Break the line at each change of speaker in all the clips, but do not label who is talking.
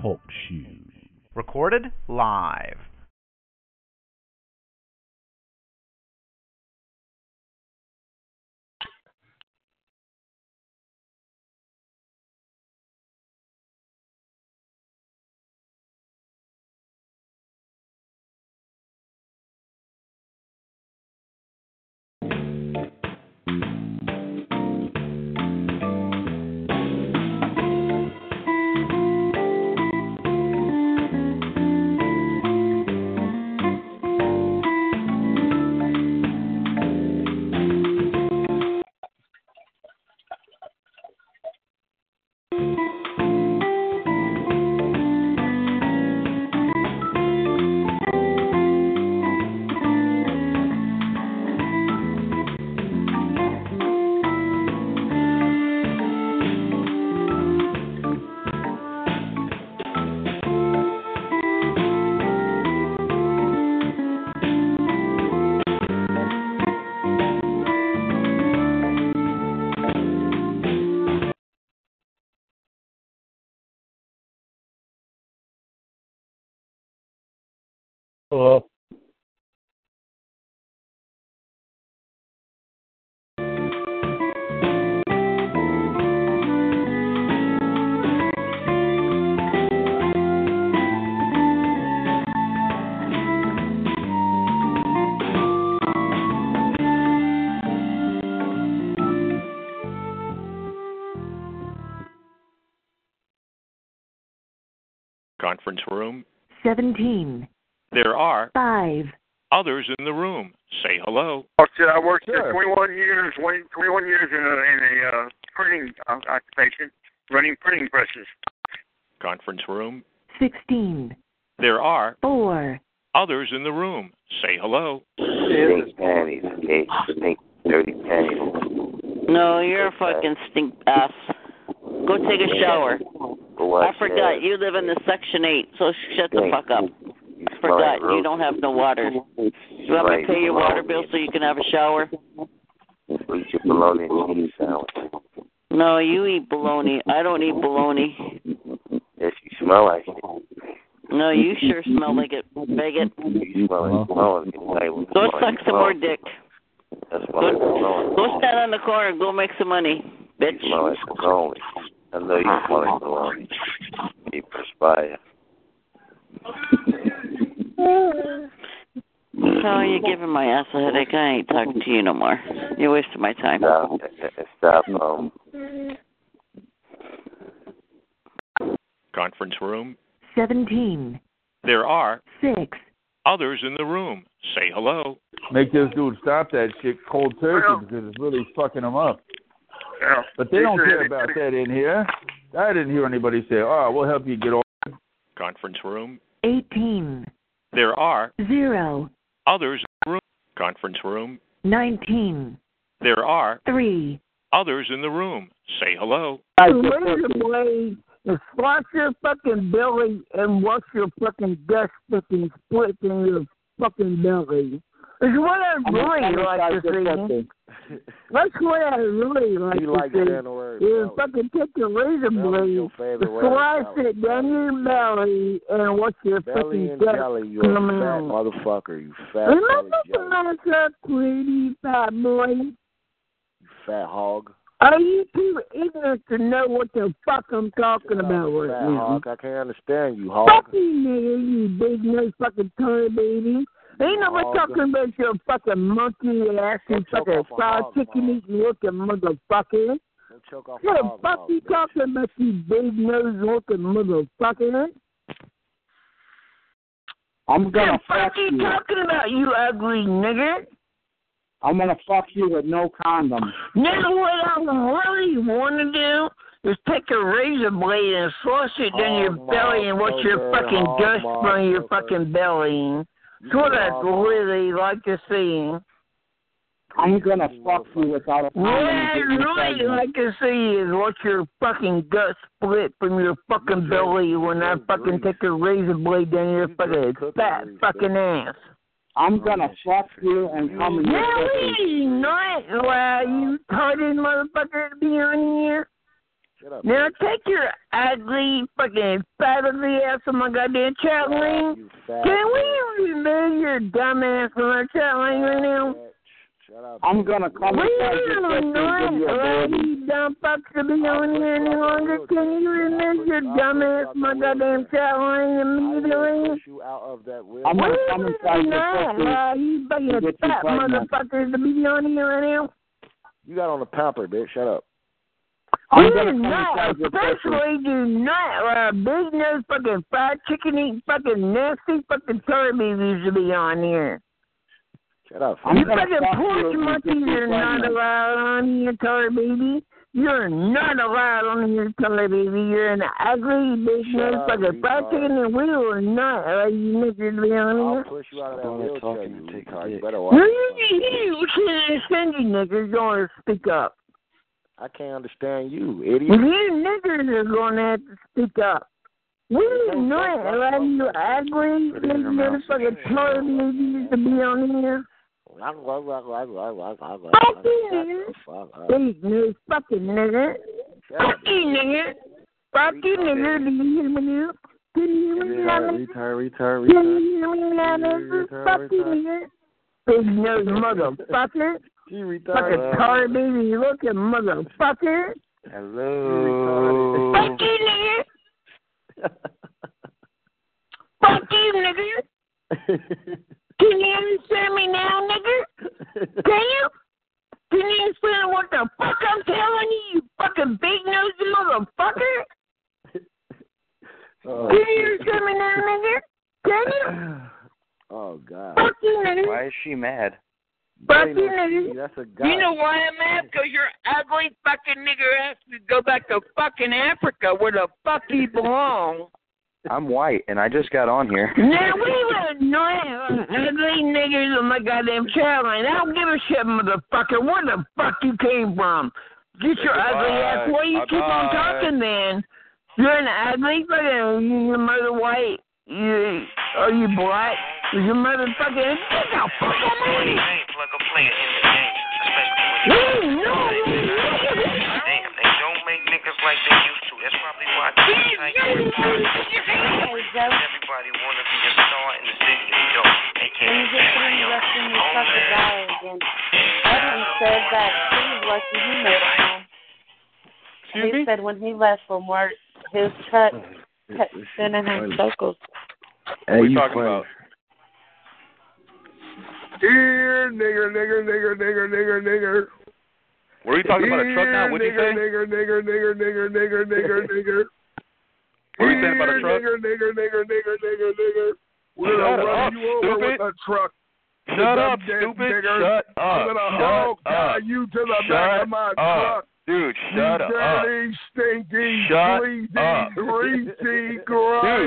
Talk Shoe.
Recorded live.
Hello.
conference room.
17,
There are
5.
others in the room. Say hello.
Well, I worked
Sure.
for 21 years, wait- 21 years in a, in a uh, printing uh, occupation, running printing presses.
Conference room.
16,
There are
4.
others in the room. Say hello.
Stink panties. They stink dirty panties.
No, you're a fucking stink ass. Go take a shower. I
Wash
forgot.
ass.
You live in the Section 8, so shut the
Stink.
fuck up.
You
Forgot.
smell like
You don't have no water.
roach.
You want me
Right.
to pay your water bill so you can have a shower?
Eat your bologna and cheese sandwich.
No, you eat bologna. I don't eat bologna.
Yes, you smell like it.
No, you sure smell like it, bigot.
You smell like bologna. Like,
Go
like
suck some more
bologna.
dick.
That's what I
Go,
smell.
go stand on the corner and go make some money,
You smell
bitch.
like bologna. I know you smell like bologna. You perspire.
No, you're giving my ass a headache. I ain't talking to you no more. You're wasting my time.
Stop. Stop. Um,
Conference room.
17,
There are
6.
others in the room. Say hello.
Make this dude stop that shit cold turkey because it's really fucking him up.
Yeah.
But they don't
These are
care
heavy
about
printing-
that in here. I didn't hear anybody say, "Oh, we'll help you get off."
Conference room.
18,
There are
0.
others in the room. Conference room.
19,
There are
3.
others in the room. Say hello.
Raise your blade and squash your fucking belly and wash your fucking guts fucking split in your fucking belly. It's what I really like to see. That's what I really like to see. You fucking take your razor blade, squash it down your belly, and wash your fucking guts come out.
motherfucker, you fat,
Remember
belly
when
jelly,
I said, "Pretty fat boy"?
you fat hog.
Are you too ignorant to know what the fuck I'm talking
Shut up,
about
you
right
fat
now?
hog. I can't understand you, hog.
Fuck you, nigga, you big nose fucking toy baby. Ain't nobody
Hog.
talking about your fucking monkey ass, you
Don't choke
fucking
off a
fried
hog,
chicken
Mom.
eating looking motherfucker.
Don't choke off my
What the
hog
fuck
mouth,
you
bitch.
talking about, you big nose looking motherfucker?
I'm
What the
gonna
fuck
fuck
you
you.
talking about, you ugly nigga?
I'm gonna fuck you with no condom.
Nigga, what I really want to do is take a razor blade and slice it down your
Hog
belly and
mouth
watch your
choker,
fucking
hog
guts
mouth
from your
choker.
fucking belly.
You
That's what I
hog mouth.
really like to see.
I'm gonna fuck you without a condom.
What I
and get you
really
pregnant.
like to see is watch your fucking guts split from your fucking
You drink-
belly
you
when I
drink
fucking
grease.
take a razor blade down your
You
fucking
drink cooking
fat
grease,
fucking
dude.
ass. Oh,
I'm gonna fuck you and come in your pussy.
Really? Not why you retarded motherfucker to be on here?
Shut up.
Now take your ugly fucking fat ugly ass on my goddamn chat
bitch.
lane.
You fat.
Can we remove your dumb ass from our chat lane right now?
bitch. Shut up.
I'm gonna call
We
my
don't
and give you a
allow
baby.
you dumb fucks to be on here any longer. Can you remove your dumb ass from my goddamn chat lane
I will
immediately?
push you out of that wheel.
I'm
We
gonna come
do
inside your
not
pussy
allow you
and
fucking
get you
fat
pregnant.
motherfuckers to be on here right now.
You got on a pamper, bitch. Shut up.
We
I'm
do
gonna come
not,
inside your pussy.
especially do not allow big nose fucking fried chicken eating fucking nasty fucking turd babies to be on here.
Shut up.
I'm
You
gonna
fucking
fuck you
porch
and get
monkeys
you
are not
pregnant.
allowed on here, turd baby. You're not allowed on here, turd baby. You're an ugly big
Shut
nose
up,
fucking fried
retard.
chicken and we will not allow you niggas to be on
I'll
here.
push you out of that
Stop all that
wheelchair.
talking
You,
and take a
retard. you
dick.
better watch.
You,
your
you, you can't understand you niggas going to speak up.
mouth. I can't understand you, idiot.
You niggers are going to have to speak up. We do not allow you ugly
Put it in your mouth.
niggas fucking toy babies to be on here.
Fuck
you,
Uh.
Big niggas, fucking nigga.
Shut
Fuck
up.
you, nigga. Fuck you, nigga. Do you hear me now? Can you hear me now?
Retard, retard, retard,
Can
retard.
you hear me now? nigga? Fuck you, nigga. Big nose motherfucker.
You
uh,
Fucking
retard.
toy baby looking motherfucker.
Hello.
Fuck you, nigga. Fuck you, nigga. Can you understand me now, nigga? Can you? Can you understand what the fuck I'm telling you, you fucking big nosed motherfucker?
Oh.
Can you understand me now, nigga? Can you?
Oh God.
Fuck you, nigga.
Why is she mad?
Fuck
That ain't
you,
no
nigga.
tea, That's a guy.
You know why I'm mad? Because your ugly fucking nigger ass to go back to fucking Africa where the fuck you belong.
I'm white and I just got on here.
Now we were annoying ugly niggers on my goddamn trail line. I don't give a shit, motherfucker, where the fuck you came from. Get your ugly ass. Why you keep on talking then? You're an ugly fucking you- your mother white. You are you black? Is your mother fucking get the fuck out of me? Hey, no, you nigger. These ugly motherfuckers.
said that he was lucky he made it home.
Excuse
he
me?
said when he left from work, his truck kept spinning in circles.
Hey,
What are
you
you talking
funny.
about?
Here, nigger, nigger, nigger, nigger, nigger, nigger.
Were you talking about a truck now? What'd you
Nigger,
say?
Nigger, nigger, nigger, nigger, nigger, nigger, nigger.
Were you saying about a
Here,
truck?
Nigger, nigger, nigger, nigger, nigger, nigger. We're
Shut
gonna
up,
run you over
stupid.
with a truck.
Shut up,
Dumb dead
stupid.
nigger.
Shut
I'm
up.
gonna
Shut
hog tie
up.
you to the back
Shut
of my
up.
truck.
Dude, shut
you
up.
dirty, stinky,
Shut
greedy,
up.
greasy, grimy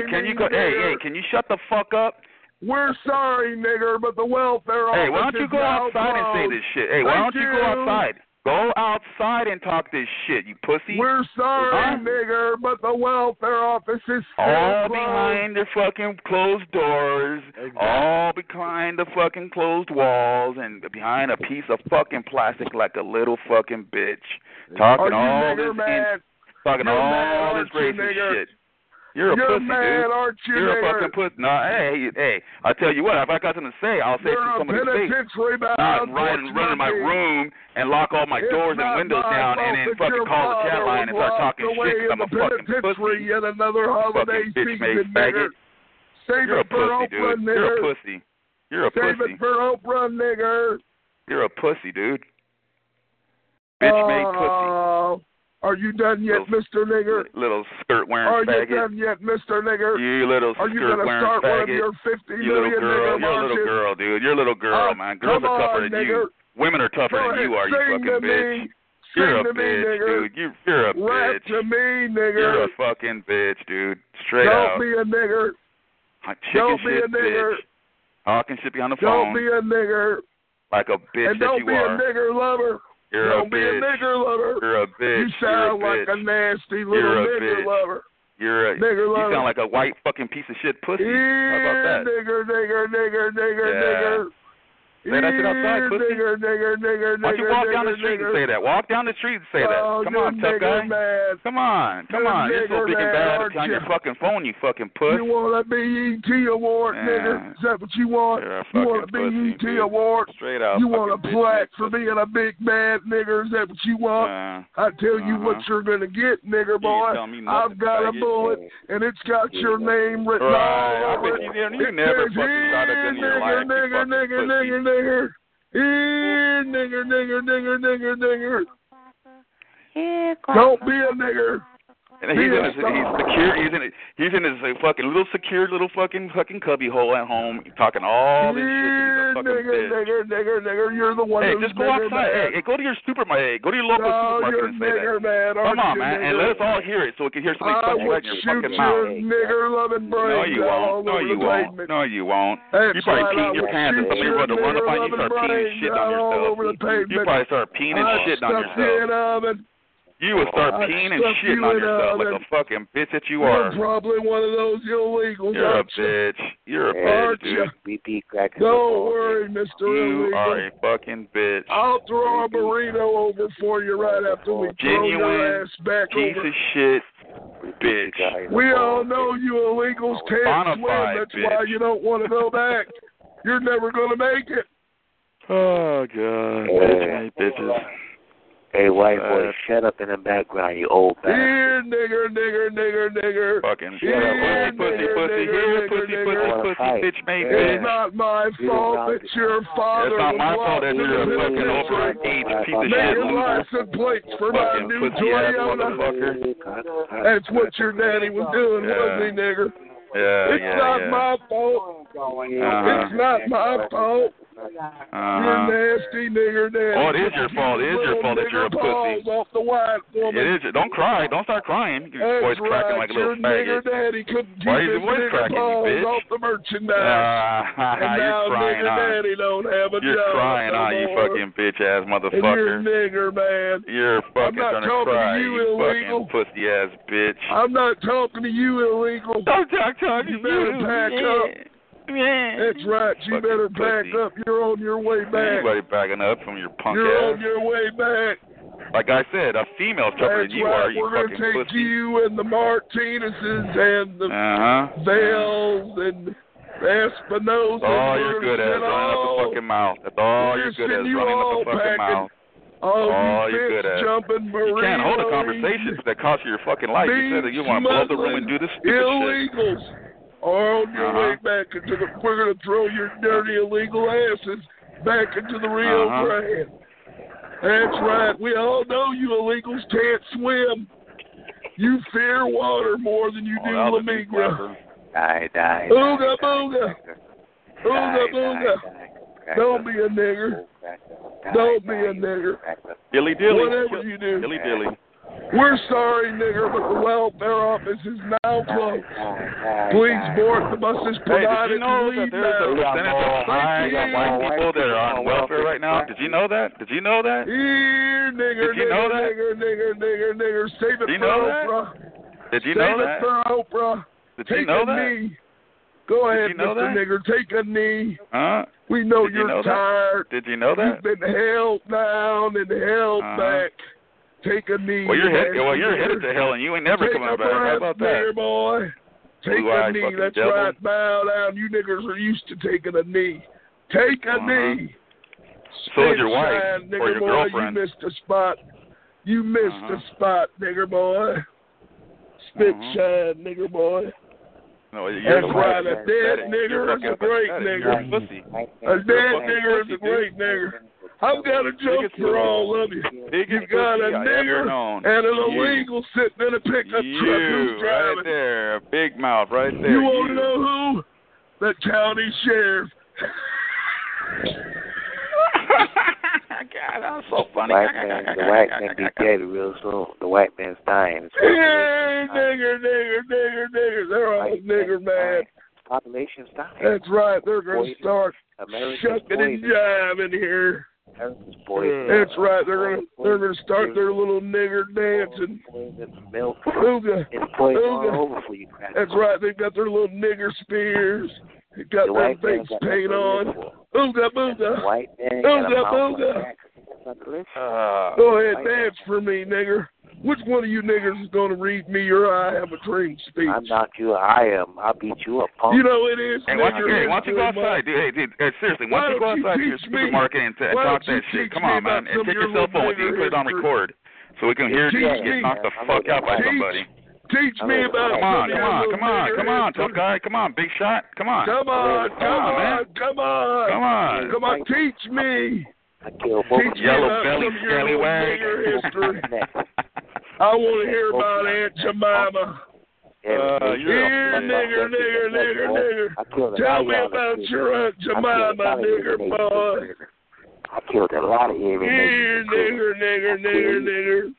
Dude, can you go? Hey,
nigger.
hey, can you shut the fuck up?
We're sorry, nigger, but the welfare
Hey,
office
why don't you
is
go
now
outside and say
closed.
this shit? Hey, why
Thank
don't you go
you.
outside? Go outside and talk this shit, you pussy.
We're sorry,
Huh?
nigger, but the welfare office is still
All
closed.
behind the fucking closed doors,
Exactly.
all behind the fucking closed walls, and behind a piece of fucking plastic like a little fucking bitch.
Are
Talking
you
all
nigger
this,
mad?
talking
You're
all this
mad, aren't you,
racist
nigger?
shit. You're a pussy,
mad,
dude.
aren't you,
You're
nigger?
a fucking pussy. No, hey, hey, I tell you what, if I got something to say, I'll say
You're
it
a
to somebody's face.
penitentiary
Not
bound
right and run in my
monkey.
room and lock all my
It's
doors and
not
windows
my
down and then
fault that
fucking
your
call the chat
father
line and start
was
talking shit
locked away
because I'm a
in the
fucking
penitentiary
pussy.
Yet another holiday
Fucking bitch made
season, nigger.
faggot.
Save
You're a
it for
pussy,
Oprah,
dude. You're a
nigger.
pussy. You're a
Save
pussy.
it for Oprah, nigger.
You're a pussy, dude. Bitch made pussy.
Oh, Are you done yet,
Little-
Mr. Nigger?
Little skirt
Are
wearing
you
faggot.
done yet, Mr. Nigger?
You little
Are you
skirt
gonna
wearing
start one of
faggot.
your fifty
You little
million
girl.
nigger
You're a
marches?
little girl, dude. You're a little
Uh,
girl, man. Girls
come
are tougher
on,
than
nigger.
you. Women are tougher
Go
than
ahead,
you are, you
sing
fucking
to
bitch.
me.
You're a
Sing to me,
bitch,
nigger.
dude. You, you're a
Rap
bitch.
to me,
You're
nigger.
a fucking bitch, dude. Straight
Don't
out.
be a nigger.
Hot Chicken
don't be
shit
a nigger.
bitch. Hawking shit behind the
Don't
phone
be a nigger.
like a bitch
and
that
don't
you
be
are.
a nigger lover.
You're
don't
a
be
bitch.
a nigger lover.
You're a bitch.
you sound
You're a
like
bitch.
a nasty little
You're a
nigger
bitch.
lover.
You're a
Nigger
you
lover.
sound like a white fucking piece of shit pussy.
yeah,
How about that?
nigger, nigger, nigger, nigger,
Yeah.
nigger.
Say that shit outside, pussy.
Nigger, nigger, nigger,
Why don't you
nigger,
walk down the
nigger,
street and
nigger.
say that? Walk down the street and say that.
Oh,
Come
you
on, tough
nigger
guy.
man.
Come on, come
You
on. You're so
nigger
big and
man,
bad
aren't
on your
you?
fucking phone, you fucking puss.
You want a BET award,
Yeah.
nigga? Is that what you want?
You're a
You
fucking
want a BET
pussy, bitch.
award?
Straight out.
you want a
fucking bitch,
plaque
nigga.
for being a big man, nigga? Is that what you want?
Uh,
I tell you what
Uh-huh.
you're gonna get, nigger
You
boy.
ain't tell me nothing,
I've got a
faggot.
bullet, and it's got your name written
Right. I
all over
bet
it.
you didn't- you
It
never
says,
fucking shot a gun in your
"Yeah,
life, you fucking
nigger, nigger,
pussy."
nigger, nigger, nigger, nigger, nigger, nigger, nigger, nigger. Don't be a nigger.
And he's in
Yeah.
his, he's secure. He's in his, he's in his uh, fucking little secure little fucking fucking cubby hole at home, talking all this shit. to
Yeah,
He's a fucking
nigger,
bitch.
nigger, nigger, nigger. You're the one
Hey,
who's
just go
nigger
outside. Hey,
man.
hey, go to your supermarket. Hey, go to your local
No,
supermarket
you're
and say that.
nigger man.
Come
aren't
on,
you,
man, and
nigger?
let us all hear it so we can hear somebody
I
fucking
would
right in your
shoot
fucking
your
mouth.
nigger-loving
No,
brains
you
out
won't.
all
No,
over
you
the
won't.
pavement.
No, you won't.
That's
You probably
right, I
peeing your
will
pants
shoot
and somebody
your
run to run up on you, you
nigger-loving
start peeing
brains
shit
out
on
all
yourself.
over the
You
pavement.
probably start peeing and
I
shitting on
stuck you in
yourself.
oven.
You would start
um, I
peeing and
stuck
shitting
you
on
in
yourself
oven.
like a fucking bitch that you
You're
are.
um, probably one of those illegals.
You're a
aren't you?
bitch. You're a
Aren't
bitch, dude.
BP cracking the
Don't
ball.
worry, Mr.
You are
Illegal.
a fucking bitch.
I'll throw a burrito over for you right after we throw your
Genuine
ass back
Piece
over.
of shit,
BP
bitch.
guy in the
We
ball.
all know you illegals
Bona
can't swim.
fide,
That's why
bitch.
you don't want to go back. You're never going to make it.
Oh god,
Yeah.
bitch, bitches.
Hey, white boy,
Uh,
shut up in the background, you old bastard.
Here, nigger, nigger, nigger, nigger.
Fucking
Yeah,
yeah,
nigger,
pussy,
nigger,
pussy,
nigger,
here, pussy,
nigger,
pussy,
nigger.
pussy,
Alright.
bitch, make
Yeah.
bitch.
It's not my
You
fault.
robbed
It's
me.
your father.
It's not
who
my fault
robbed
that you're a
you.
fucking
Yeah.
overage piece of shit
Nigger
loser.
license plates for my
Fucking
new
pussy ass
Toyota.
motherfucker.
That's what your daddy was doing,
Yeah.
wasn't he, nigger?
Yeah,
It's not
yeah,
my fault.
Uh-huh.
It's not my fault.
yeah. Uh-huh.
You're nasty, nigger, nasty.
Oh, it is your fault. It is your
Little
fault that you're a
nigger paws
pussy.
Off the white woman.
It is. Don't cry. Don't start crying. Your
That's
voice cracking
right.
like a
your
little faggot.
nigger daddy couldn't keep
Why is
his
your voice
nigger
cracking, you
paws
bitch?
off the merchandise.
Ah,
and
you're
now
crying
nigger
on.
daddy don't have a
You're
job
crying
no
on, you
more.
fucking bitch ass
And you're
motherfucker.
nigger, man.
You're
I'm
fucking
not
gonna
talking to
cry,
you, illegal.
fucking pussy ass bitch.
I'm not talking to you, illegal.
Don't talk to
You better pack up. That's right.
Fucking
You better pack
pussy.
up. You're on your way back.
Anybody backing up from your punk
You're on
ass?
your way back.
Like I said, a female's tougher
That's
than you
right.
are, you
We're
fucking
gonna take
pussy.
you and the Martinez's and the
uh huh.
Vales and Espinosa.
Oh, you're good ass running up the
all,
fucking mouth. That's all you're good
Listen,
ass
you
running up
all
the fucking
packing.
mouth.
all
Oh,
you
you're good
bitch
ass.
jumping
You
Marino.
can't hold a conversation that costs you your fucking life. You said that you want to blow up the room and do this stupid shit.
Illegals are on your
Uh-huh.
way back into the. We're gonna throw your dirty illegal asses back into the Rio
Uh-huh.
Grande. That's right. We all know you illegals can't swim. You fear water more than you
Oh,
do
that was a knee
Lamigra.
slapper.
Die, die,
Ooga
die, die,
booga. Ooga
die, die,
booga.
die. Crack
Don't
up,
be a nigger.
crack up, die,
Don't be
die,
a nigger.
crack up.
Dilly dilly.
Whatever you do.
Dilly dilly.
We're sorry, nigger, but the welfare office is now
Die,
closed.
die, die,
Please
die.
board the buses
Hey, did
provided
you know
to
that
leave
there's a
now.
percentage of high white people that are on welfare right now? Did you know that? Did you know that?
Here, nigger,
Did you
nigger,
know that?
nigger, nigger, nigger, nigger. Save it
Do you
for
know that?
Oprah.
Did you
Save
know
it
that?
for Oprah.
Did
Take
you know
a
that?
knee. Go
Did
ahead,
you know
Mr.
that?
Nigger. Take a knee.
Huh?
We know
Did you
you're
know that?
tired.
Did you know that?
You've been held down and held
Uh-huh.
back. Take a knee.
Well, you're
you
headed.
nasty
Well, you're
nigger.
headed to hell, and you ain't never
Take
coming
a
back. How
breath
about
there,
that?
boy. Take a
Blue-eyed
knee.
fucking
That's
devil.
right. Bow down. You niggers are used to taking a knee. Take a
Uh-huh.
knee.
So is
Spit
your wife
shine,
or
nigger
your
boy.
girlfriend.
You missed a spot. You missed
Uh-huh.
a spot, nigger boy. Spit
Uh-huh.
shine, nigger boy.
No, you're
That's
the
right.
worst.
A dead
Pathetic.
nigger
You're
is
fucking
a great
pathetic.
nigger.
You're a pussy.
A dead
You're a fucking
nigger is a
pussy,
great
dude.
nigger. I've got a joke
Biggest
for all of you.
Biggest
You've got
pussy
a
I ever
nigger
known.
and an
You.
illegal sitting in a pickup truck who's
You, right
driving.
there, a big mouth, right there.
You want to know who? The county sheriff.
God, that's so
The
funny.
white man, the white man be dead real soon. The white man's dying.
Yeah, nigger, nigger, nigger, nigger. They're all
White
nigger
man's
mad.
dying. Population's dying.
That's right. They're going to start
America's
shucking and
poison.
jiving here.
America's poison.
That's right. They're going to they're going to start their little nigger dancing.
Poison milk.
Ooga.
It's poison all
Ooga.
over for you, crack.
That's right. They've got their little nigger spears. He got
Your
them
white man
things
got
paint on.
nothing to live
Ooga booga.
White man got a
Ooga
mouth like
booga.
that. That's not to live
Uh,
for.
Go ahead,
White
dance for me, nigger. Which one of you niggers is going to read me your I have a dream speech?
I knock you. I am. I beat you up, punk.
You know it is.
Hey, why don't you,
nigger,
hey, why don't you go
it's too much.
outside, dude? Hey, dude, hey, seriously, why
Why
don't you go
don't you
outside to your
teach me?
supermarket and, t- and
Why
talk
don't you
that shit?
teach
Come
me
on, man,
about
and
some
take
of
your
your
cell phone with
little
you and put it on
nigger
record, so we can hear you
Teach
and get
me.
knocked the
I'm
fuck out by
teach-
somebody.
Teach
I
me
mean,
about
Come
some
on,
of
come
your
on,
little
come on,
nigger
come on, tough
answers.
guy, come on, big shot, come on,
Come on, come
Come on,
on,
man.
come on.
come on.
Come on, teach me.
I killed both
Teach me
Yellow
about
belly
uh, some of your little
scallywag.
nigger history.
of
I want to hear about Aunt Jemima.
Uh,
them.
you're
Yeah,
a
nigger, nigger, nigger, nigger.
I killed a lot
Tell
of
me
y'all
about
niggas.
your Aunt
I killed
Jemima,
a lot of
nigger
niggas in
boy.
prison. I killed a lot of
Yeah,
every nigga.
nigger, nigger, nigger, nigger.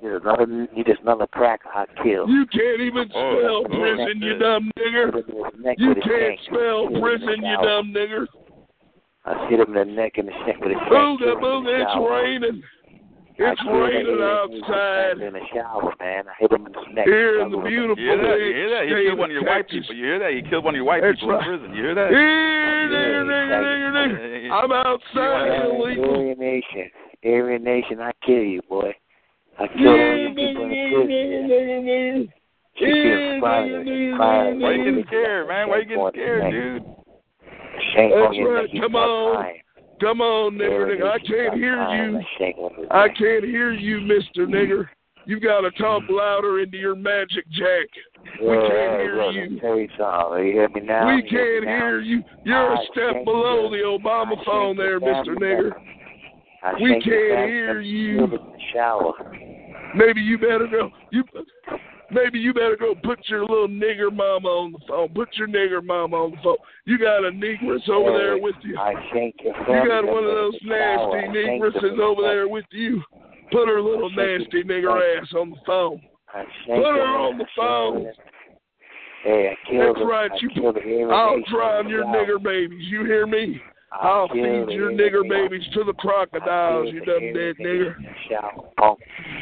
There's another, you just another crack I killed.
You can't even
Oh,
spell prison, you
oh.
dumb
I
nigger.
hit him in the neck
You
with a
can't
shank.
spell
Hit him in
prison,
the
you
shower.
dumb nigger.
I hit him in the neck and the shank with a shank. Hit
Booga,
him in the
booga, it's
shower.
raining.
I
It's
killed that
raining
little nigga
outside.
In the shower, man. I hit him in the neck.
Here in the
Struggled with
beautiful
You hear that? You
big
hear that? He
state
killed one of your white
Texas.
people. You hear that? He killed one of your white
That's
people in
right.
prison. You hear that?
Here, nigger, nigger, nigger, nigger. I'm outside,
Every,
illegal.
every nation, every nation, I kill you, boy. I
Yeah,
kill all you
nigga,
people in
nigga, nigga,
prison.
nigga, nigga.
You
Yeah,
keep crying,
nigga,
crying.
nigga,
Why you
nigga.
getting scared, man? Why you getting scared, dude?
Shank
That's
on your
right,
neck. You
come
start
on.
crying.
Come on, nigger,
Every
nigger. I
nation
can't
start
hear
crying.
you.
A shank on your
I
neck.
can't hear you, Mister Nigger. You gotta talk louder into your magic jack. we can't
Yeah,
hear
look,
you.
I tell you something. You hear me now?
We
You hear
can't
me now?
hear you. You're a
I
step
shank
below
you.
the
I
Obama
shank
phone
your
there, Mister
family
Nigger.
members. I
We
shank your
can't
family
hear
members.
you.
Put in the shower.
Maybe you better go. You maybe you better go put your little nigger mama on the phone. Put your nigger mama on the phone. You got a negress over there with you.
I shank your
You
family
got
members
one of those
in the shower.
nasty
I shank
negresses
them.
over there with you. Put her little nasty nigger ass on the phone.
I
Put
shank
her
them.
on the
I shank them. Hey, I killed
That's
them.
right,
I
you-
killed the every
I'll
nation
drown
in
your
the shower.
nigger babies. You hear me?
I
I'll feed
killed the
your
every
nigger
nation.
babies to the
I
crocodiles,
killed
you
the
dumb
every
dead nigger.
nation in the shower. Punk.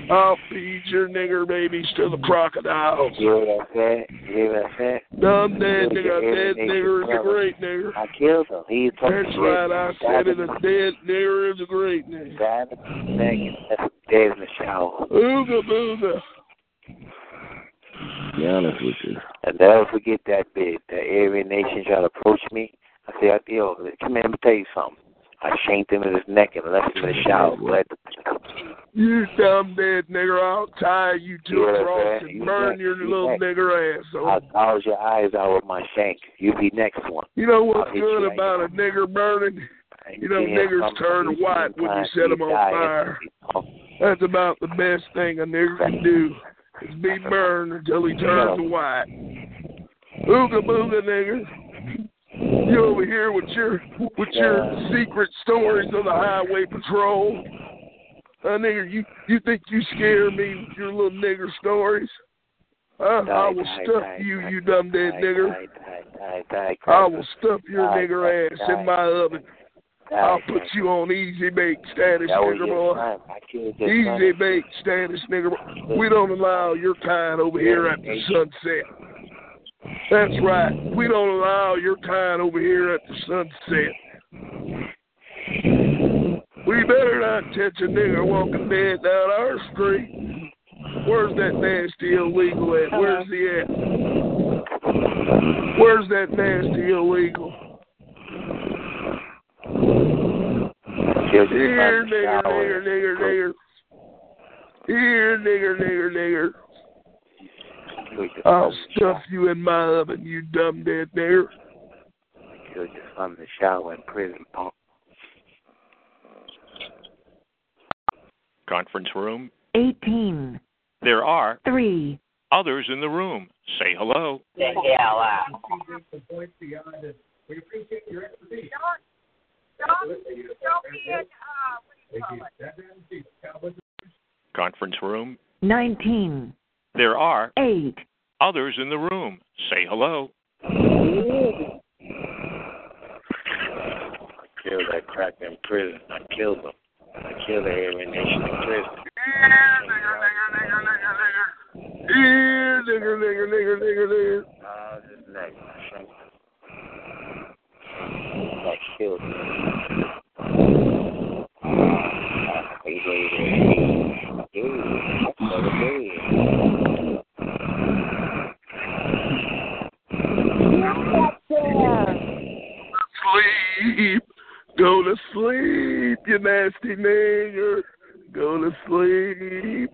I'll feed your nigger babies to the crocodiles.
You hear what I said? You hear what I said?
Dumb dead
Look at
nigger, a dead
everything
nigger is
you've
a great nigger.
I killed him. He took the
That's right, I said it, a
Stabbed him
dead nigger is a great nigger.
stabbed him in the neck and left him dead in the shower.
Ooga booga.
Be honest with you.
I'll never forget that bit. That every nation tried to approach me. I said, yo, come here, let me tell you something. I shanked him in his neck and left him in the shower. Let the-
You dumb dead nigger, I'll tie you to
Yeah,
a cross
man,
and
you
burn
bet,
your
you
little
bet.
nigger ass. So
I'll gouge your eyes out with my shank. You be next one.
you know what's
I'll hit you
good
like
about a nigger burning? You know,
Yeah,
niggers
I'm-
turn
I'm-
white when you set 'em on
die.
fire. That's about the best thing a nigger can do is be burned until he turns white. Ooga booga nigger. You over here with your with your secret stories of the highway patrol. Uh, nigger, you you think you scare me with your little nigger stories? Huh? I will
die,
stuff
die,
you,
die,
you dumb dead
die,
nigger.
die, die, die, die,
I will stuff your
die,
nigger
die,
ass in my
die,
oven.
die,
I'll
die.
put you on easy bake status,
That was your
nigger boy.
time. I killed your time.
Easy bake status, nigger. We don't allow your kind over here at the sunset. That's right. We don't allow your kind over here at the sunset. We better not touch a nigger walking dead down our street. Where's that nasty illegal at? Where's he at? Where's that nasty illegal?
I killed your
Here,
time in the
nigger,
shower.
nigger, nigger, nigger. Here, nigger, nigger, nigger.
I killed your son
I'll
in the
stuff you in my oven, you dumb dead nigger.
shower. I killed your son in the shower in prison, punk.
Conference room.
18,
There are
3,
others in the room. Say hello.
The hell out.
Conference room.
19,
There are
8,
others in the room. Say hello.
I killed that crack in prison. I killed him. I killed every nation in prison.
Here, nigger, nigger, nigger, nigger, nigger.
I was his neck. I shanked him.
Sleep. Go to sleep, you nasty nigger. Go to sleep.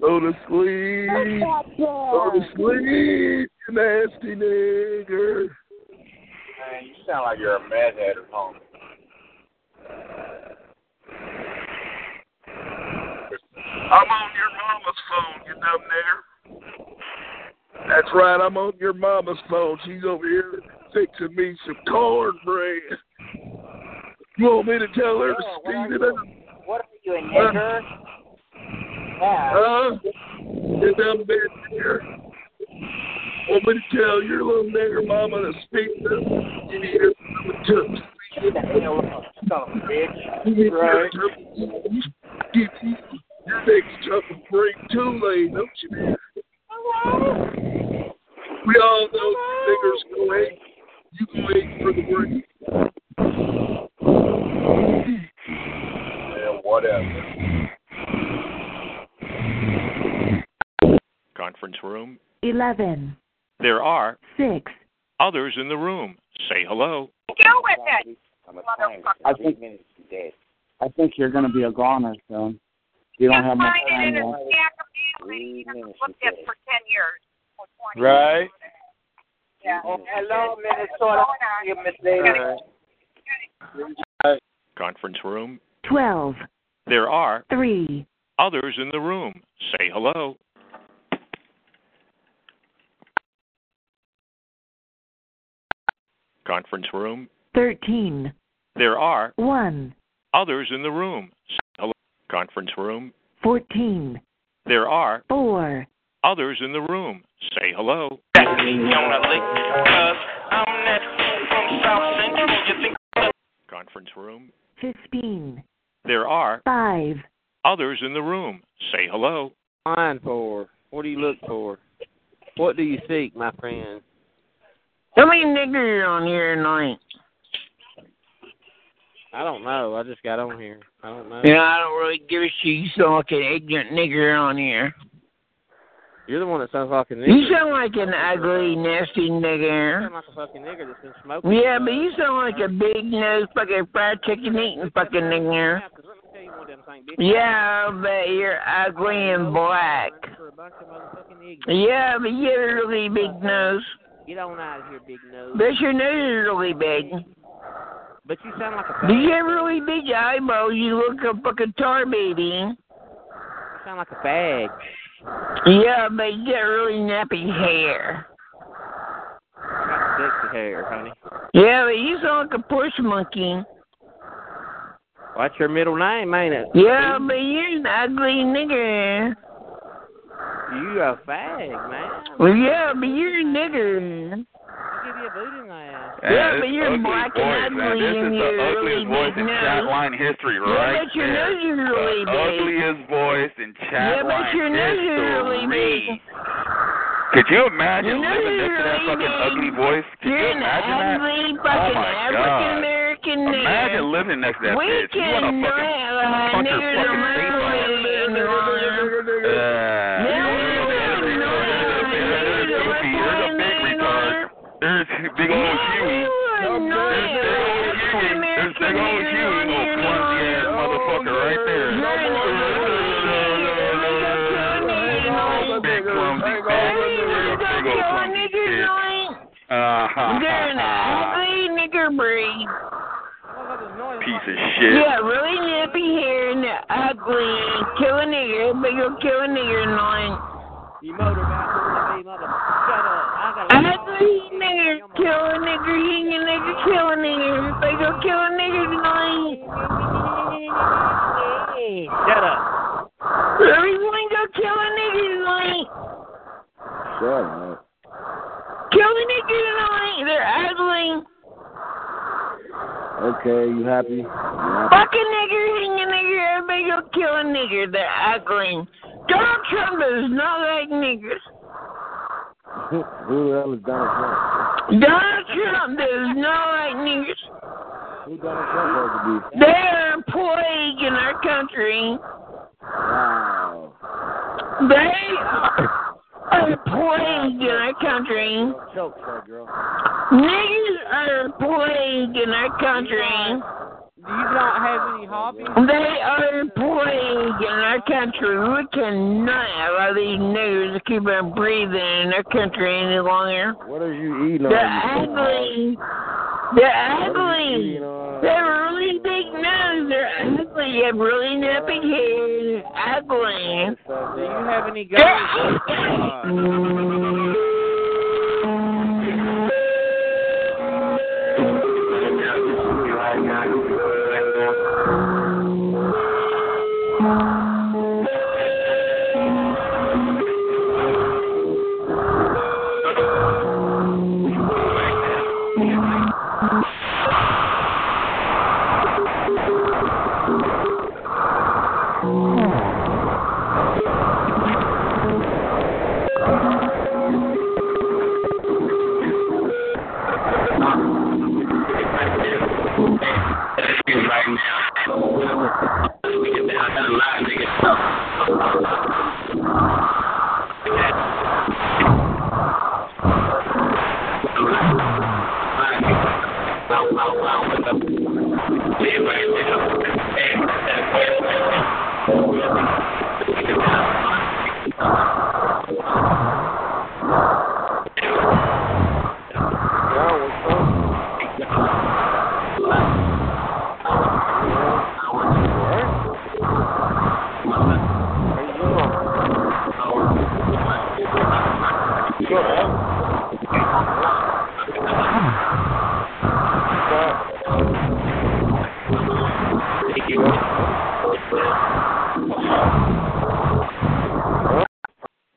Go to sleep. Go to sleep, you nasty nigger.
Man, you sound like you're a mad head at home.
I'm on your mama's phone, you dumb nigger. That's right, I'm on your mama's phone. She's over here fixing me some cornbread. You want me to tell her to speed it up?
What are you, a nigger?
Huh? You dumb bitch here. Want me to tell your little nigger mama to speed it up? You need her mama to
Get the hell up, son of a bitch.
you need her to- you- you- Your niggas jump and break too late, don't you? We all know niggers go ache. You go ache for the break.
Yeah, whatever.
Conference room.
11,
There are
6.
others in the room. Say hello.
Deal with it.
I think I think you're going to be a goner soon. You don't have much
Find it
time
in a
left.
stack of family you haven't looked at for 10 years. or 20
Right.
Yeah.
Hello, Minnesota. You Miss Lady.
Conference room.
12,
There are
3.
others in the room. Say hello. Conference room.
13,
There are
1,
others in the room. Say hello. Conference room.
14,
There are
4.
others in the room. Say hello. Conference room.
15,
There are
5,
others in the room. Say hello.
Mine for. What do you look for? What do you seek, my friend?
How many niggers are on here tonight?
I don't know. I just got on here. I don't know.
You know, I don't really give a shit. You sound like an ignorant nigger on here.
You're the one that sounds like a nigger.
You sound like an ugly, nasty
You
nigger.
sound like a fucking nigger that's been smoking.
Yeah, but you sound like a big nosed fucking fried chicken eating fucking nigger.
Yeah, 'cause let me tell you one damn thing, bitch.
Yeah, but you're ugly and black.
For a bunch of motherfucking ignorant.
Yeah, but you have a really big nose.
Get on out of here, big nose.
But your nose is really big.
But you sound like a
Do you
fag.
have really big eyeballs? You look like a fucking tar baby.
You sound like a fag.
Yeah, but you got really nappy hair.
Sexy hair, honey.
Yeah, but you sound like a push monkey.
Well, that's your middle name, ain't it?
Yeah, but you're an ugly nigger.
You a fag, man.
Well, yeah, but you're a nigger.
I'll give you a boot in the ass.
Yeah,
Hey,
but
this
you're
ugly
black
voice,
and
man.
ugly
This
and
is the
you're really
ugliest voice
big
in chat
nose.
line history,
Yeah,
right?
but your
there.
nose is really
the
big.
ugliest voice in chat
Yeah,
line
but your nose is
history.
really big.
Uh, Could you imagine
Your nose
living
is
next to that
really
fucking
big.
ugly voice? Could
You're
you
an
imagine that?
ugly
Oh
fucking
my
African
god.
American
Imagine
nigger.
living next to that
We
bitch. You wanna
can
fucking
have a
punch
nigger
your fucking face off.
tomorrow.
Yeah. You're the big retard. There's big old Huey. There's big old Huey. There's big old Huey, little clumsy ass motherfucker right there. Big clumsy bitch. Big old clumsy bitch. Uh, ha,
They're an
ha, ha.
ugly nigger breed.
Piece of shit.
Yeah, really nappy hair and they're ugly. Kill a nigger, but you'll kill a nigger nine.
You motormouth, you mother. Shut up. I got a
Ugly nigger, kill a nigger, hang a nigger, kill a nigger, they go kill a nigger tonight.
Shut up.
Everyone go kill a nigger tonight.
Shut up.
Kill a nigger tonight. They're ugly.
Okay, you happy? You happy?
Fuck a nigger, hang a nigger, everybody go kill a nigger. They're ugly. Donald Trump does not like niggers.
Who who the hell is Donald Trump?
Donald Trump does not like niggers.
Who Donald Trump was to be?
They're a plague in our country.
Wow.
They are a plague in our country.
Choke that girl.
Niggas are a plague in our country.
Do you not have any hobbies?
They are a plague in our country. We cannot allow these niggers to keep on breathing in our country any longer.
What are you eating on?
They're
you
ugly. They're
What are you
ugly.
eating on?
They're really big nose. They're ugly. They have really nappy hair. Ugly.
Do you have any guys?
They're
Uh,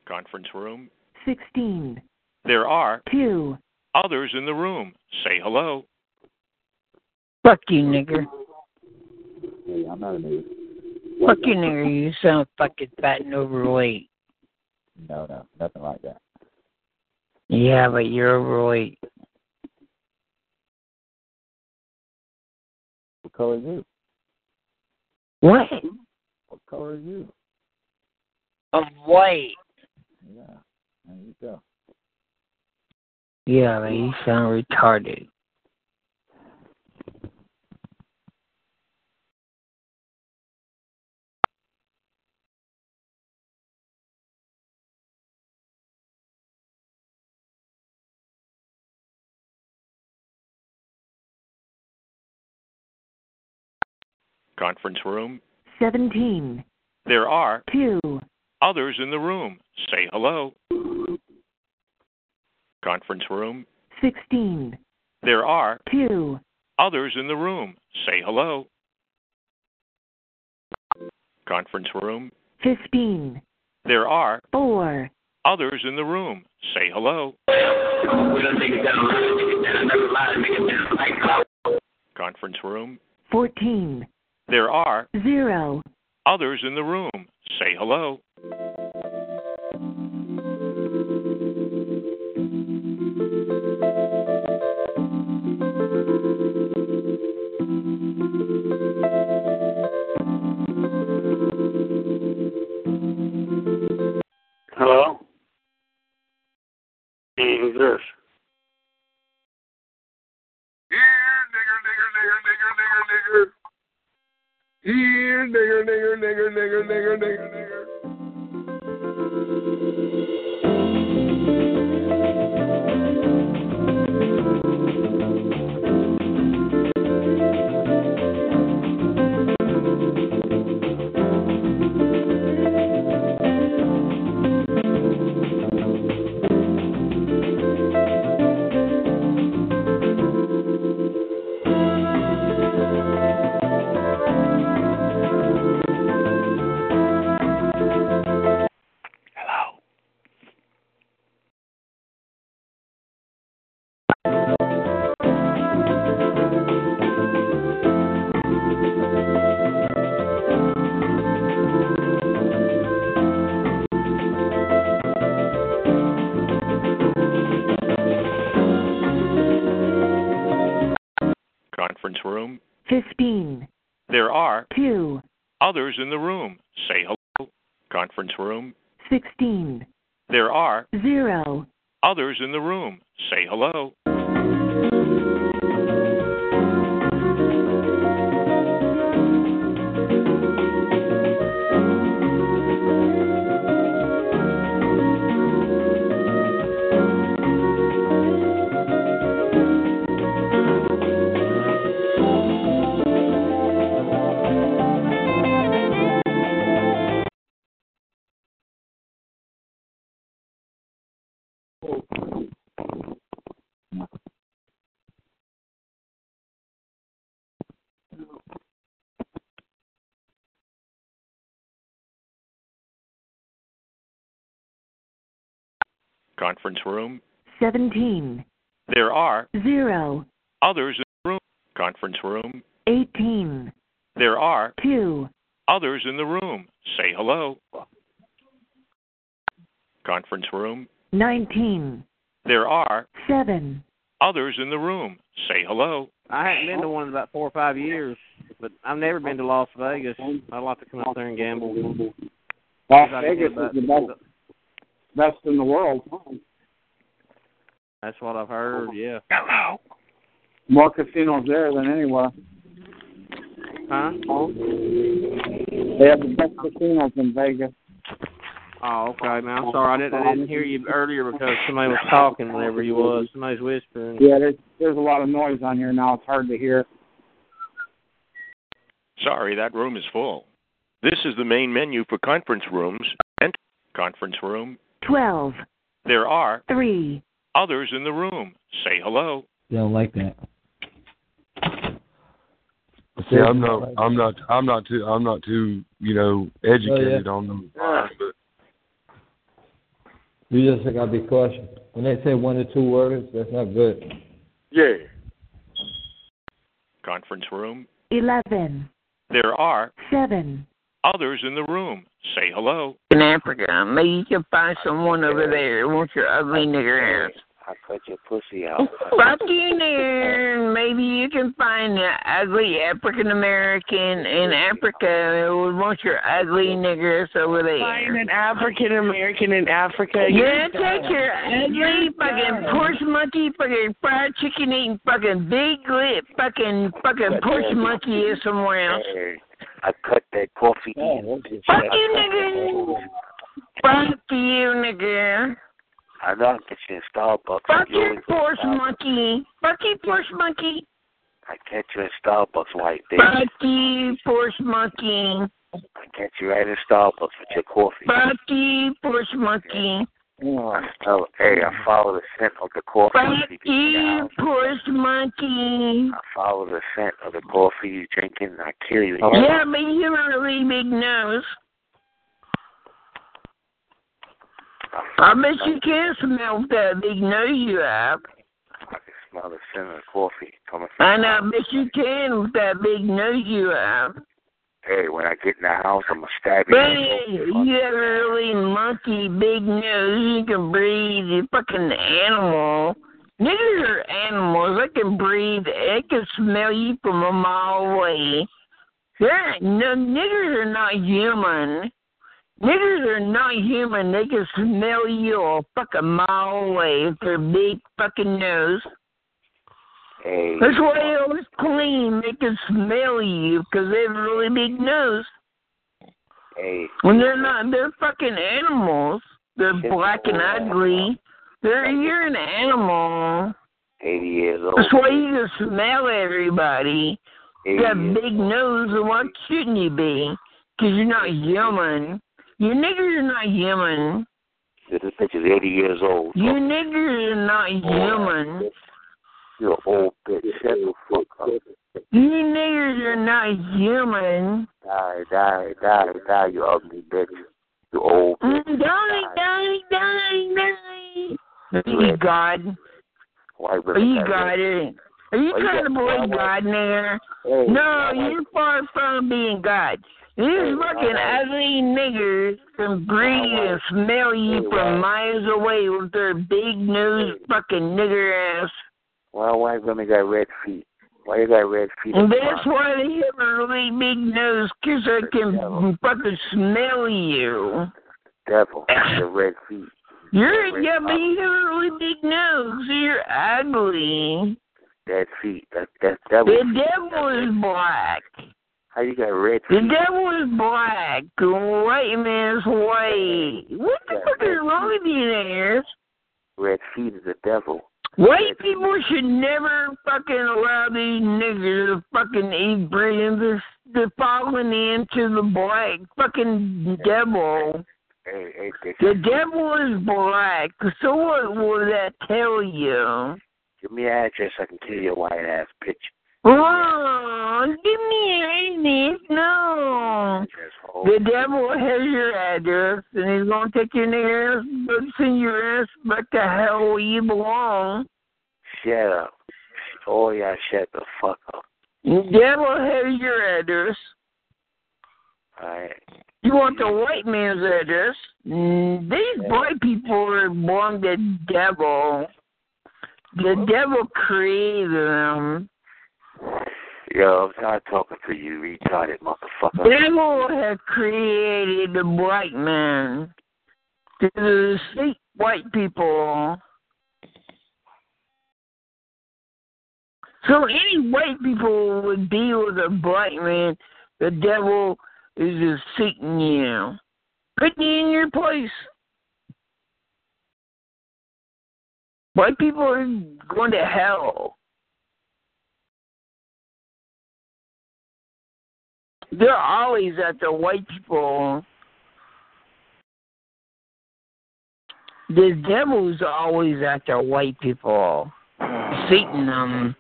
Conference room.
16,
There are
2,
others in the room. Say hello.
Fuck you, nigger.
Hey, I'm not a nigga.
Fuck you, nigger. You sound fucking fat and overweight.
No, no, nothing like that.
Yeah, but you're overweight.
What color are you?
What?
What color are you?
Of white.
Yeah, there you go.
Yeah, but you sound retarded.
Conference room.
17,
There are
2,
others in the room. Say hello. Conference room.
16,
There are
2,
others in the room. Say hello. Conference room.
15,
There are
4,
others in the room. Say hello. Conference room.
14,
There are
0.
others in the room. Say hello.
Hello? Hey, who's this?
Yeah, nigger, nigger, nigger, nigger, nigger, nigger, nigger.
Hey,
fifteen,
There are
two,
others in the room. Say hello. Conference room.
sixteen,
There are
zero.
others in the room. Say hello. Conference room.
Seventeen,
There are
zero,
others in the room. Conference room.
eighteen,
There are
two,
others in the room. Say hello. Conference room.
nineteen,
There are
seven,
others in the room. Say hello.
I haven't been to one in about four or five years, but I've never been to Las Vegas. I'd like to come out there and gamble.
Las Vegas is the best, best in the world.
That's what I've heard. Yeah.
Hello. More casinos there than anywhere.
Huh?
They have the best casinos in Vegas.
Oh, okay. Now I'm sorry I didn't, I didn't hear you earlier because somebody was talking whenever you was. Somebody's whispering.
Yeah, there's there's a lot of noise on here now. It's hard to hear.
Sorry, that room is full. This is the main menu for conference rooms. Enter conference room.
twelve,
There are
three,
others in the room. Say hello.
They don't like that.
See, I'm not, I'm not, I'm not too, I'm not too, you know, educated
Oh,
Oh,
on them.
You just gotta be cautious. When they say one or two words, that's not good.
Yeah. Conference room.
eleven,
There are
seven,
others in the room. Say hello.
in Africa. Maybe you can find someone over there who wants your ugly nigger ass.
I cut your pussy out.
Fuck you, nigger. Maybe you can find an ugly African American in Africa who would want your ugly nigger ass over there.
Find an African American in Africa.
Yeah, take your ugly fucking porch monkey, fucking fried chicken eating, fucking big lip, fucking fucking porch monkey is somewhere else.
I cut that coffee in.
Fuck you, nigger. Fuck you, nigger.
I know I can get you in Starbucks.
Fuck
You always
you,
go to
porch
Starbucks.
monkey. Fuck you, porch monkey.
I catch you in Starbucks right there.
Fuck you, porch monkey.
I catch you right in Starbucks with your coffee.
Fuck you, porch monkey.
I tell, hey, I follow the scent of the coffee.
Fuck you, porch E, monkey.
I follow the scent of the coffee you drinking, and I kill you.
Yeah, but you have a really big nose. I bet you can smell that big nose you have.
smell the scent of the coffee coming from
And I bet you can with that big nose you have.
Hey, when I get in the house, I'm going to stab you.
But you have a really monkey big nose. You can breathe. You fucking animal. Niggers are animals. They can breathe. They can smell you from a mile away. They're, no, niggers are not human. Niggers are not human. They can smell you a fucking mile away with their big fucking nose.
Hey,
That's why they always clean. They can smell you because they have a really big nose.
hey,
When they're not, they're fucking animals. They're
Shit's
black and
all
ugly. They're you're an animal.
80 years old.
That's why you can smell everybody. You got a
Idiot.
big nose, and why shouldn't you be? Because you're not human. You niggers are not human.
This bitch is 80 years old.
You niggers are not human.
You're an old bitch. Shut the fuck up.
You niggers are not human.
Die, die, die, die, you ugly bitch. You old bitch.
Mm, die, die, die, die. Are you God?
White
Are
women
you
got
God?
it.
Are you
Are you
trying to
God?
believe God there?
Hey,
No,
God.
you're far from being God. These fucking ugly niggers can breathe and smell you from miles away with their big nose fucking nigger ass.
Why white women got red feet? Why you got red feet?
And that's why they have a really big nose, 'cause I can fucking smell you.
Devil, the red feet.
You're, yeah, but you have a really big nose. so You're ugly.
Dead feet. That that devil.
The devil is black.
How you got red
The
feet?
devil is black. The white man's white. What the fuck is wrong with you there?
Red feet is the devil.
White people should never fucking allow these niggers to fucking eat brains. They're, they're falling into the black fucking devil.
Hey, hey, this
The devil is black. So what will that tell you?
Give me your address so I can kill your white ass bitch.
Oh, give me your address. No. The devil has your address, and he's going to take your nigger ass, but send your ass back to hell where you belong.
Shut up. Oh yeah, shut the fuck up.
The devil has your address.
Alright.
You want the white man's address? Mm, These black people are born the devil. The devil created them.
Yo, I'm not talking to you, retarded
The
motherfucker.
devil has created the black man. To deceive white people. So any white people would be with a black man, the devil is just sitting you. Put you in your place. White people are going to hell. They're always after white people. The devil's always after white people, Satan um, them.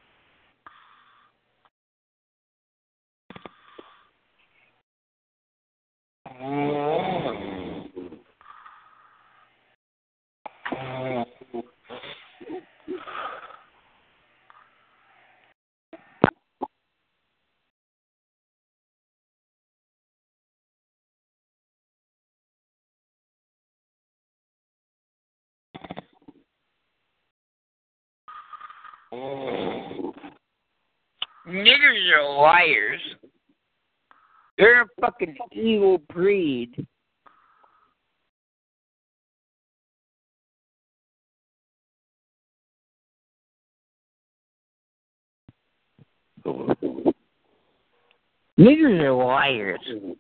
Mm.
Niggers are liars. They're a fucking evil breed. Niggers are liars.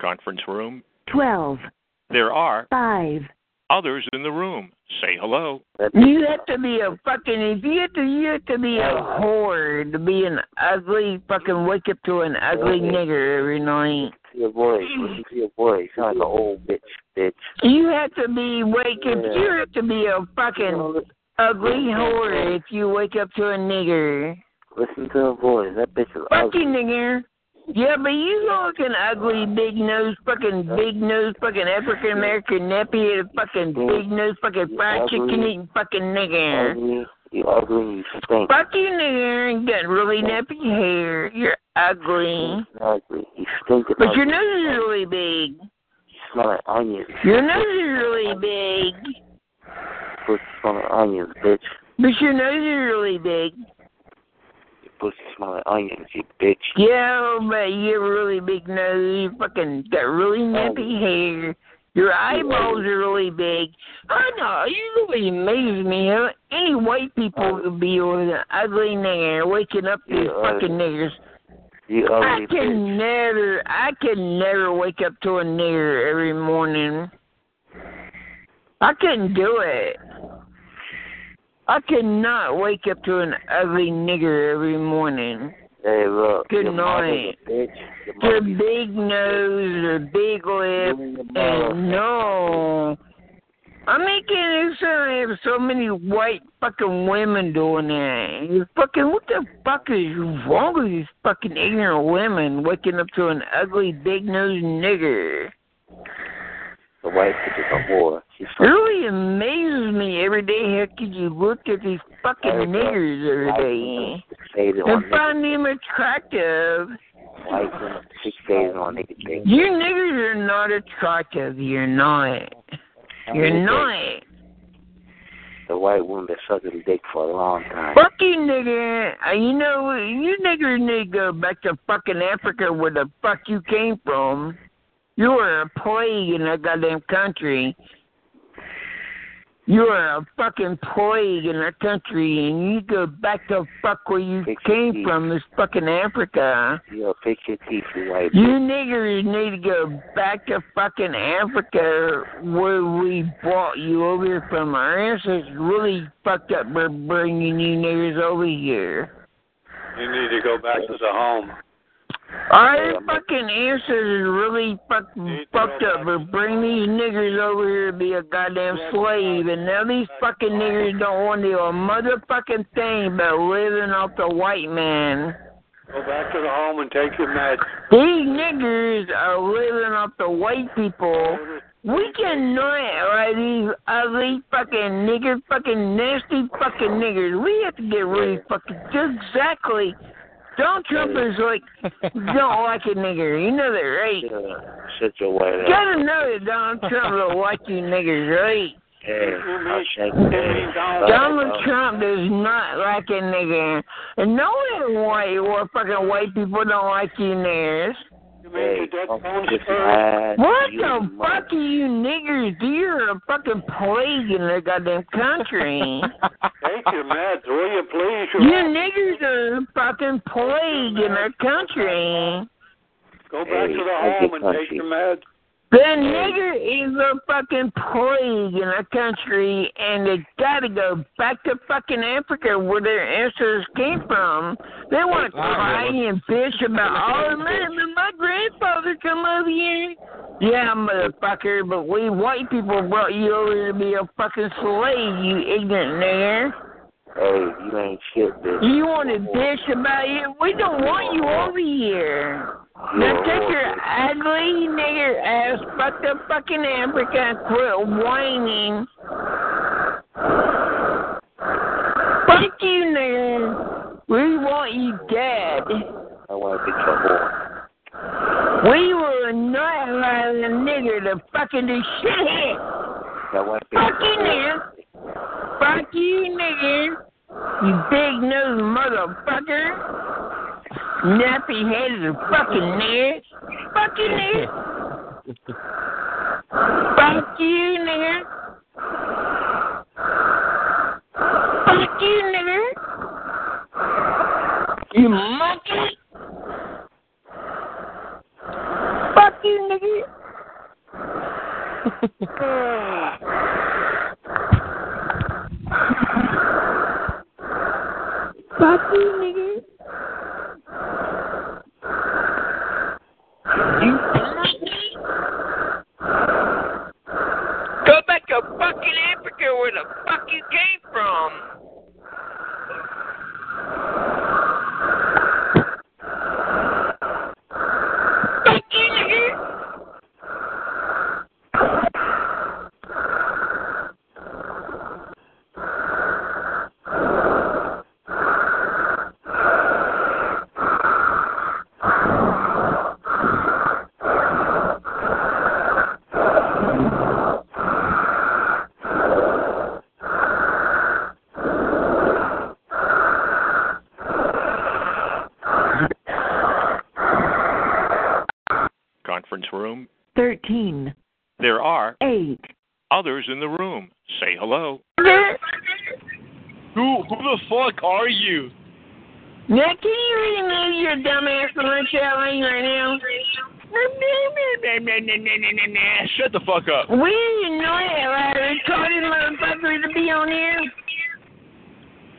Conference room.
Twelve.
There are
Five.
others in the room. Say hello.
You have to be a fucking if you have to you have to be a whore to be an ugly fucking wake up to an ugly nigger every night.
Your voice. Listen to your voice. You sound like an old bitch, bitch.
You have to be wake up you have to be a fucking ugly whore if you wake up to a nigger.
Listen to her voice. That bitch is ugly.
Fucking nigger. Yeah, but you fucking ugly big nose fucking big nose fucking African American nappy headed fucking big nose fucking fried chicken eating fucking nigger.
Ugly. You ugly. You stink.
Fuck you, nigger. You got really nappy hair. You're ugly.
Ugly. You stink.
But your nose is really big.
You smell like onions.
Your nose is really big.
Pussy smell like onions, bitch.
But your nose is really big.
Your pussy smell like onions, you bitch.
Yeah, but you have a really big nose. You fucking got really
Oh.
nappy hair. Your eyeballs are really big. I know. You really amaze me. How any white
Oh.
people could be with an ugly nigger waking up these
Yeah, I-
fucking niggers.
You
I
ugly bitch.
can never, I can never wake up to a nigger every morning. I couldn't do it. I cannot wake up to an ugly nigger every morning.
Hey, look.
Good
your mother's
night.
a bitch. Your
Their
mother's
big nose, their big lip, and no. I'm making it sound like there's so many white fucking women doing that. You fucking, what the fuck is wrong with these fucking ignorant women waking up to an ugly big nosed nigger?
The wife bitch is a whore. She's
It really amazes me every day how could you look at these fucking
There you go.
niggers every day
fixated on
and
niggas.
find them attractive.
White women fixated on niggas. They-
You niggers are not attractive. You're not. You're not.
The white woman been sucking the dick for a long time.
Fuck you, nigger. Uh, You know, you niggers need to go back to fucking Africa where the fuck you came from. You are a plague in that goddamn country. You are a fucking plague in that country, and you go back to fuck where you came from, this fucking Africa.
Yo, fix your teeth, you white
You
bitch.
niggers need to go back to fucking Africa where we brought you over here from. Our ancestors really fucked up by bringing you niggers over here.
You need to go back to the home.
Our fucking ancestors really fuck, fucked up by bringing these niggers over here to be a goddamn slave. And now these fucking niggers don't want to do a motherfucking thing but living off the white man.
Go back to the home and take your meds.
These niggers are living off the white people. We cannot allow these ugly fucking nigger fucking nasty fucking niggers. We have to get rid of fucking exactly. Donald Trump is like don't like a nigger. You know that, right?
Shut your white ass.
Gotta know that Donald Trump don't like you niggers, right?
Yeah, I'll shake
Donald Trump does not like a nigger. And no wonder why you fucking white people don't like you niggers. What the fuck are you niggers? You're a fucking plague in the goddamn country.
Take your meds, will you please?
you niggers are a fucking plague in our country.
Go back to the home and take your meds.
The nigger is a fucking plague in our country, and they gotta go back to fucking Africa where their ancestors came from. They want to cry and bitch about, oh man, my grandfather come over here. Yeah, motherfucker, but we white people brought you over here to be a fucking slave, you ignorant nigger.
Hey, you ain't shit, bitch.
You want to bitch about you? We don't want you over here. Now take your ugly nigger ass back to fucking Africa and quit whining. Fuck you, nigger. We want you dead.
I want to be your
We will not allow the nigger to fucking do shit here.
whore. I want to be
Fuck you, nigger. Fuck you, nigger. You big nose motherfucker. Nappy headed fucking nigger. Fuck you, nigger. Fuck you, nigger. Fuck you, nigger. You monkey. Fuck you, nigger. Fuck you, nigga. Go back to fucking Africa where the fuck you came from. Fuck you, nigga.
Conference room.
Thirteen.
There are
Eight.
others in the room. Say hello.
Who, who the fuck are you? Now, can you remove your dumbass from the chat line right now?
Shut the fuck up.
We annoy a lot of retarded motherfuckers to be on here.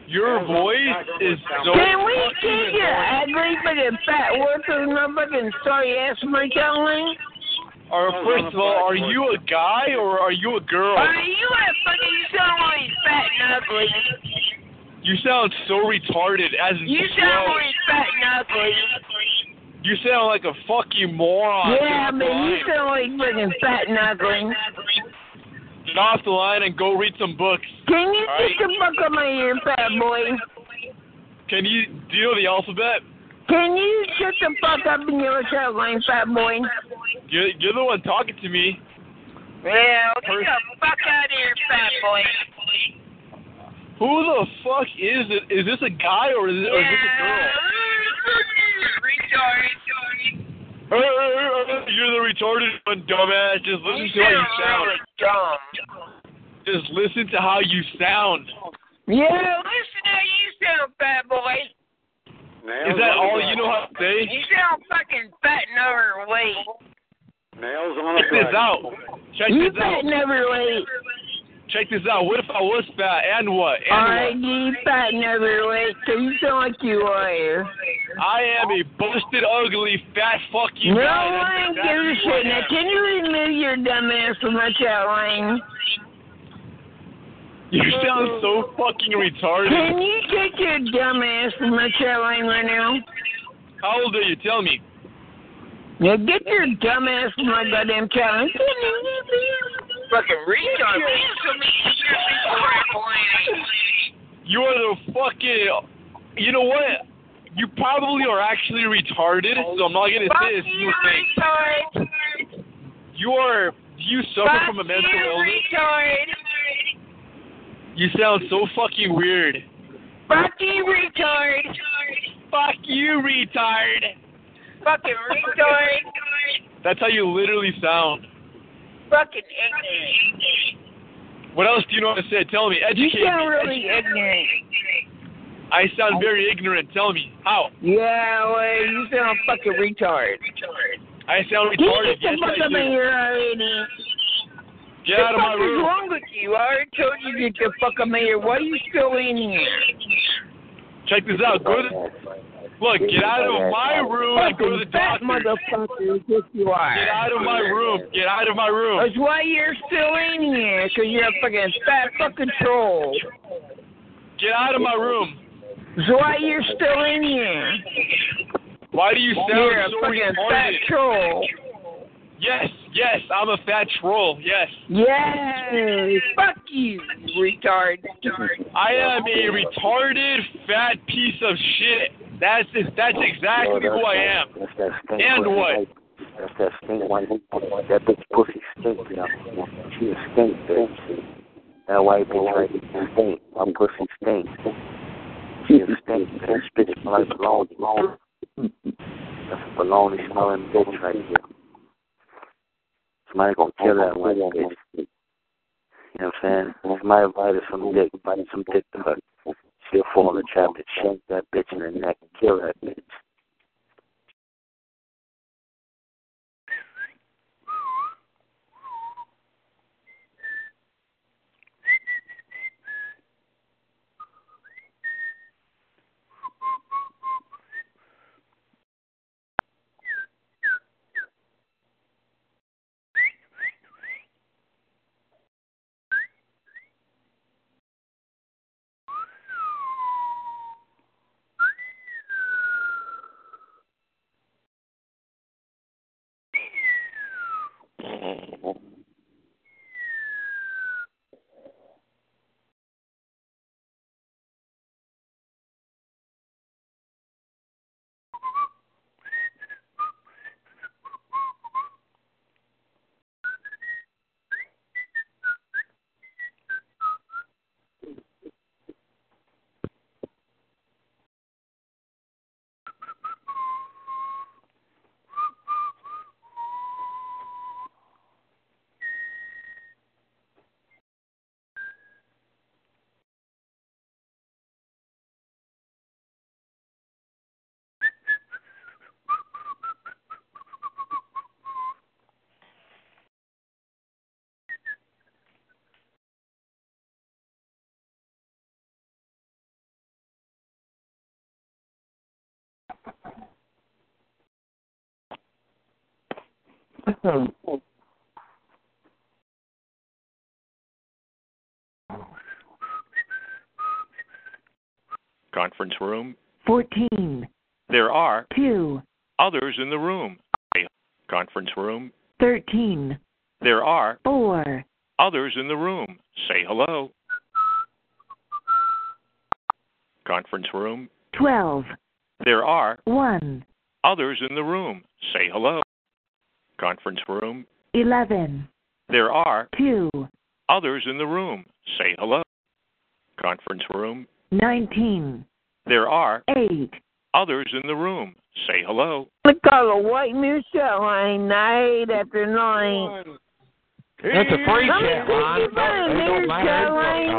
Your voice is so.
Can we get your ugly fucking fat worker motherfucking sorry ass retelling?
Or first of all, are you a guy or are you a girl?
Are you a fucking you sound like fat and ugly?
You sound so retarded. As in
You sound like fat and ugly.
You sound like a fucking moron.
Yeah, man, you sound like fucking fat and ugly.
Get off the line and go read some books.
Can you
All
stick a book on my ear, fat boy?
Can you do you know the alphabet?
Can you shut the fuck up in your cell line, fat boy?
You're, you're the one talking to me.
Yeah, get the fuck out of here, fat boy.
Who the fuck is it? Is this a guy or is, it, or is this a girl? Hey, hey, hey, hey, You're the retarded one, dumbass. Just listen to how you sound. Just listen to how you sound.
Yeah, listen how you sound, fat boy.
Is that all you know how to say?
You sound fucking fat and overweight.
Nails on Check this out. Check
you
this
fat
out.
and overweight.
Check this out. What if I was fat and what? And
I
what?
you fat and overweight, so you sound like you are.
I am a busted, ugly, fat fuck you.
No
guy. That's
one
exactly who
gives a
I
shit. Now,
am.
can you remove your dumb ass from my chat line?
You sound so fucking retarded.
Can you take your dumb ass from my chat line right now?
How old are you? Tell me.
Now get your dumb ass from my goddamn chat line. Can you fucking retard?
You are the fucking. You know what? You probably are actually retarded, so I'm not gonna say it's you
thing.
You are. Do you suffer
Fuck
from a mental
you,
illness?
retard.
You sound so fucking weird.
Fuck you, retard.
Fuck you, retard.
Fucking retard.
That's how you literally sound.
Fucking ignorant.
What else do you know how to say? Tell me.
You
Educate
sound
me.
really
Edu-
ignorant.
I sound very ignorant. Tell me how.
Yeah, well, you sound fucking retard.
I sound
Can you
retarded.
get the
Yes,
fuck
I
up in
do.
here already?
Get out of my
What the fuck is
room.
wrong with you? I already told you to get the fuck up in here. Why are you still in here?
Check this out. Go to look. Get out of my room and go to the
Fat
doctor.
motherfucker is what you are.
Get out of my room. Get out of my room.
That's why you're still in here, because you're a fucking fat fucking troll.
Get out of my room.
That's why you're still in here.
Why do you
You're a
sound so
fucking fat
retarded?
troll.
Yes, yes, I'm a fat troll. Yes,
Yeah, fuck you, retard.
I am a retarded fat piece of shit. That's that's exactly who I am.
That's that stink
And
pussy
what?
right- That's that stink white bitch. That bitch pussy stink, you know. She a stink bitch. That white bitch right there stink. I'm pussy stink. She a stink bitch. Bitch smell like baloney. That's a baloney smelling bitch right here. Somebody gonna kill that white bitch. You know what I'm saying? Somebody invite her some dick, invite her some dick to her. She'll fall in the trap and shank that bitch in the neck and kill that bitch.
Conference room.
14,
There are
2,
others in the room. Conference room.
13,
There are
4,
others in the room. Say hello. Conference room.
12,
There are
1,
others in the room. Say hello. Conference room.
11,
There are
2,
others in the room. Say hello. Conference room.
19,
There are
8,
others in the room. Say hello.
We call a white new show line night after night.
That's a free
How many
chat
Pinky Fun
line. They don't
niggers,
mind.
Caroline?
No.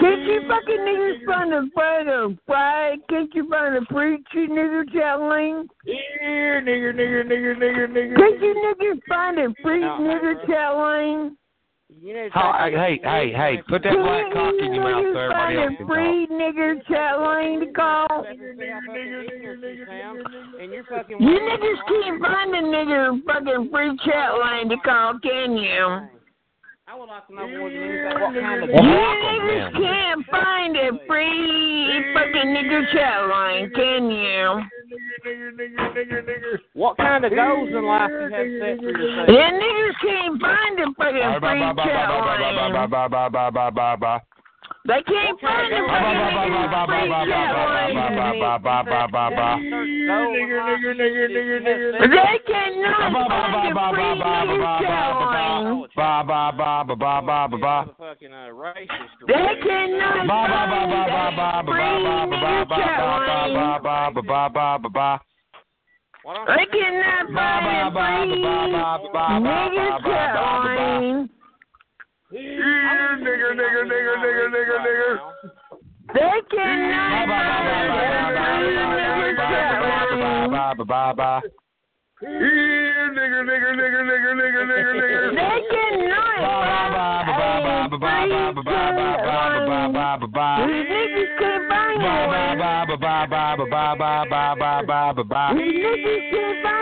Can't you fucking niggers find a fight or fight? Can't you find a preacher nigger Caroline?
Here, nigger, nigger, nigger, nigger, nigger.
Can't you niggers find a free nigger Caroline?
How, hey, hey, hey! Put that black cock in your mouth so everybody else
Find a
can talk.
free nigger Caroline to call?
And you're fucking.
You niggas can't find a nigger fucking free chat line to call, can you?
I would like to know more than what kind of.
You niggas can't find a free fucking nigger chat line, can you?
What kind of goals in life do you have set for yourself?
Yeah, niggas can't find a fucking free chat line. They can't find a fucking free chat line.
Nigger, nigger, nigger, nigger, nigger.
They cannot find a free nigger chat line.
Fucking uh, racist.
They cannot find a free nigger chat line. I cannot find a free nigger chat line.
Nigger, nigger, nigger, nigger, nigger, nigger, nigger.
They cannot find a free nigger chat line.
Here, nigger, nigger, nigger, nigger, nigger, nigger, nigger.
Naked night. These niggas can't find one. These niggas can't find a fucking fucking nigger chat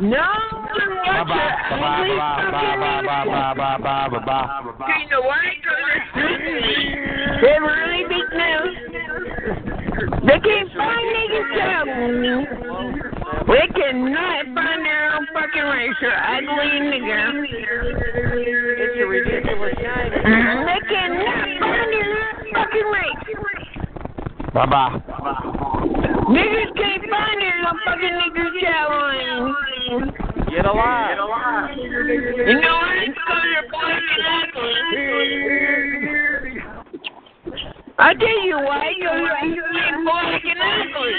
No one wants your ugly fucking nigger. You know why? 'Cause they're stupid. They have really big nose. They can't find niggas out. They cannot find their own fucking race, your ugly nigger.
It's a ridiculous shame.
Mm-hmm. They cannot find their own fucking race. Niggas can't find their own fucking nigger challenge.
Get alive.
You know why? It's 'cause they're black and ugly. I tell you why, you're right. You ain't black and ugly.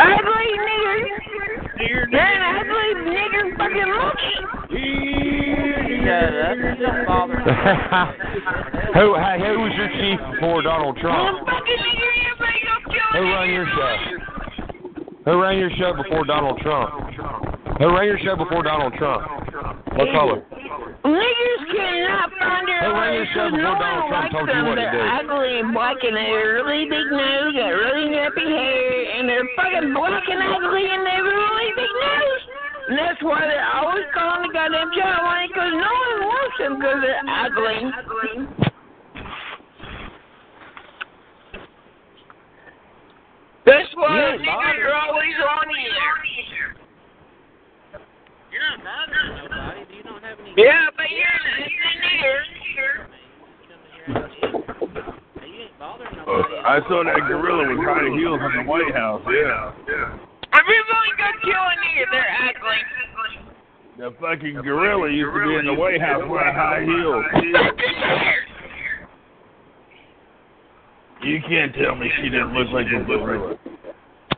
Ugly nigger. You're an ugly nigger fucking looking.
Yeah, that doesn't bother me.
who, hey, who was your chief before Donald
I'm
Trump?
fucking nigger, you make up
Who ran your show? Who ran your show before Donald Trump? Who ran your show before Donald Trump? What color?
Niggers cannot find their own because no one likes
told you
them.
what to do.
They're ugly and black and they have really big nose, got really nappy hair, and they're fucking black and ugly and they have a really big nose. And that's why they're always calling the goddamn child line because no one wants them because they're ugly. That's why
Yeah,
niggers
bother.
are always on here.
You're not bothering nobody. Do you not have any?
Yeah, but you're a
I saw that gorilla was trying to heal from the White House. Yeah, yeah.
Everybody got killing nigger. They're ugly.
The fucking gorilla used to be in the White House wearing high heels.
Fucking niggers.
You can't tell me she didn't look like a gorilla.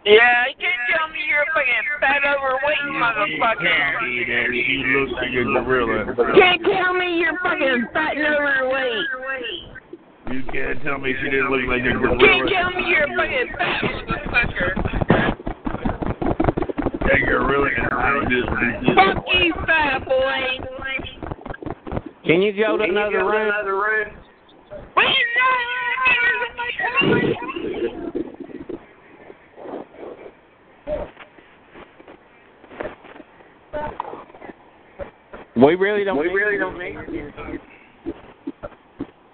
Yeah, you can't tell me you're a fucking fat overweight motherfucker.
And she looks like a gorilla.
Can't tell me you're fucking fat and overweight.
You can't tell me she didn't look like a gorilla.
Can't tell me you're a fucking fat motherfucker.
That gorilla is outrageous.
Fuck you, fat boy.
Can you go to another room?
We know you're in my car.
We really don't.
We
need
really
you.
don't need you.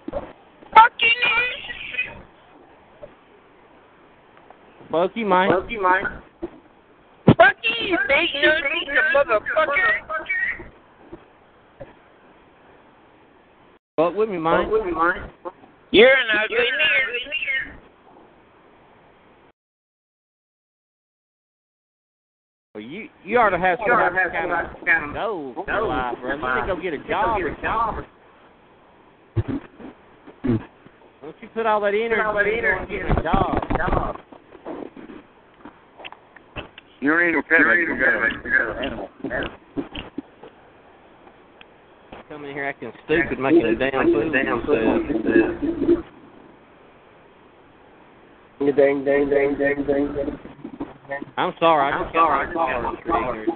Fucking you.
Fuck you, Mike.
Fuck you, Mike.
Fuck you, big nose motherfucker.
Fuck with me, Mike.
Fuck with me, Mike.
You're an ugly nigger.
Well, you you ought to have
You
some
oughta have
kind
some
of
kind of
goals in
goals
life, bro.
in
You need to go
life.
get a
You
job.
need to go
or
get a
something. Don't you put all that energy?
all that
into
energy
getting a job.
You ain't okay
You
like
ain't okay like
you got
Coming here acting stupid, making a damn fool of yourself.
Ding, ding, ding, ding, ding, ding.
I'm sorry. I
I'm
just
sorry,
got my
sorry.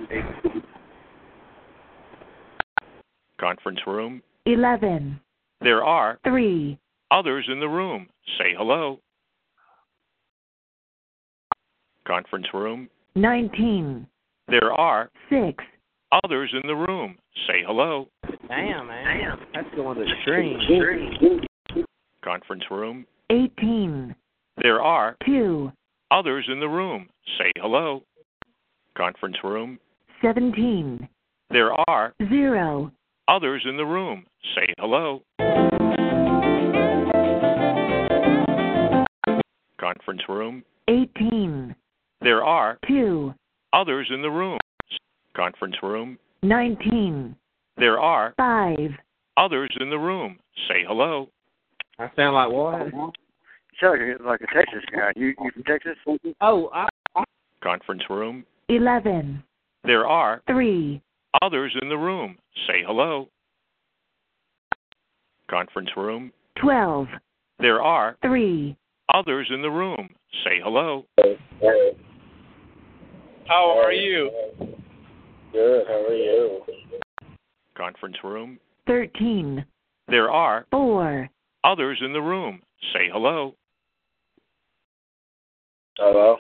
Conference room.
eleven,
There are
three,
others in the room. Say hello. Conference room.
nineteen,
There are
six,
others in the room. Say hello.
Damn, man. That's going to extreme.
Conference room.
eighteen,
There are
two,
others in the room. Say hello. Conference room.
seventeen,
There are
zero.
others in the room. Say hello. Conference room.
18,
There are
2,
others in the room. Conference room.
19,
There are
5,
others in the room. Say hello.
I sound like what?
Sounded like a Texas guy. You you from Texas?
Oh, I,
Conference room.
11,
There are
3,
others in the room. Say hello. Conference room.
12,
There are
3,
others in the room. Say hello.
How are you?
Good, how are you?
Conference room.
13,
There are
4,
others in the room. Say hello.
Hello?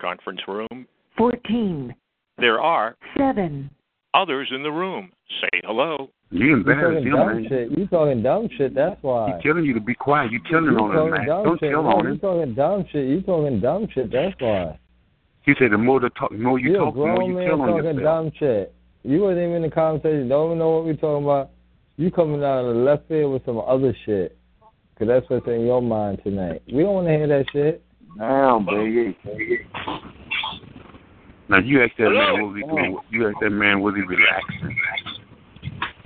Conference room.
14,
There are
7,
others in the room. Say hello.
You
embarrass
talking
him,
dumb
man.
shit. You talking dumb shit. That's why.
telling you to be quiet. You
You talking dumb shit. No, You talking dumb shit. You talking dumb shit. That's why.
He said the more the talk, the more you
You're a
talk, the more
grown
you
man
tell on
talking
yourself.
dumb shit. You wasn't even in the conversation. Don't even know what we're talking about. You coming out of the left field with some other shit. Cause that's what's in your mind tonight. We don't want to hear that shit.
Now, baby. Now you ask that man, was he doing? You ask that man, was he relaxing?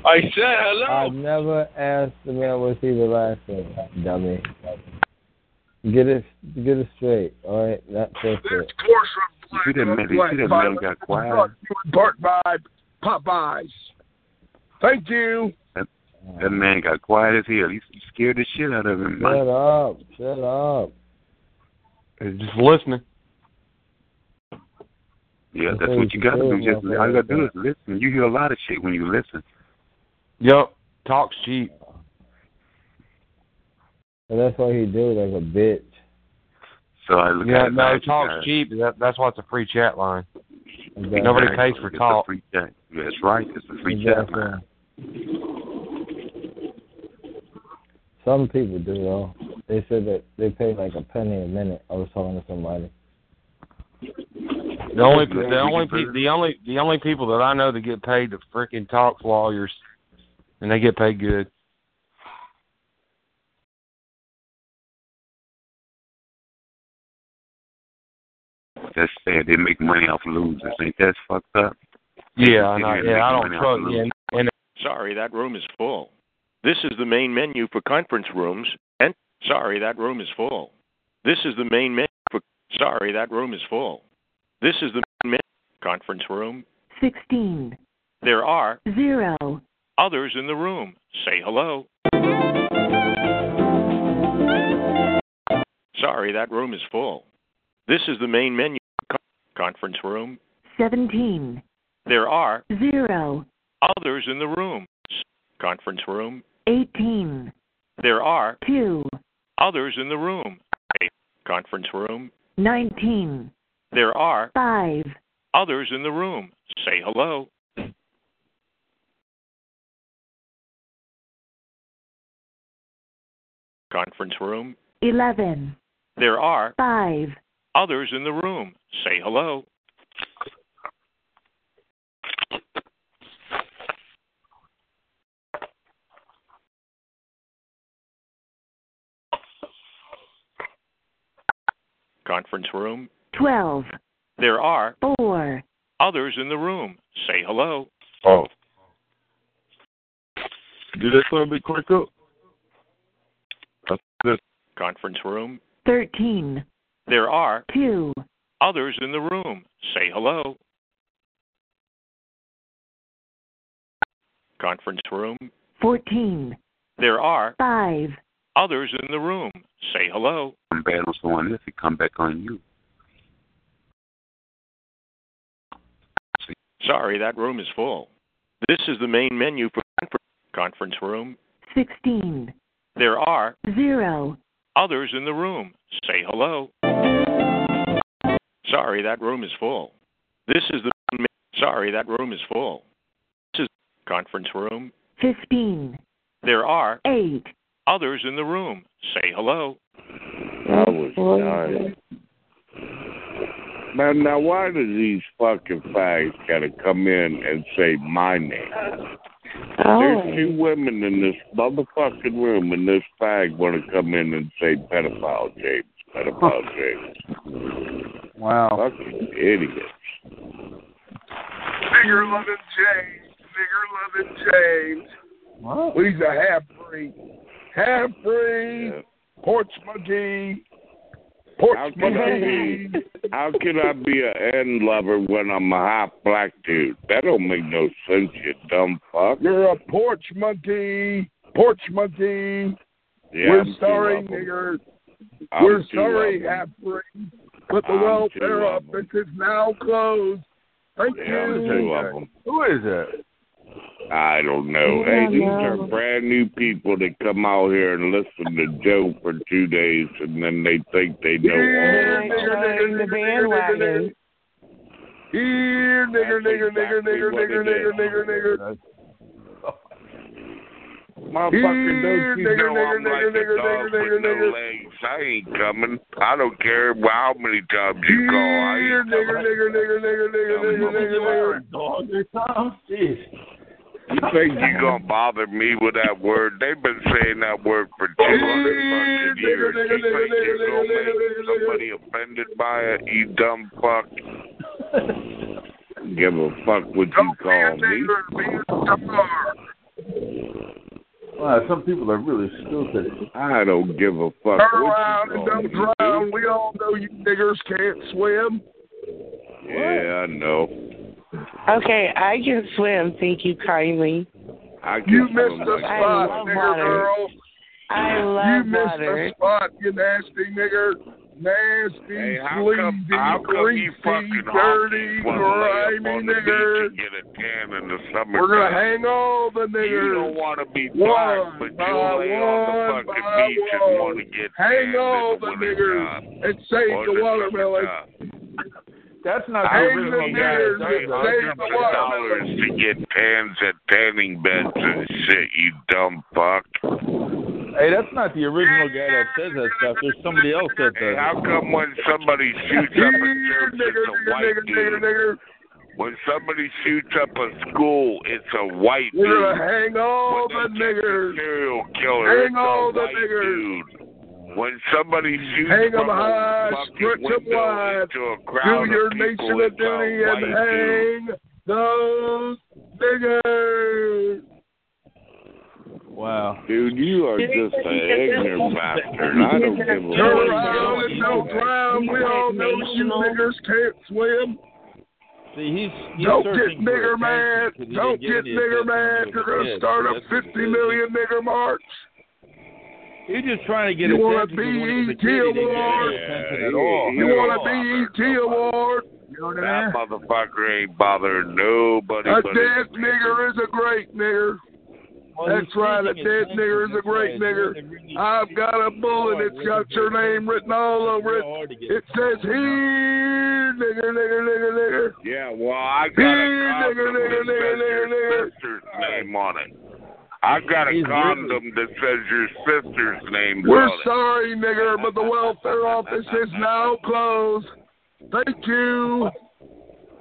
I said hello.
I never asked the man was he relaxing, dummy. Get it, get it straight. All right, not just it.
You see that man? You see that
Black
man got quiet?
Fuck you and Bart by Popeyes. Thank you.
That man got quiet as hell. He he scared the shit out of him.
Shut up, shut up.
Just listening.
Yeah,
That's
that's
what
what
you
you gotta do.
should do,
Just all
my
you gotta do
friend.
is listen. You hear a lot of shit when you listen.
Yep. Talks cheap.
And that's what he do like a bitch.
So I look at
Yeah,
it
no,
like,
talks cheap. That, that's why it's a free chat line.
Exactly.
Nobody pays for
It's a
talk.
free chat. Yeah, That's right. It's a free chat
Exactly.
line.
Some people do though. They said that they pay like a penny a minute. I was talking to somebody.
The only the only pe- the only the only people that I know that get paid to freaking talk to lawyers, and they get paid good.
That's sad. They make money off losers. Ain't that fucked up?
Yeah, and I,
They
yeah, I
make
don't
money off
trust.
losers.
Yeah, and
Sorry, that room is full. This is the main menu for conference rooms. And sorry, that room is full. This is the main menu for. Sorry, that room is full. This is the main menu conference room.
16,
There are
0.
others in the room. Say hello. Sorry, that room is full. This is the main menu for con- conference room.
17,
There are
0.
others in the room. S- Conference room.
18,
There are
2.
others in the room. A- Conference room.
19,
There are
5.
others in the room. Say hello. Conference room.
11,
There are
5.
others in the room. Say hello. Conference room.
12,
There are
4.
others in the room. Say hello.
Oh. Did that sound a bit quick up? That's this.
Conference room.
13,
There are
2.
others in the room. Say hello. Conference room.
14,
There are
5.
others in the room. Say hello.
I'm bad on someone else, it come back on you.
Sorry, that room is full. This is the main menu for confer- conference room.
16,
There are
0.
others in the room. Say hello. Sorry, that room is full. This is the main me- Sorry, that room is full. This is conference room.
15,
There are
8.
others in the room. Say hello.
I was tired. Now, now, why does these fucking fags gotta come in and say my name? There's two women in this motherfucking room, and this fag wanna come in and say pedophile James, pedophile James.
Wow.
Fucking idiots.
Nigger loving James. Nigger loving James.
What?
He's a half breed. Half breed. Porch monkey.
How
Porch
can I
monkey.
be? How can I be an end lover when I'm a hot black dude? That don't make no sense, you dumb fuck.
You're a porch monkey. Porch monkey.
Yeah,
We're
I'm too
sorry,
lovable.
nigger.
I'm
We're
too
sorry,
lovable.
half breed. But the
I'm too
welfare
lovable.
office is now closed. Thank
Yeah, I'm
you.
two of them.
Who is it?
I don't know. hey,
Yeah,
these
no.
are brand new people that come out here and listen to Joe for two days, and then they think they know
Here,
all.
nigger, nigger, nigger, nigger, nigger. Here, nigger, nigger, nigger, nigger, nigger, nigger, nigger, nigger.
Motherfucker, don't you
Nigger,
know
nigger,
I'm
nigger,
like
nigger,
a dog
nigger,
with
nigger,
no legs? I ain't coming. I don't care how many times you call. I
Here,
ain't
nigger,
coming.
nigger, nigger, nigger, nigger, nigger, nigger, nigger.
Dog or something? Jeez.
You think you gonna bother me with that word? They've been saying that word for two hundred fucking years. You think you're gonna make somebody offended by it? You dumb fuck. Give a fuck what you call me.
Wow, some people are really stupid.
I don't give a fuck.
Turn
what
around and don't drown. We all know you niggers can't swim.
you- Yeah, I know.
Okay, I can swim. Thank you kindly.
I guess
You missed the
like that.
spot, nigger
water.
girl.
I love
You missed
water.
the spot, you nasty nigger. Nasty,
Hey, how come, how
sleazy,
come you
greasy,
fucking
dirty,
Hawkins wanna lay up
grimy
on the
nigger.
beach and get a tan in the summer?
We're gonna hang all the niggers.
You don't want to be
One
black, but
by
you lay on the
one
fucking
by
beach
one.
and want to get
Hang
tanned
all
in
the
wintertime.
niggers and save
Or
the
the
watermelon.
That's not the
Hey, the
original
niggers,
guy.
they-
That's
Hundreds of dollars to get tans at tanning beds and shit, you dumb fuck.
Hey, that's not the original guy that says that stuff. There's somebody else that
Hey,
does.
how come when somebody shoots up a church, it's a white dude? When somebody shoots up a school, it's a white dude.
We're gonna hang all
When
the
they catch a
niggers.
serial killer,
Hang
it's
all
a
the
white
niggers.
dude. When somebody shoots
Hang 'em
from
high,
a fucking
stretch 'em
window
wide.
into a crowd
Do your
of people,
nation a
it's a
duty
white
and
dude.
hang those niggers.
Wow.
Dude, you are just an ignorant bastard. I don't give a
You're
fuck.
around and no drown. We all know you niggers can't swim.
See, he's, he's
Don't get
searching for
nigger
attention
mad.
'cause he
Don't
didn't get any
get nigger
attention when he
mad.
was
You're
a
gonna
kid.
start a
That's what it
50 million nigger march.
He's just trying to get
You want a
attention 'cause when he was a
BET
kid, he didn't get
award?
any attention
Yeah,
at all.
You want a
E
BET award?
That motherfucker ain't bothering nobody.
A
but
dead nigger is a great nigger.
Well,
That's
he's
right, a
speaking
dead
his
nigger is a
language,
great
that's why
nigger.
it's
I've got a bullet, it's got your name written all over it. It says here, nigger, nigger, nigger, nigger.
Yeah, well, I got
Here,
a
nigger,
condom
nigger, nigger, nigger, nigger.
that says your sister's name on it. I got a condom that says your sister's name
We're
on it.
sorry, nigger, but the welfare office is now closed. Thank you.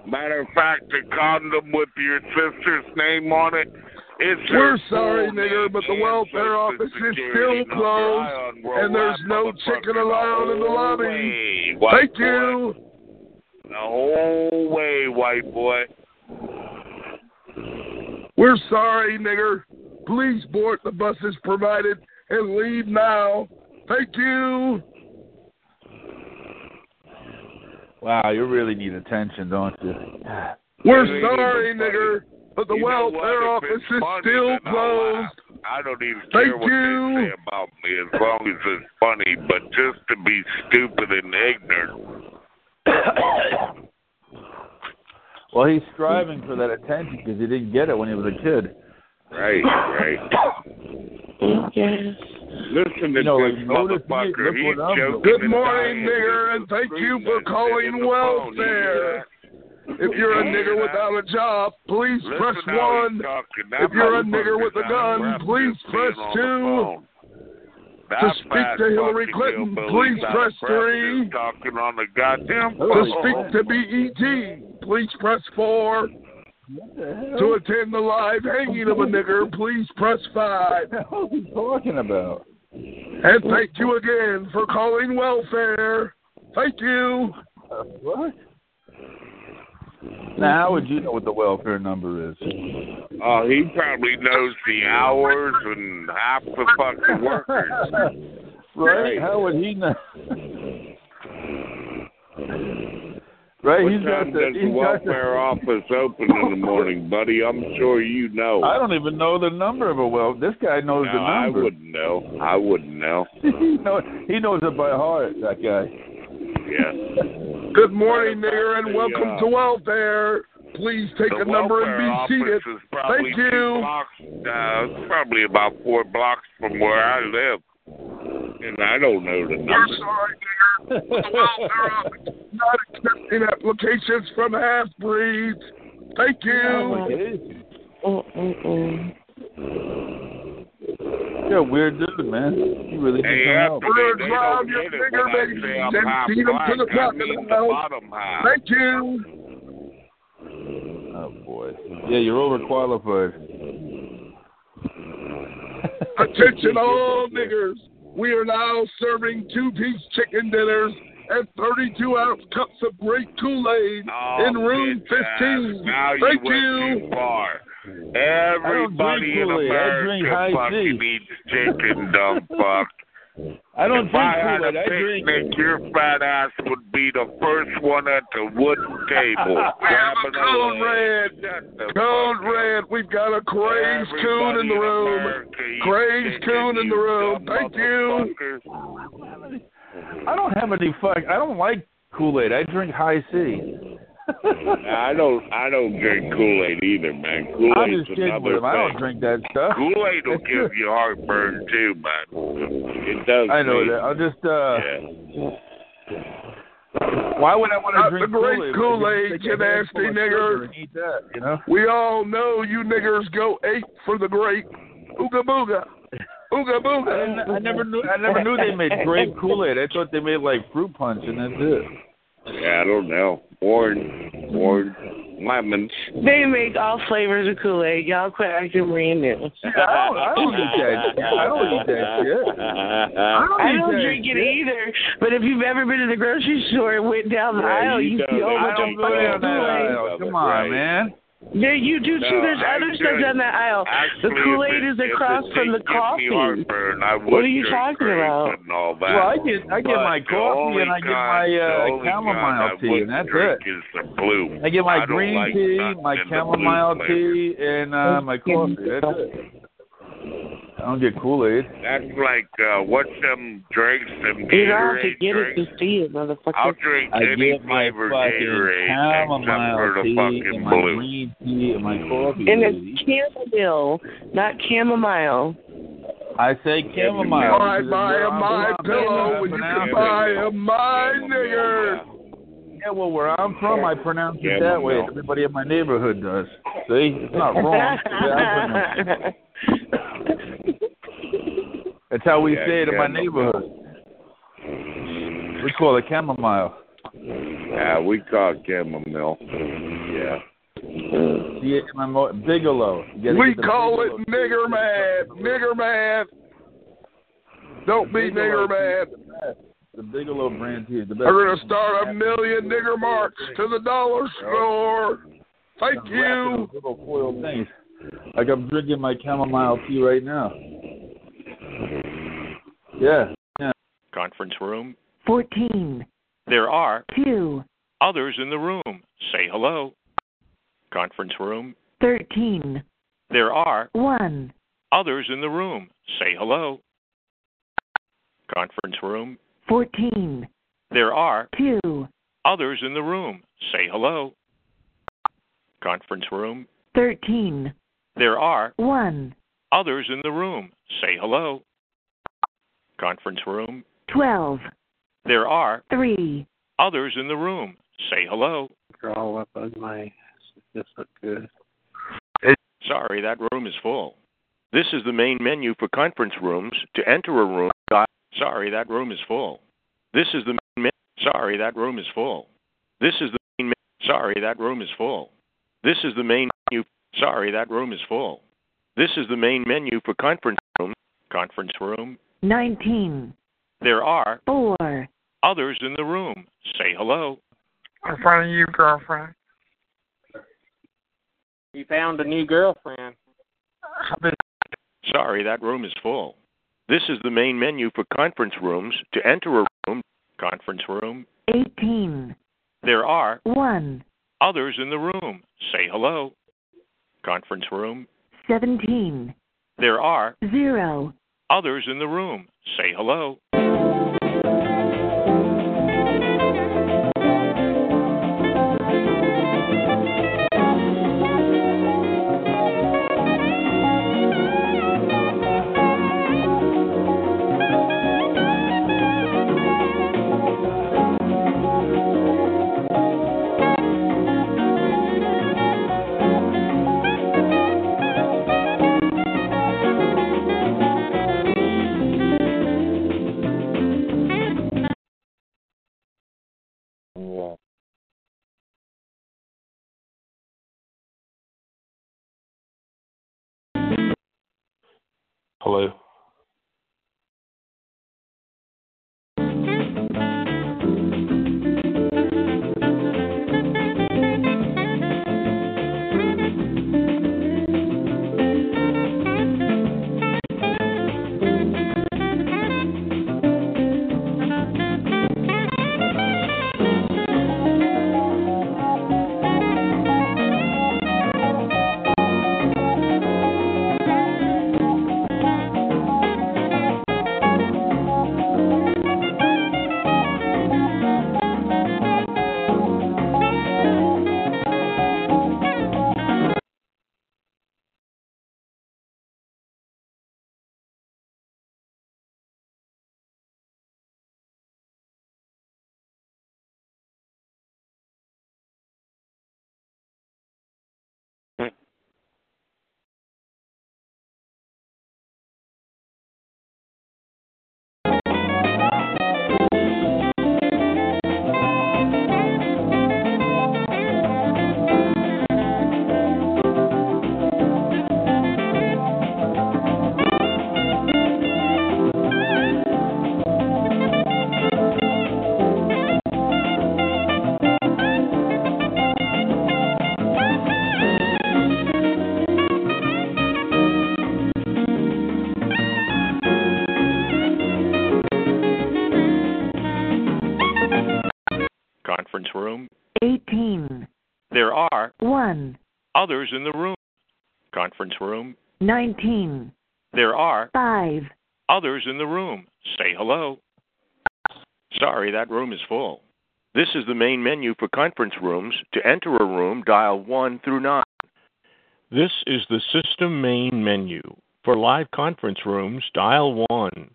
Matter of fact, the condom with your sister's name on it. It's her
We're sorry,
full
nigger,
name
but the
and
welfare
Social
office is
Security
still
number. I
closed,
unroll
and there's
that
no chicken allowed in the
Hey,
lobby.
white
Thank
boy.
you.
The whole way, white boy.
We're sorry, nigger. Please board the buses provided and leave now. Thank you.
Wow, you really need attention, don't you?
We're
Hey,
sorry,
buddy.
nigger, but the
You know what?
welfare
If
office
it's
is
funny,
still
then I'll
closed.
laugh. I don't even
Thank
care what
you.
they say about me as long as it's funny, but just to be stupid and ignorant.
Well, he's striving for that attention because he didn't get it when he was a kid.
Right, right. Listen to
You know,
this
like, notice me,
motherfucker.
look
He's
what I'm doing.
joking.
Good morning, nigger, and thank you for calling welfare. If you're a nigger without a job, please
Listen
press
how he's
one.
talking. That
If you're a nigger
motherfucker's
with a
out of
gun,
breath
please
just
press
being on the
two.
phone. That
speak
fat
to Hillary
fucking
Clinton,
hillbilly's
please
out of
press
breath
three.
just Talking on the goddamn
To
phone.
speak to BET, please press four. To attend the live hanging of a nigger, please press five.
What are you talking about?
And thank you again for calling welfare. Thank you.
What? Now, how would you know what the welfare number is? Uh,
Oh, he probably knows the hours and half the fucking workers.
Right? How would he know? Right,
What
he's got
time
the-
does the
he's got the-
welfare office open in the morning, buddy? I'm sure you know.
I don't even know the number of a well. This guy knows the
No, I
number.
wouldn't know. I wouldn't know.
he, know, he knows it by heart. That guy.
Yeah.
Good morning, nigger,
the,
and welcome
uh,
to welfare. Please take
the
a number
welfare
and be seated.
office is probably
Thank
two
you.
Blocks, uh, it's probably about four blocks from where I live, and I don't know the
We're
number.
sorry, nigger. The welfare office is not accepting applications from half breeds. Thank you.
You're a weird dude, man. You really need
Hey,
some help.
after they, they
Drive
don't
your
get it
nigger
when I say I'm
babies and
half
feed 'em to
black,
the
I mean the
crocodile.
bottom half.
Thank you.
Oh boy. Yeah, you're overqualified.
Attention all niggers. We are now serving two piece chicken dinners and 32 ounce cups of great Kool Aid
Oh,
in room
bitch ass.
15.
Now you
Thank
went
you.
too far. Everybody in
Kool-Aid. I drink
America
high
fucking eats chicken, dumb fuck.
I don't
if
drink
I had
Kool-Aid,
a
I drink-
picnic, your fat ass would be the first one at the wooden table.
We have a
grabbing a
code
leg.
red.
Shut the
Code
fuck up.
red. We've got a Craves
Everybody
coon in the
E
room.
America eats
Craves
chicken,
coon in the
you
room.
dumb
Thank you.
motherfucker.
I don't have any fuck. I don't like Kool Aid. I drink High C.
I don't. I don't drink Kool Aid either, man. Kool
I'm
Aid's
just kidding with
another
him. I
thing.
don't drink that stuff.
Kool Aid will give you heartburn too, man. It does.
I know
me.
that. I'm just uh.
Yeah.
Why would I want to
Not
drink
the great Kool-Aid, you nasty nigger.
You know.
We all know you niggers go ape for the great Ooga Booga. Ooga Booga.
I never knew. I never knew they made grape Kool Aid. I thought they made like fruit punch, and that's it.
Yeah, I don't know. Orange, orange, lemons.
They make all flavors of Kool Aid. Y'all quit acting brand new.
I don't, I don't eat that. I don't eat that shit.
I
I don't drink it either. But if you've ever been to the grocery store and went down the
Yeah,
aisle,
you
you
don't.
see a whole
I
bunch
don't
of
go
fucking
down that
Oh,
Kool Aid.
aisle.
Come on,
Right.
man.
There, you do too.
No,
There's
I
other stuff
shouldn't.
down that aisle.
Actually,
the Kool
if
Aid
it-
is
if
across
it
from the
didn't give
coffee.
me heartburn, I
What are you
would
talking
drink
about?
grapes and all that.
Well, I get I get
But
my
the
coffee
only
and I get
kind- the
my uh,
only kind I
chamomile tea, and
wouldn't
that's
drink
it.
Is the blue.
I get my
I don't
green
like
tea,
nothing
my
in the blue
chamomile
flavor.
tea, and uh, my coffee. That's it. I don't get Kool Aid.
That's like uh, what's them drinks? Them
You don't
Gatorade
have to get it
drinks.
See you, motherfucker.
I'll drink
I
any
get my
flavor
fucking
Gatorade except for
chamomile
the
tea
fucking
and my
blue.
green tea and my coffee.
And it's chamomile, not chamomile.
I say chamomile.
I
buy a
My pillow, when you can buy a my nigger.
Yeah, well, where I'm from, I pronounce it that way.
Chamomile.
Everybody in my neighborhood does. See, it's not wrong. it's the way I pronounce it. That's how we
Yeah,
say it in my
chamomile.
neighborhood. We call it chamomile.
Yeah, we call it chamomile. Yeah.
See it in my mo- Bigelow. You gotta
We
get the
call
Bigelow.
it nigger mad. Nigger mad. Don't be nigger mad.
The Bigelow brand tea is the best.
We're going to start a million nigger marks to the dollar store. Thank you.
Little foil things. Like I'm drinking my chamomile tea right now. Yeah. yeah.
Conference room.
14,
There are
2,
others in the room. Say hello. Conference room.
13,
There are
1,
others in the room. Say hello. Conference room.
14,
There are
2,
others in the room. Say hello. Conference room.
13,
There are
1,
others in the room. Say hello. Conference room.
12,
There are
3,
others in the room. Say hello.
Draw up on my. That's not good.
Sorry, that room is full. This is the main menu for conference rooms. To enter a room, dial- sorry, that room is full. This is the main menu. Sorry, that room is full. This is the main menu. Sorry, that room is full. This is the main menu. Sorry, that room is full. This is the main menu for conference room. Conference room.
19,
There are
4,
others in the room. Say hello.
In front of you, girlfriend.
You found a new girlfriend.
Sorry, that room is full. This is the main menu for conference rooms. To enter a room, conference room,
18,
there are
1,
others in the room. Say hello. Conference room,
17,
there are
0.
others in the room. Say hello.
Yeah.
Hello.
Thank
one,
Others in the room, conference room.
nineteen,
There are
five,
others in the room. Say hello. Sorry, that room is full. This is the main menu for conference rooms. To enter a room, dial 1 through 9. This is the system main menu. For live conference rooms, dial 1.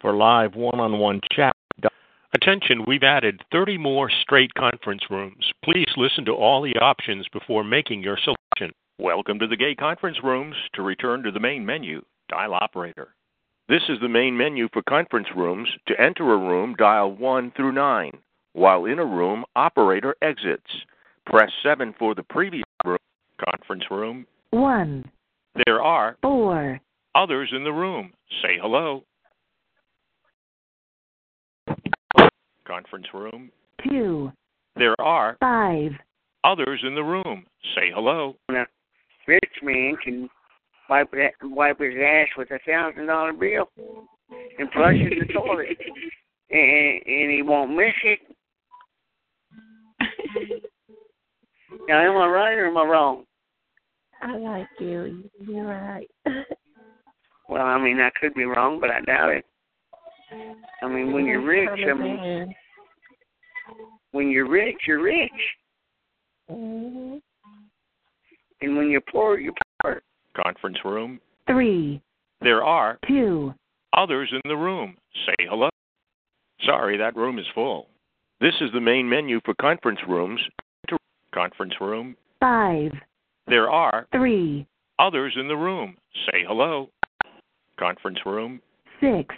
For live one on one chat, dial Attention, we've added 30 more straight conference rooms. Please listen to all the options before making your selection. Welcome to the gay conference rooms. To return to the main menu, dial operator. This is the main menu for conference rooms. To enter a room, dial 1 through 9. While in a room, operator exits. Press 7 for the previous room, conference room.
one,
There are
four,
others in the room. Say hello. Conference room.
two,
There are
five,
others in the room. Say hello.
Rich man can wipe that, wipe his ass with a thousand dollar bill and flush it in the toilet, and, and he won't miss it. now, am I right or am I wrong?
I like you. You're right.
Well, I mean, I could be wrong, but I doubt it. I mean, when you're rich, um, I mean, when you're rich, you're rich,
Mm-hmm.
Mhm.
and when you're poor, you're poor.
Conference room.
three,
There are
two,
others in the room. Say hello. Sorry, that room is full. This is the main menu for conference rooms. Enter Conference room.
five,
There are
three,
others in the room. Say hello. Conference room.
six,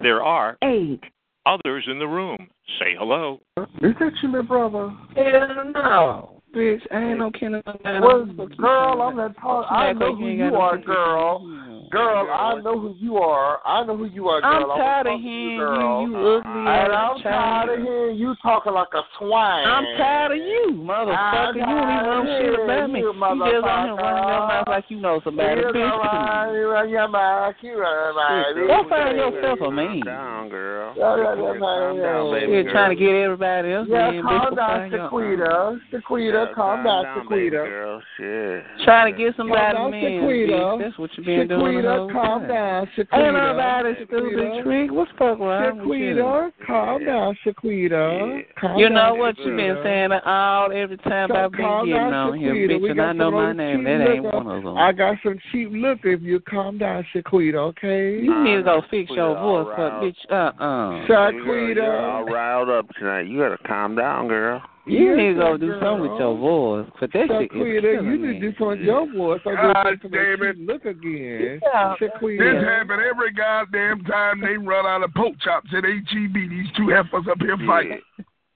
There are
eight.
others in the room. Say hello.
Is that you, my brother?
Hell no.
Bitch, I ain't no kind of
Well,
girl, I'm not talking. I
Smack
know
like you
who
ain't
you
got no
are,
fucking
girl. Girl, I know who you are. I know who you are,
I'm
girl.
tired
of hearing you, girl.
you ugly
And
ass
I'm
child.
tired of hearing you talking like a swine.
I'm tired of you, motherfucker. You don't even know shit about me. You just on here running your mouth like you know somebody.
You're
Bitch,
Go
go find yourself a man.
down, girl.
You're trying to get everybody else
Yeah,
in. bitch,
calm
go
down,
find your-
Sequita. Sequita, calm down, Sequita.
Girl,
shit.
Trying to get somebody
Calm down,
man,
Sequita.
bitch. That's what you been doing the
Sequita,
whole
calm
time.
down,
Ain't
Sequita.
nobody stupid
Sequita.
trick. What's fuck wrong with
Sequita,
you?
calm down, Sequita. Calm
You know
down,
what you been
Sequita.
saying all every time
So
I've been
calm
getting
down,
on here,
Shaquita.
bitch,
We
and
got
I know
some
my
old
name.
cheap
That ain't
liquor.
one of them.
I got some cheap look if you calm down, Shaquita, okay?
You need to go fix your
all
voice up,
around.
bitch. Uh uh
You're, all riled up tonight. You gotta calm down, girl.
You need to go do something with your voice. But that shit is
Shaquita,
killing
you
me.
need to do something with your voice. So
God
God damn it. Look again.
Yeah. This
Shaquita.
happen every goddamn time they run out of pork chops at HEB. These two heifers up here fighting.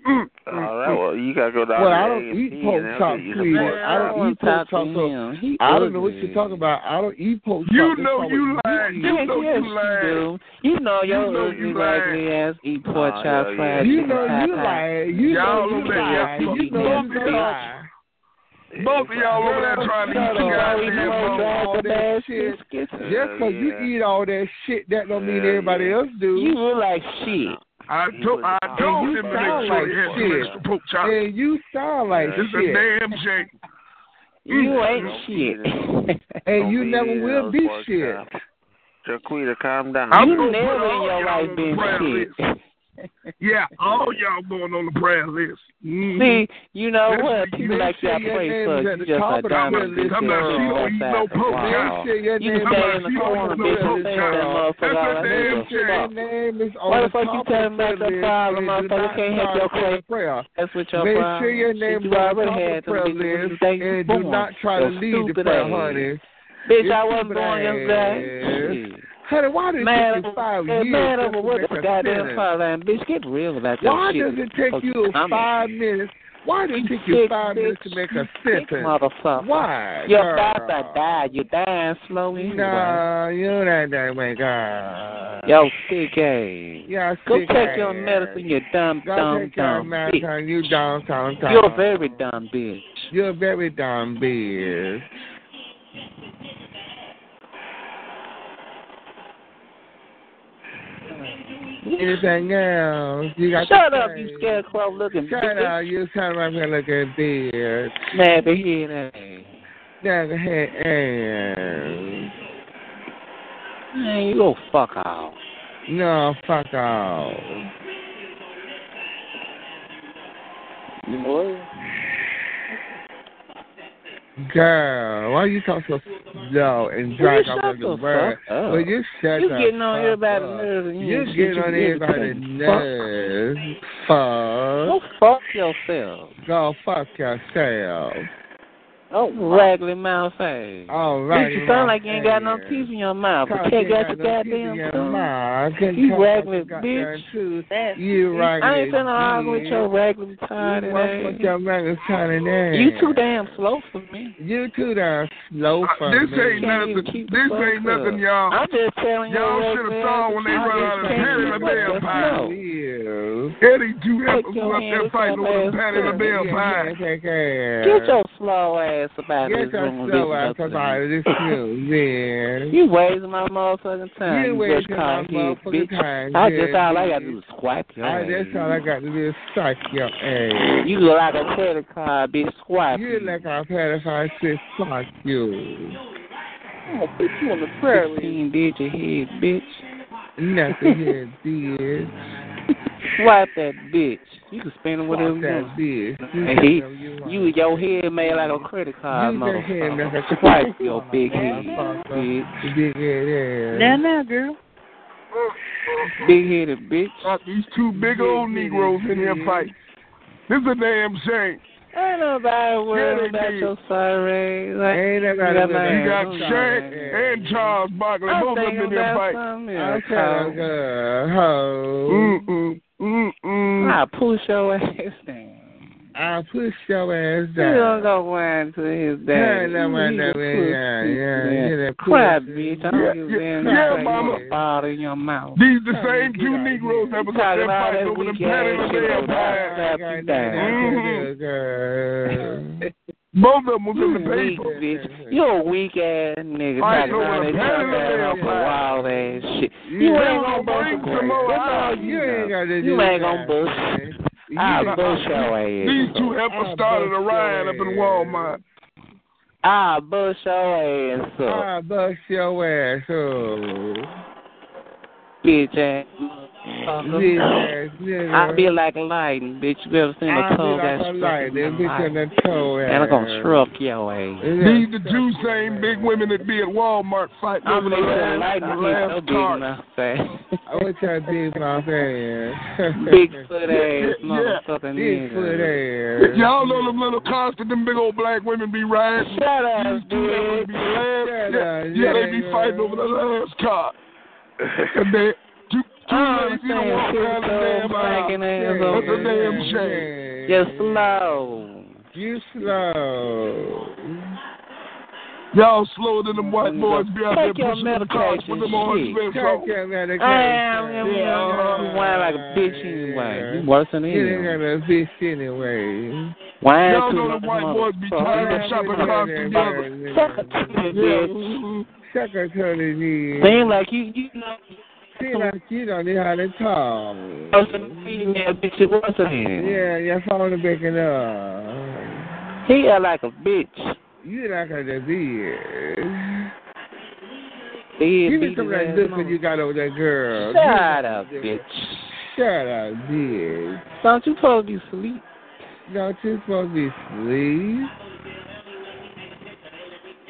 Mm.
All right, well you gotta go down
Well,
to
I don't
A&P
eat
and
pork
they'll
chops,
get you some
sweetie.
pork
I
chops.
don't eat pork chops. so I don't know what you're talking about. I don't eat pork chops.
You
That's
know
why
you
we-
lying. You
Yes,
know
yes,
you lying.
do.
You know your
You know
ugly,
you lying.
ugly ass eat pork
Oh,
chops,
hell yeah.
fried
You
chicken,
know
fried
you
pie.
lying. You
Y'all
know
over
you
there just
lying. You know
fucking
you
bitch.
lying.
Both of y'all over there trying to eat
Shut up.
goddamn
all that shit. Just because you eat all that shit, that don't mean everybody else do. You
look like shit.
I told I told
and you
him to make
sound
sure
like
he had some
shit.
extra pork chops.
And you sound like
It's a
shit.
damn shame.
You
ain't
shit. And you never will be shit.
Jaquita, calm down.
I'm gonna put all y'all on the prayer
shit.
list. yeah, all y'all going on the prayer list. Mhm.
Mm-hmm.
See, you know
That's
what? People
you didn't
like
say
y'all
your
pray
name
for
was
you
at the
just
top
a
of the
dumb
list.
bitch
I'm not- she don't eat no
girl.
poke.
Wow.
Didn't say your
You
name
can stay
was at
in
the
the
top
corner,
of the
bitch, and
list,
say
girl.
that motherfucker all that
That's a damn
nigga.
shame.
Fuck.
Name is on
Why the
the
fuck you
top
telling
of
me
the
that's your
list,
problem,
and do
motherfucker?
not
Can't help
try
your
to say
crazy.
a prayer.
That's what your
Make
problem.
sure your
Shit,
name
you
is on the
already
top
had
of the
them
prayer
bitches when you
list,
think you
and do
born.
not try to
Your
lead the
stupid
prayer,
ass.
honey.
Bitch,
Your
I wasn't
stupid
born
ass.
yesterday. Shit.
Honey, why did it
Mad
take you
over-
five
yeah,
years?
mad
just
over
to
what
make
the
a
goddamn
sentence?
father and bitch get real about that
Why
shit.
does it take you
I'm-
five minutes? Why does it take you
sick
five
bitch,
minutes to make a
you sick
sentence?
motherfucker.
Why?
You're
girl?
about to die. You're dying slow anyway.
No, you're not that way, God.
Yo, sick ass.
Yeah,
Go
sick
take
ass.
your medicine, you dumb,
Go
dumb,
take your
dumb bitch.
medicine, you dumb, dumb, dumb.
You're a very dumb bitch.
You're a very dumb bitch. Anything else? You got
Shut
to
up,
say.
you scarecrow looking
Shut
bitch.
up. You talking about me looking bitch.
Nappy head ass.
Nigga head ass.
Man, you go fuck off.
No, fuck off. Girl, why you talk so slow and
Will you
drag out
shut
like a
the
bird?
fuck up?
Will you shut
You
the
getting on
fuck
everybody's
up?
nerves and you
You
ain't shit
getting
you
on
give a
everybody's
fuck.
nerves.
Go
Fuck.
fuck yourself.
Go fuck yourself.
Oh, raggedy mouth ass.
All right.
Bitch, you sound like you ain't got no teeth in your mouth. But
Cause
take
you
out your
ain't got no teeth in
goddamn
your
tongue.
mouth. I couldn't
You
talk about
raggedy
your goddamn
bitch.
tooth. You
I ain't
raggedy
finna argue with
bitch.
your raggedy tired
You must put
ass.
your mouth in there.
You too damn slow for me. Uh,
You too damn slow
Uh,
for
this
me.
ain't Can't nothing- even keep this the ain't fuck nothing, up. y'all. I'm just telling y'all
Y'all
what it
should have saw
is.
when they
I just
run out of the
can't
patty
even
in the
fuck
bell
with
pie.
no.
Eddie two
Put
apples
your
up there
hands
fighting
up
over the
ass
patty in the
up.
bell
Yeah,
pie.
Get your slow ass about
Get
this
your
room.
slow
leaving
ass
nothing in
about
it.
this room, man.
You wasting my motherfucking time.
You
You bitch
wasting my
called here,
motherfucking
bitch.
time.
I
yeah,
just all I
bitch.
got to do is swipe your
I,
ass.
that's all I got to do is suck your ass.
You look like a credit card, bitch. Swipe.
You like a pedophile shit. Fuck you.
Oh, bitch, you on the prayer list. 16 digit head, bitch.
Nothing here, bitch.
Swipe that bitch. You can spend it whatever
Fuck that
you want.
You
And he,
know you want.
you, your head made like a credit card,
You just had like
motherfucker.
a-
Swipe your big head,
Motherfucker.
bitch.
Big head ass.
Now, now, girl. Big headed bitch.
Got these two big old Negroes in here fighting. This is a damn shame.
Ain't nobody
Yeah, they
worried about
did.
your sorry. Like,
Ain't
you
nobody
got my-
You got
I'm sorry.
Shane and Charles Barkley.
I'm
Both of them in
thinking
here
about
fighting.
something else.
Okay.
Mm-mm,
I push your ass down.
I push your ass
You don't
down.
go whine to his
Yeah,
dad.
no,
You
no,
need
no,
to
yeah,
push
yeah,
this
yeah,
man.
that
Cry,
pussy.
bitch. I
Yeah,
don't give
yeah,
a damn
yeah,
about
mama.
your ball in your mouth.
These the same two Negroes that was up
Talking
there
about
fighting
that
over the
weak
patty in
ass
the
shit.
bell
I'm
pie.
gonna slap you down.
Mhm.
Both of them was in the
Mm-hmm. Weak
paper.
bitch. You a weak ass nigga
I
talking
know
about
what
that
I'm telling
goddamn
you.
wild ass shit.
You
You
ain't
ain't gonna
gonna
bust
bring some
a
more
That's
out.
all you
You ain't
know.
gotta
You
do
ain't gonna
that.
bust. I'll bust your
These
ass.
two helpers started a riot up in Walmart.
I'll Ah, bust your ass up.
I Ah, bust your ass up.
Bitch ass.
Bitch ass nigga.
I'll be like lightning, bitch. You ever seen
I
a
be
toe
like
got
a
struck in
lightning,
my
bitch in
life?
the toe ass.
And I'm gonna shrug your ass.
These the two same big women that be at Walmart fighting
I'm
over the
gonna say
last,
lightning hit your
last cart.
big mouth ass.
I wish I big mouth ass.
Big foot ass
Yeah,
motherfucking
Big foot
nigga.
ass.
Y'all know them little cars that them big old black women be riding?
Shut up,
These two that would be last.
Shut
Yeah,
up,
yeah, they be
nigga.
fighting over the last car. And they, two, two
I'm
ladies, you don't walk around the damn aisle.
saying, ass
That's a
over
damn shame.
You're slow.
You slow.
Y'all slower than them white boys be out there
Take your
pushing the cars with them orange
medication,
red
shit.
folks.
Get out of
I
country.
am whine like a bitch anyway. You worse than
Get
him.
out of this anyway.
Whine
Y'all
too
know
much,
them white boys be tired of shopping cars together.
bitch.
Suck her to the knees.
Seem like you, you know,
Seem like you don't know how to talk.
worse than female bitch. It worse than him.
Yeah, your phone is picking up.
He act like a bitch.
You like a bitch.
He
Give me
beat
some of
his
that
ass
liquor
mama.
you got over that girl.
Shut up, bitch.
Shut up, bitch.
Don't you supposed to be asleep?
Don't you supposed to be sleep?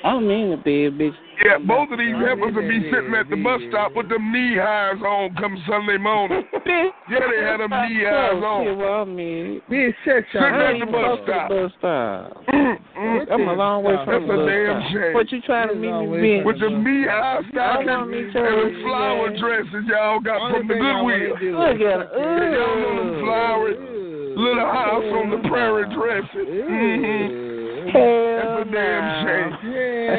I don't mean to be a bitch.
Yeah, both of these helpers would be sitting at the bus stop with them knee highs on come Sunday morning.
Bitch.
Yeah, they had them knee
Oh,
highs on.
Bitch, shut
Sitting
your Mm-hmm.
at
ain't
the
even
bus
close to the
stop.
bus stop.
Mm-mm.
I'm a long way from the
That's a
bus
damn
stop.
shame.
Mm. What you trying to meet me, bitch?
With the knee high stockings
wanna
and
meet your
the flower
ass.
dresses y'all got
Only
from the
thing I wanna
Goodwill.
do
Look
is
at
suck
her.
your
Y'all know them flowers. Little house on the prairie dresses. Mm-hmm. That's a damn shame.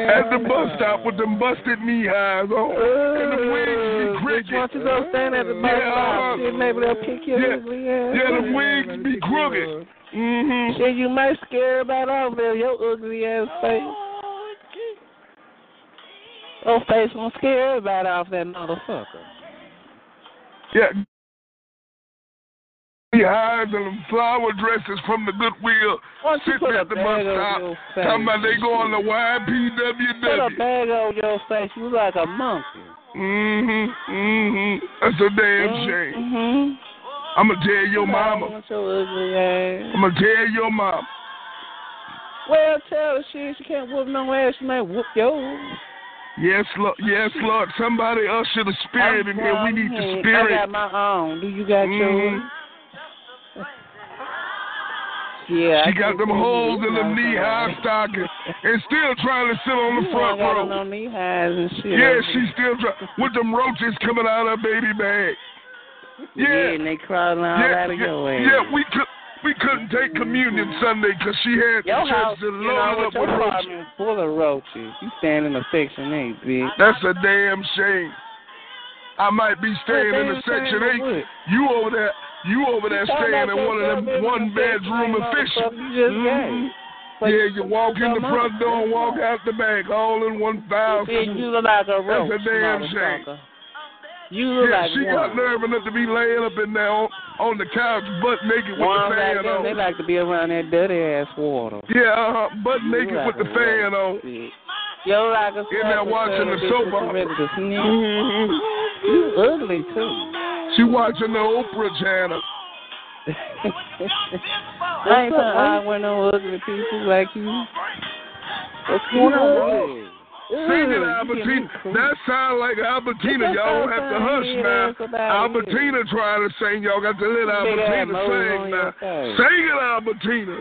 At the bus stop with them busted knee highs on. And the wigs be crooked.
Bitch, why don't you go stand at the bus
Yeah,
stop?
uh,
Shit, maybe they'll pick your
yeah.
ugly ass.
Yeah,
up.
the wigs be crooked. Mm-hmm.
Shit, you might scare about all there, your ugly ass face. Your face won't scare everybody off that motherfucker.
Yeah, behind them flower dresses from the Goodwill sitting at the bus
bag over
stop.
your face?
Talking about they going to YPWW.
Put a bag on your face. You like a monkey.
Mm-hmm, mm-hmm. That's a damn shame.
Mm-hmm.
I'm going to tell your mama. I'm going to tell your mama.
Well, tell her she, she can't whoop no ass. She might whoop yours.
Yes, Lord. Yes, Lord. Somebody usher the spirit in here. We need the
I
spirit. Mm-hmm.
got my own. Do you got yours?
Yeah,
I
she got
can
them
see
holes
you.
in them knee high stockings and still trying to sit on the
You
front
ain't got
row.
no knee highs and shit.
Yeah, she's still trying with them roaches coming out of her baby bag. Yeah,
and they crawling all
yeah,
out of
yeah,
your way.
yeah, we could we couldn't take communion Sunday because she had the
Your house,
church
you
loaded
know,
up
with your
with roaches.
apartment full of roaches. You stand in a section eight, bitch.
That's a damn shame. I might be staying in the
Well, damn
section
shame of
eight.
what?
You over there, you over there
You talking
staying in
about
one of them
yourself
one
living in a
bedroom
section eight,
efficient.
motherfucker, you just gay.
Mhm.
But
Yeah,
you
you walk in the
your
front
mother.
door and walk out the back, all in one file.
Bitch, you look like a roach,
That's a damn shame.
motherfucker. You look
yeah,
like
she got
one.
nerve enough to be laying up in there on, on the couch, butt naked with
Ones
the
like
fan
them,
on.
they like to be around that dirty ass water.
yeah, uh-huh, butt
You
naked
like
with the
a
fan on.
Yo, like a
in there watching the soap opera. Mm-hmm.
You ugly too.
She watching the Oprah channel.
I ain't gonna lie, I want no ugly people like you. What's going on?
Sing it, Albertina. That sound like Albertina.
Get that
Y'all have to
goddamn
hush
head ass up
now.
outta here.
Albertina trying to sing. Y'all got to let
Big ass
Albertina
mole on
sing
your
now.
face.
Sing it, Albertina.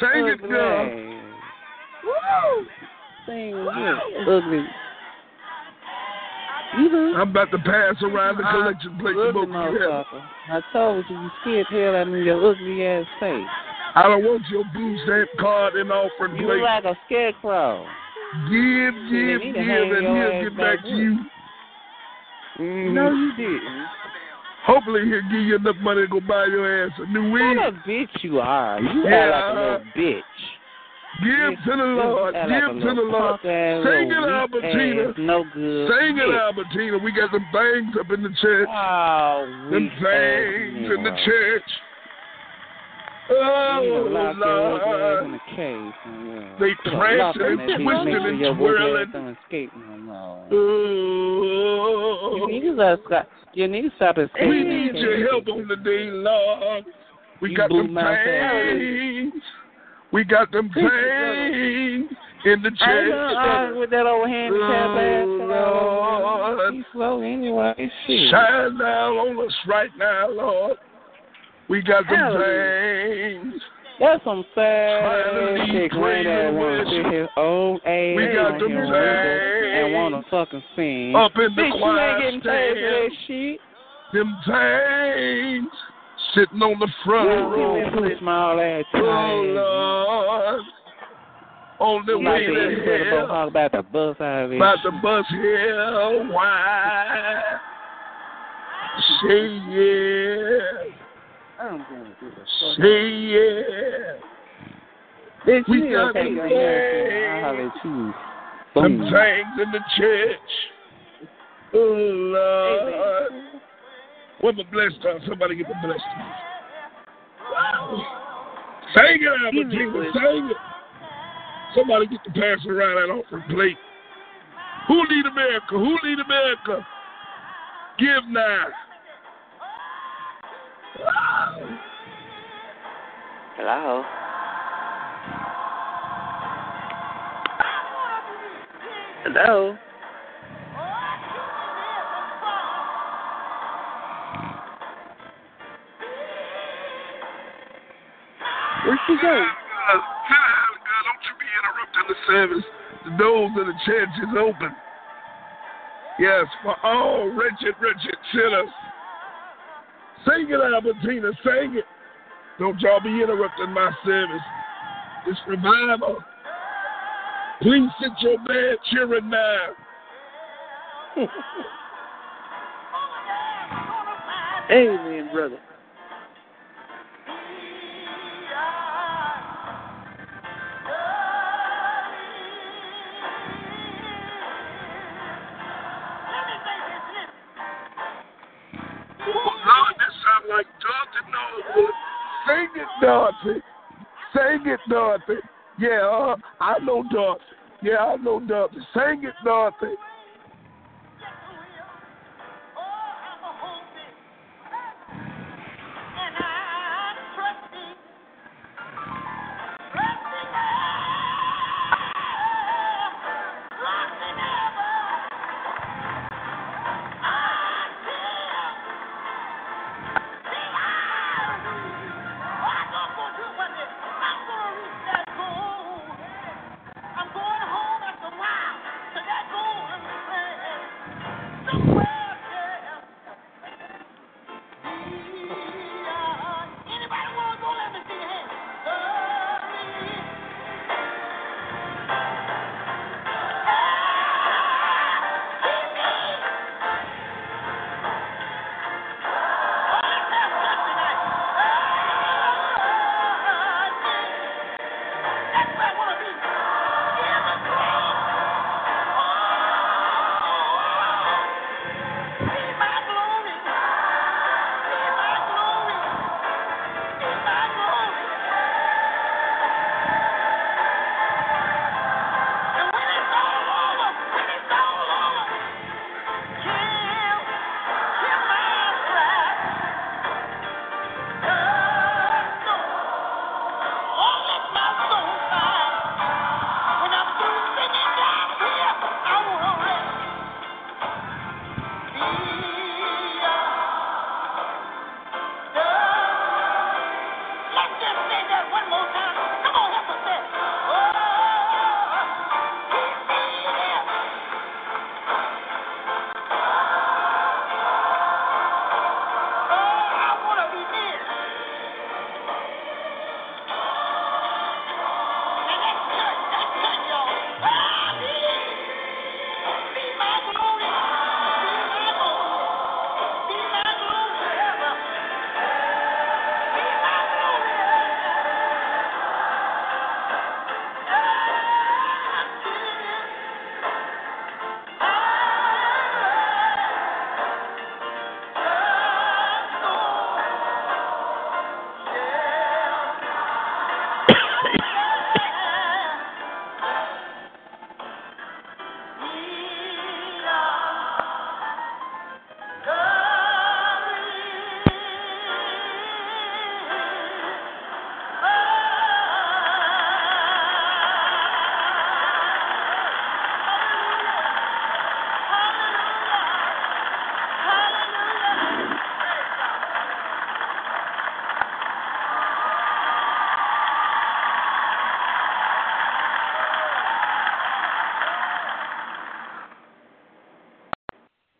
Sing it, girl.
Woo! Sing with me. Ugly.
I'm about to pass around the collection plate to both of you. have.
Ah, motherfucker. I told you, you scared hell out of me, your ugly ass face.
I don't want your blue stamp card and offering
You
plate.
like a scarecrow.
Give,
Yeah,
give,
they need to
give,
hang
and he'll
your ass
get back
back Mm-hmm.
to
up.
you. Mhm.
No, you didn't.
Hopefully he'll give you enough money to go buy your ass a new wig.
What a bitch you are. You
Yeah,
are like a
uh-huh.
little bitch.
Give to the Lord.
Act like a
Give to the
little
Lord.
punk ass,
Sing it,
little weak
Albertina.
ass, No good.
Sing it,
bitch.
Albertina. We got them things up in the church.
Oh,
Them
weak
things
ass
in the
nigga.
church. Oh,
You lock your ugly ass in
Lord.
a cage, man.
They
Put a
prancing
lock on
and
that bitch,
twisting
make sure
and
your ugly ass
twirling.
don't escape no more.
Oh.
You need to stop. You need to stop escaping.
We need your help on the day, Lord. We
You
got them
blew my
things. We got them
This is
things in the
I ain't gonna
church.
argue with that old handicap ass.
Oh, Lord.
He's slow anyway.
Hmm.
Shit.
Shine down on us right now, Lord. We got them
Hallelujah.
things.
That's some sad
Trying to
ass
be
shit.
clean
Granddad wanna
with
sit
you.
his old ass
We got
on
them
his
things.
wiggle and wanna fucking sing.
Up in the
Bitch,
choir
you ain't getting paid for that shit.
Them things sitting on the front
You
row.
can push my all ass to
Oh, Lord. On Oh, the
You like
way
the
to
incredible
hell.
Hulk about the bus out of it.
About the bus hell. Why? Say yeah.
I don't give a shit.
Say yeah.
Bitch,
We
you need
got
to take
them
your ass out of you.
Them
Boom.
things in the church. Oh, Lord. Woman blessed her. Somebody get the blessed her. Sing it, Albertina. Sing it. Somebody get the pass around that offering plate. Who need America? Who need America? Give now.
Hello. Hello.
Where she go? Uh, God, don't you be interrupting the service. The doors of the church is open. Yes, for all wretched, wretched sinners. Sing it, Albertina, sing it. Don't y'all be interrupting my service. It's revival. Please sit your bad cheering now.
Amen, brother.
Oh, Lord, this time out like Dr. Norwood. Sing it, Dorothy. Sing it, Dorothy. Yeah, uh, I know Dorothy. Yeah, I know Dorothy. Sing it, Dorothy.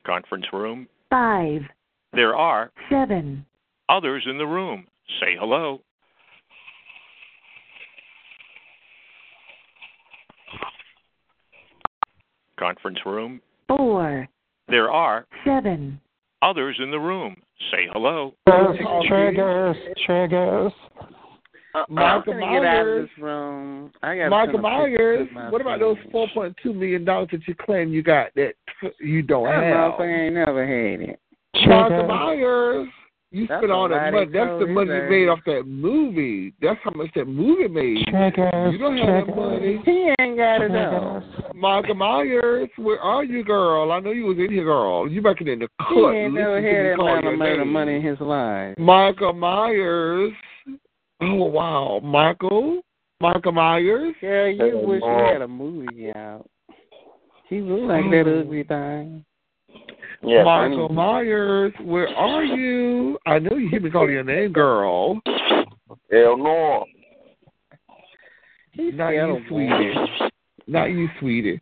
Conference room.
five,
There are
seven,
others in the room. Say hello. Conference room.
four,
There are
seven,
others in the room. Say hello.
Triggers, triggers.
Uh, I'm
Mike
gonna get out of
Myers.
this room. I got
Michael Myers, what about those four point two million dollars that you claim you got that you don't
That
have?
motherfucker ain't never had it.
Michael Myers, you
That's
spent all that
somebody
money. That's the
told
money
his
you made
ass.
off that movie. That's how much that movie made.
Triggers,
You don't have that money. He ain't got
it up.
Michael Myers, where are you, girl? I know you was in here, girl. You back in the cut.
He ain't never
listening to
had
me
that
call
amount
your
of murder
name.
money in his life.
Michael Myers. Oh wow, Michael, Michael Myers.
Yeah, you
Oh,
wish
Lord. Oh,
you had a movie out. He looked like that ugly thing.
Yeah, Michael Myers, where are you? I know you hear me call your name, girl.
Hell no.
Not
scared
you,
of
sweetie. Not you, sweetie.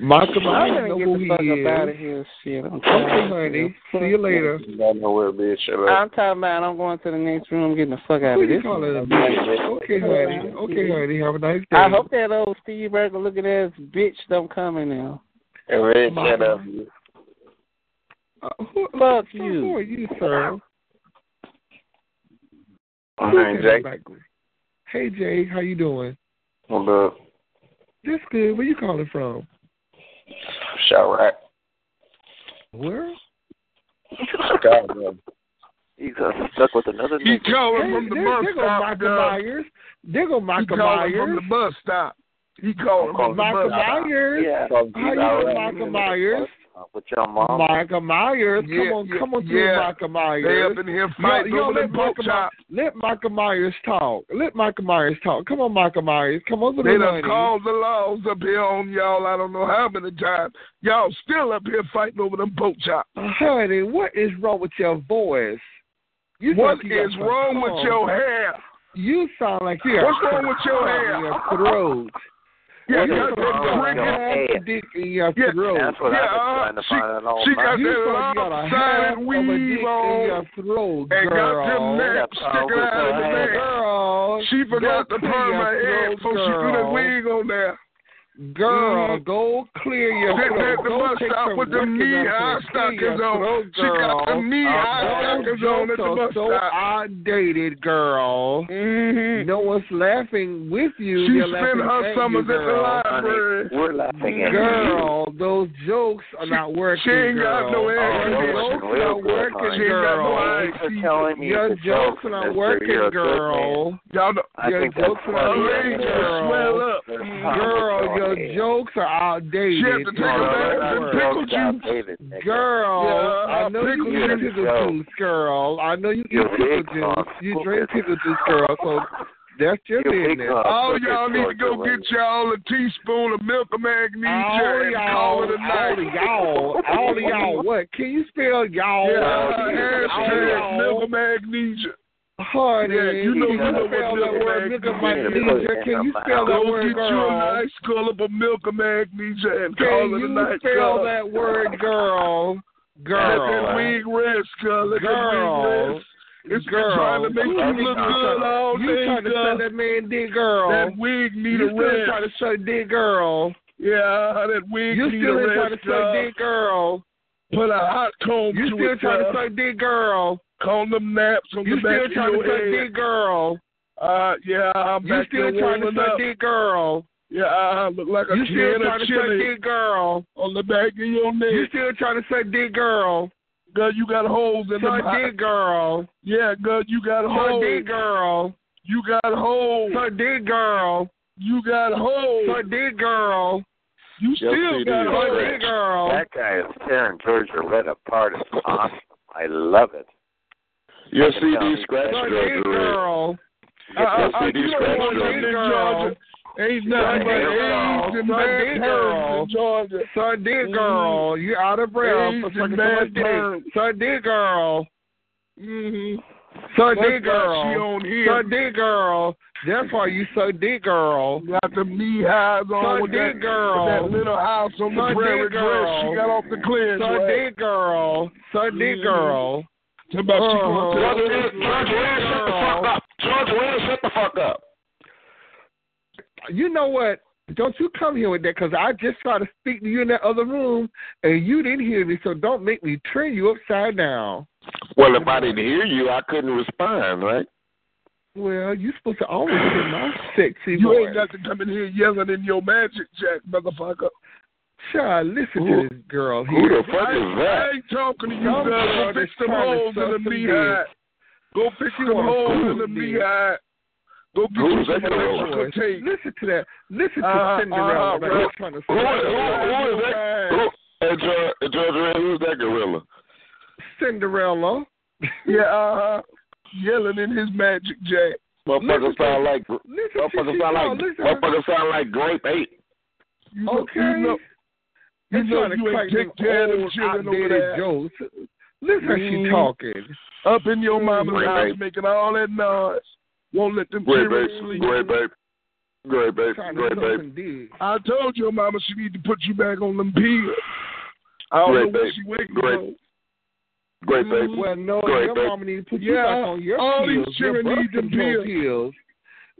Michael Myers,
I'm
know
gonna get
who he
the fuck
is.
up out of here. Shit, I'm tired.
Okay, honey. See you later.
I know where it is. Shut up.
I'm talking about I'm going to the next room, getting the fuck out
Who
of
you
this.
calling a
room.
bitch? Okay, honey. Okay, honey. Have a nice day.
I hope that old Steve Burger looking ass bitch don't come in now.
Hey, Red, shut up.
Fuck you.
Uh, Who are you, sir?
My name's Jake.
Hey, Jay. How you doing?
What's up?
This good. Where you calling from?
Shout out.
Where?
Chicago.
He got stuck with another
He
nigga.
calling from the
There-
bus
there go
stop. uh,
Michael
girl.
Myers. Diggle
He
Michael
calling
Myers.
from the bus stop. He calling from the
Michael
bus stop.
Myers. How you doing, Michael Myers?
With your mom.
Michael Myers. Come
Yeah,
on,
yeah,
come on through,
yeah.
Michael Myers.
They up in here
Yo,
fighting
yo,
over the
let,
book
Michael,
top.
My- let Michael Myers talk. Let Michael Myers talk. Come on, Michael Myers. Come over
They
the
done
money.
called the laws up here on y'all. I don't know how many times. Y'all still up here fighting over them boat chops.
Honey, what is wrong with your voice?
What
think you got
is
some
wrong with
tongue.
your hair?
You sound like you.
What's
have
wrong with your
some
hair?
in Your throat.
Yeah,
You
got
got
that
some
cricket-
half a dick in your
Yeah,
throat.
that's what I've been Yeah, trying to she- find all she night. got
You
that uh,
sound like you got a
lopsided
half of a
weave
dick
on
in your throat,
and got
girl.
them naps sticking out of the back.
Girl,
She forgot
go
to
clear
perm
your
her head
throat,
before she threw that
girl.
wig on there.
Girl,
Mhm.
go clear your
That-
throat.
that the
go
bus
take
stop
some
with the
records
knee
out
high
and clear your
stockings on.
throat,
She got the
girl.
knee high
Girl,
stockings on at the
jokes
bus
are so
stop.
outdated, girl. No one's laughing with you.
Mm-hmm. She
They're
spent
laughing
her
at
summers
you,
at the
girl.
library.
We're laughing at
Girl, those jokes are
She-
not working.
she ain't got
girl.
no air
Your
conditioning.
jokes are not working,
She ain't got no
girl.
air
You're telling me
Your
it's a
jokes
joke,
are not
mister.
working,
You're a good
girl.
Y'all know.
I
Your
think that's
jokes are not
funny.
working, girl.
Swell up.
Girl, your jokes are outdated.
She had to take
Girl,
a bath in pickle juice.
Girl,
Yeah,
I know you
pickle
eat
juice.
pickle juice, girl. I know you eat pickle juice. You drink pickle juice, girl. So that's your business. Oh,
All y'all need to go get y'all a teaspoon of milk of
All
magnesia and
y'all,
call it a
all
night.
of y'all, all of y'all. What? Can you spell y'all?
Yeah,
All of
hashtag
y'all.
milk of magnesia.
Honey,
Yeah, you know, you
can
know
you spell
what
that
milk
word
of
milk of
magnesia
magnesia? Can you spell that
Go
word,
get you a
girl?
nice gulp of milk of magnesia and
Can
call it a
you
night.
spell
girl.
that word, girl?
Let that
Girl.
wig rest, girl. Let that wig
Girl.
rest. It's been
Girl.
trying to make you look good all
you
day,
trying to
girl.
suck that man dick, girl.
That wig need
you
a
still
rest.
trying to suck dick, girl.
Yeah, that wig
You
need
still
a
ain't
rest,
trying to suck
girl.
dick, girl.
Put a hot comb
You
to
still
it,
trying to
girl.
suck dick, girl.
Comb them naps on
You
the back
still trying to
of your
suck
head.
dick, girl.
Uh, yeah, I'm
You
back
still
there
trying to
rolling
suck
up.
dick, girl.
Yeah, I look like a
You still
can
trying to
of
suck
chili
dick, girl.
on the back of your neck.
You still trying to suck dick, girl.
girl, you got holes in them.
Suck
hot-
dick, girl.
Yeah, girl, you got
Suck
holes.
dick, girl.
You got holes.
Suck dick, girl.
You got holes.
Suck dick, girl.
You still got
Suck
holes.
dick, girl.
That guy is tearing George Loretta apart. It's awesome. I love it.
Your
Fucking tell me
CD scratch
Suck
George
dick,
Loretta.
girl. Uh,
Your
I- I- I-
CD
you don't
scratch
want
Suck
Georgia.
dick,
Georgia.
girl.
Ain't
Suck
nothing but
dick,
AIDS
girl.
and
Suck
bad
dick,
terms
girl.
in Georgia.
Suck dick, girl. You out of breath
AIDS
for
and
sucking so
bad
much
terms.
dick. Suck dick, girl.
Mm-hmm.
Suck
That's
dick,
why she
girl.
on here.
Suck dick, girl. That's why you suck dick, girl.
Got the knee highs on
Suck
with
dick,
that,
girl.
with that little house on the
Suck
prairie
dick, girl.
dress. She got off the clearance.
Suck
rack.
dick, girl. Suck dick,
Mhm.
girl.
Talking about she
Girl.
gonna
Suck
tell
dick, girl.
George Loretta, shut the fuck up.
You know what? Don't you come here with that because I just tried to speak to you in that other room and you didn't hear me, so don't make me turn you upside down.
Well, if I didn't hear you, I couldn't respond, right?
Well, you supposed to always hear my sexy
You
voice.
ain't got to come in here yelling in your magic jack, motherfucker.
Child, listen
Who-
to this girl
who
here.
the fuck
I,
is that?
I ain't talking to you, girl.
Some
Go
girl
fix
that's
them
trying to
holes in
suck
them
some
knee
dick.
high. Go fix
She
them
wanna
holes in
suck
them
dick.
knee high. Go get you
Who's
some
that girl?
electrical tape.
Listen to that. Listen to
Uh,
Cinderella.
uh,
like,
who-
you're trying to
Who, who, who
suck
is that? Who, hey, George, George Loretta, who's that gorilla?
Cinderella.
Yeah, uh-huh. Yelling in his magic jack.
Listen
Motherfucker
to-
sound like
Listen to
motherfucker sound
she called.
like
Listen to her.
motherfucker sound like grape ape.
You know,
Okay.
You know, you
They're
know
trying to
you
crack
ain't
them
take care of them
old,
children over
outdated
there.
jokes. Listen how she
Mm.
talking.
Up in your mama's
Great
house
babe.
making all that noise. Won't let them
Grape
children
ape.
sleep.
Grape ape. Grape ape.
Trying to
Grape
suck
ape.
some dick.
I told your mama she need to put you back on them pills. I don't
Great
know what
babe.
she waiting
Great.
for.
Grape ape.
Mm-hmm. Well, no,
Great,
your
babe.
mama need to put you
Yeah,
back on your
all these
pills. your
children
birth
need them
control
pills.
pills.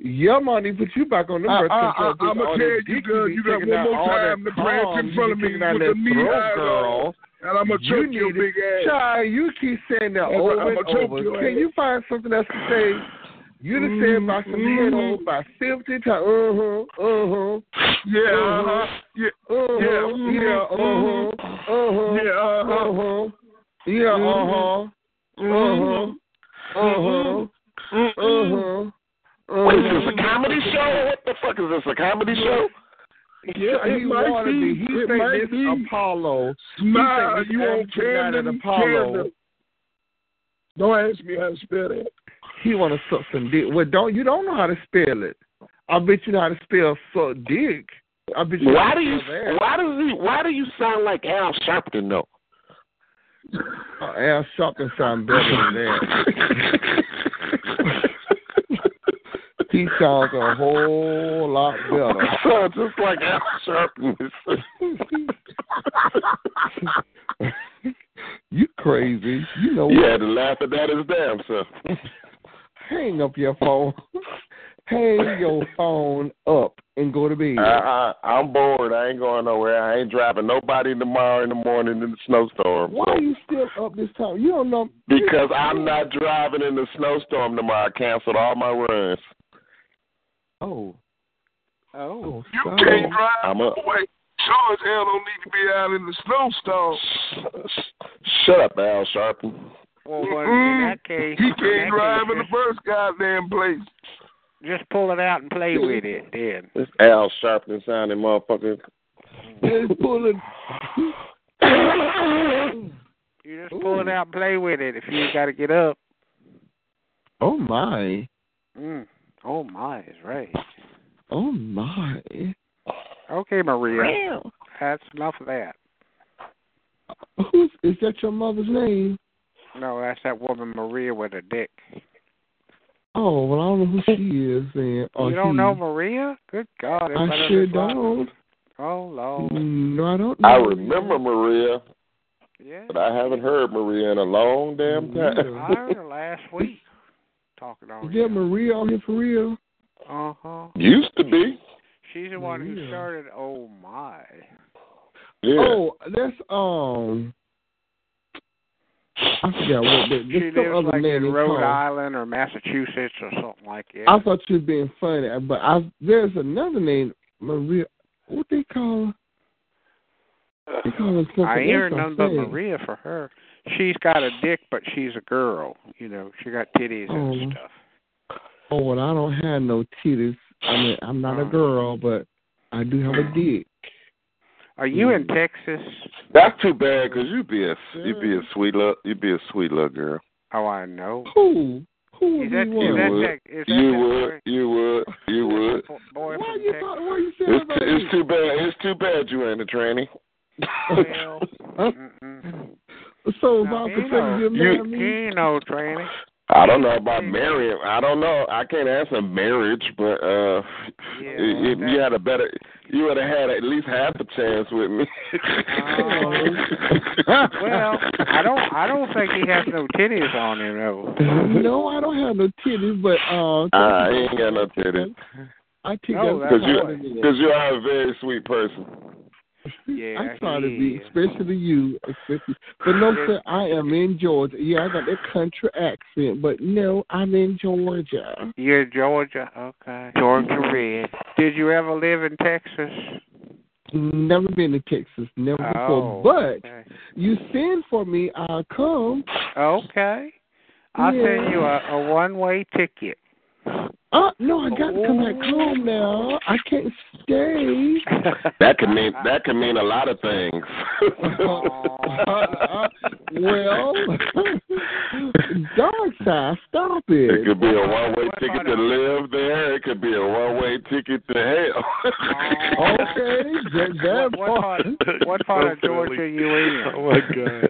Your mama need to put you back on the
I,
birth control pills.
am gonna
All that
tell
dick
you,
girl,
be
you got
taking
one
out,
more
all that
time to prance
cum
in front
you
of
be
me
taking out
with
that
the knee
throat,
high
girl.
and I'm gonna
You
choke your
need to-
big ass.
Child, you keep saying that
That's right,
over
I'ma
and
choke
over.
your
Can
ass. Mm-hmm.
you find something else to say? You done said about some head over by 50 times. Uh-huh, uh-huh,
Yeah,
Mhm.
uh-huh. yeah,
uh-huh,
Yeah,
yeah,
mhm.
uh-huh, uh-huh,
yeah, uh-huh.
uh-huh, yeah, uh-huh,
Mhm.
Mm-hmm.
uh-huh. Uh huh. Uh huh.
Wait, is this a comedy show? What the fuck is this? A comedy show?
Yeah, he wanted me. He
it
think
might
this
be.
Apollo.
Smile,
He think this
you on
astronaut at
Camden,
Apollo.
Camden. Don't ask me how to spell that.
He want to suck some dick. Well, don't you don't know how to spell it? I bet you know how to spell suck dick. I bet you. know how
Why
to
do you
spell that.
why does he why do you sound like Al Sharpton though?
Uh, Al Sharpton sound better than that. he sounds a whole lot
Mm-hmm.
sounds
better.
just like Al Sharpton.
You crazy? You know
you
what?
had to laugh at that as damn self.
Hang up your phone. Hang your phone up and go to bed.
I, I, I'm bored. I ain't going nowhere. I ain't driving nobody tomorrow in the morning in the snowstorm.
Why are you still up this time? You don't know.
Because I'm not driving in the snowstorm tomorrow. I canceled all my runs.
Oh.
Oh, you can't drive
I'm up.
away. Sure as hell don't need to be out in the snowstorm.
Shut up, Al Sharpton.
Well, well, in
Mm-mm.
that case,
Mm-hmm. he
in that
can't drive
case,
in the first goddamn place.
Just pull it out and play with it then.
This Al Sharpton sounding motherfucker.
Just pulling.
You just pull it out and play with it if you got to get up.
Oh my.
Mm. Oh my, is right.
Oh my.
Okay, Maria.
Wow.
That's enough of that.
Who's is that your mother's name?
No, that's that woman Maria with a dick.
Oh well, I don't know who she is then. or
you don't
he.
know Maria? Good God! everybody
I
on
sure
this line-
don't. Mm-hmm.
Oh Lord.
No, I don't. Know.
I remember Maria,
Yeah.
but I haven't heard Maria in a long damn
I heard
time.
her last week talking on.
Is that Maria on here for real?
Uh huh.
Used to be.
She's the one who
Maria.
started. Oh my.
Yeah.
Oh, that's um. I forgot what that.
She
There's some
lives
other
like
man
in
named
Rhode
Tom.
Island or Massachusetts or something like that.
I thought you were being funny, but I there's another name Maria. What they call? her? They call her something
Uh, I hear
else, I'm
nothing but
saying.
Maria for her. She's got a dick, but she's a girl. You know, she got titties
Oh.
and stuff.
Oh well, I don't have no titties. I mean, I'm not a
Uh.
girl, but I do have a dick.
Are you
Mm.
in Texas?
That's too bad because you'd be a you'd be a sweet little you'd be a sweet little girl.
Oh, I know.
Who? Who
Is
would
that-
be
is
one?
that
You would.
Tex- is that
You
that
would.
boy-
You would. You would.
Boy
Why
from
you
Texas.
thought? Why you saying
It's
about
too, it's too bad. It's too bad you ain't a tranny.
Well,
So
now,
about
he
to
ain't
say
no-
you marry
he
me?
ain't no tranny.
I don't know about marrying. I don't know. I can't answer marriage, but uh,
Yeah,
if you had a better, you would have had at least half a chance with me.
Oh. well, I don't. I don't think he has no titties on him though.
No, I don't have no titties, but uh,
I ain't got no titties
I think
No,
that's
because
all it
you
is.
because you are a very sweet person.
Yeah,
I try to
he
be,
is.
especially you, especially. But no,
Yes.
sir, I am in Georgia. Yeah, I got that country accent, but no, I'm in Georgia.
You're Georgia, okay. Georgia red. Did you ever live in Texas?
Never been to Texas, never
Oh,
before. But
okay.
you send for me, I'll come.
Okay. I'll
Yeah.
send you a, a one-way ticket.
Uh, no, I got to come back
Oh.
home now. I can't stay.
That could mean that could mean a lot of things.
Uh-huh. well, dark side, stop it.
It could be a one way ticket to live there. It could be a one way ticket to hell.
Okay, that, that
Oh. What, what part? What part of Georgia are you in?
Oh my god.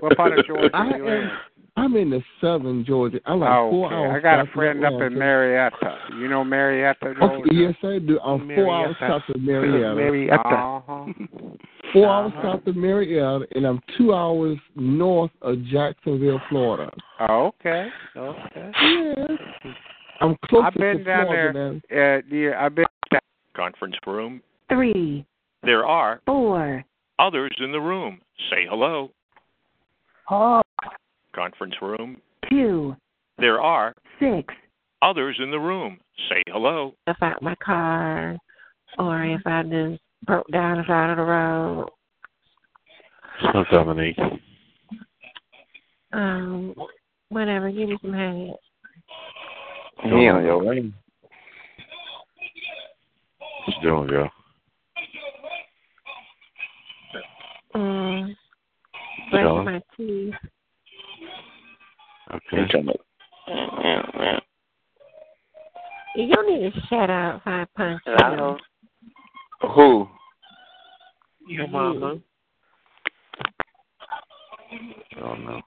What part of Georgia
I
are you in?
am. I'm in the southern Georgia. I like
Oh,
four
okay.
hours.
I got a
south of
friend up in
Atlanta.
Marietta. You know Marietta, Georgia?
Okay, yes, I do. I'm four hours
Marietta.
south of Marietta.
Uh-huh.
Four hours
Uh-huh.
south of Marietta, and I'm two hours north of Jacksonville, Florida.
Okay. Okay.
Yes. I'm close
I've been
to
down
Florida
there.
now.
Uh, yeah, I've been.
Conference room.
three,
There are
four.
others in the room. Say hello.
Hall
Conference room.
two,
There are
six.
others in the room. Say hello.
If I my car, or if I just broke down the side of the road,
Dominique.
um, Whatever, give me some head.
Damn, yo, man.
What's doing, yo?
Mm. Brush
Yeah.
my teeth.
Okay.
You need to shut up, Five Punch.
Hello? Who?
Your mama.
Oh no.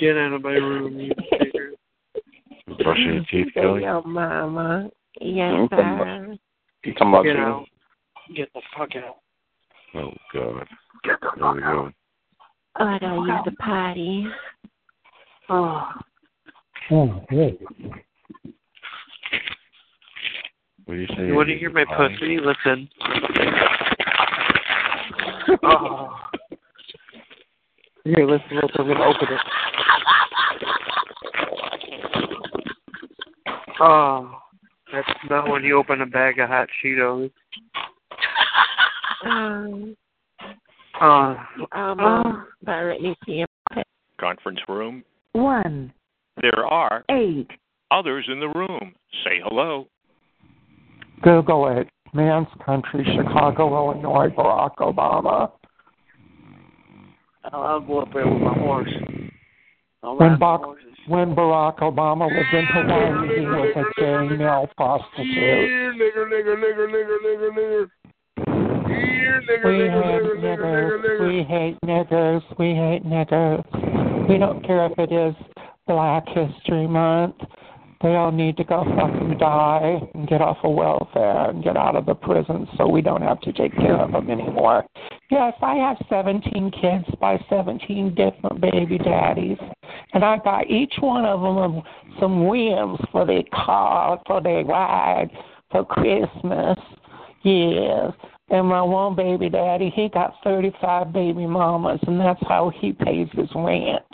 Get out of my room, you figure.
Brushing your teeth,
Say
Kelly.
Your mama. Yes,
Okay.
sir.
You talking about
Get
you?
out. Get the fuck out.
Oh God. There we go.
Oh, I gotta use the potty.
Oh.
Oh, hey. What do you say?
You want to hear my
Bye.
pussy? Listen.
Oh.
Here, listen, listen. I'm gonna open it. Oh, that's not when you open a bag of hot Cheetos.
Um,
Oh,
um, directly to your
Conference room.
One.
There are
Eight.
others in the room. Say hello.
Google it. Man's country, Chicago, Illinois, Barack Obama.
I'll go up there with my horse. All
When,
right.
Barack, when Barack Obama was in Hawaii, he was a gay male prostitute.
Here, nigger, nigger, nigger, nigger, nigger, nigger. Here, nigger,
We
nigger,
have
nigger, nigger, nigger,
niggers.
nigger.
We hate niggers. We hate niggers. We don't care if it is Black History Month. They all need to go fucking die and get off of welfare and get out of the prison so we don't have to take care of them anymore. Yes, I have 17 kids by 17 different baby daddies, and I got each one of them some rims for their car, for their ride, for Christmas. Yes. And my one baby daddy, he got 35 baby mamas, and that's how he pays his rent.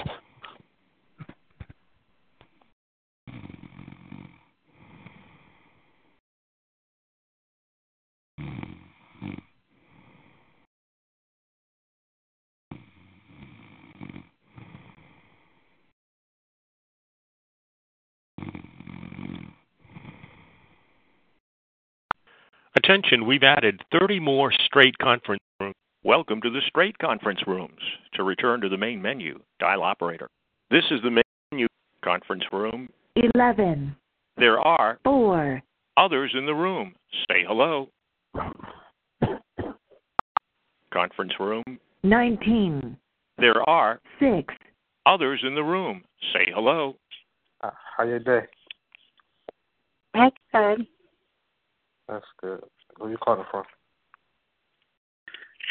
Attention, we've added 30 more straight conference rooms. Welcome to the straight conference rooms. To return to the main menu, dial operator. This is the main menu conference room.
Eleven.
There are
Four.
others in the room. Say hello. Conference room.
Nineteen.
There are
Six.
others in the room. Say hello.
How your day?
That's good.
That's good. Where you calling from?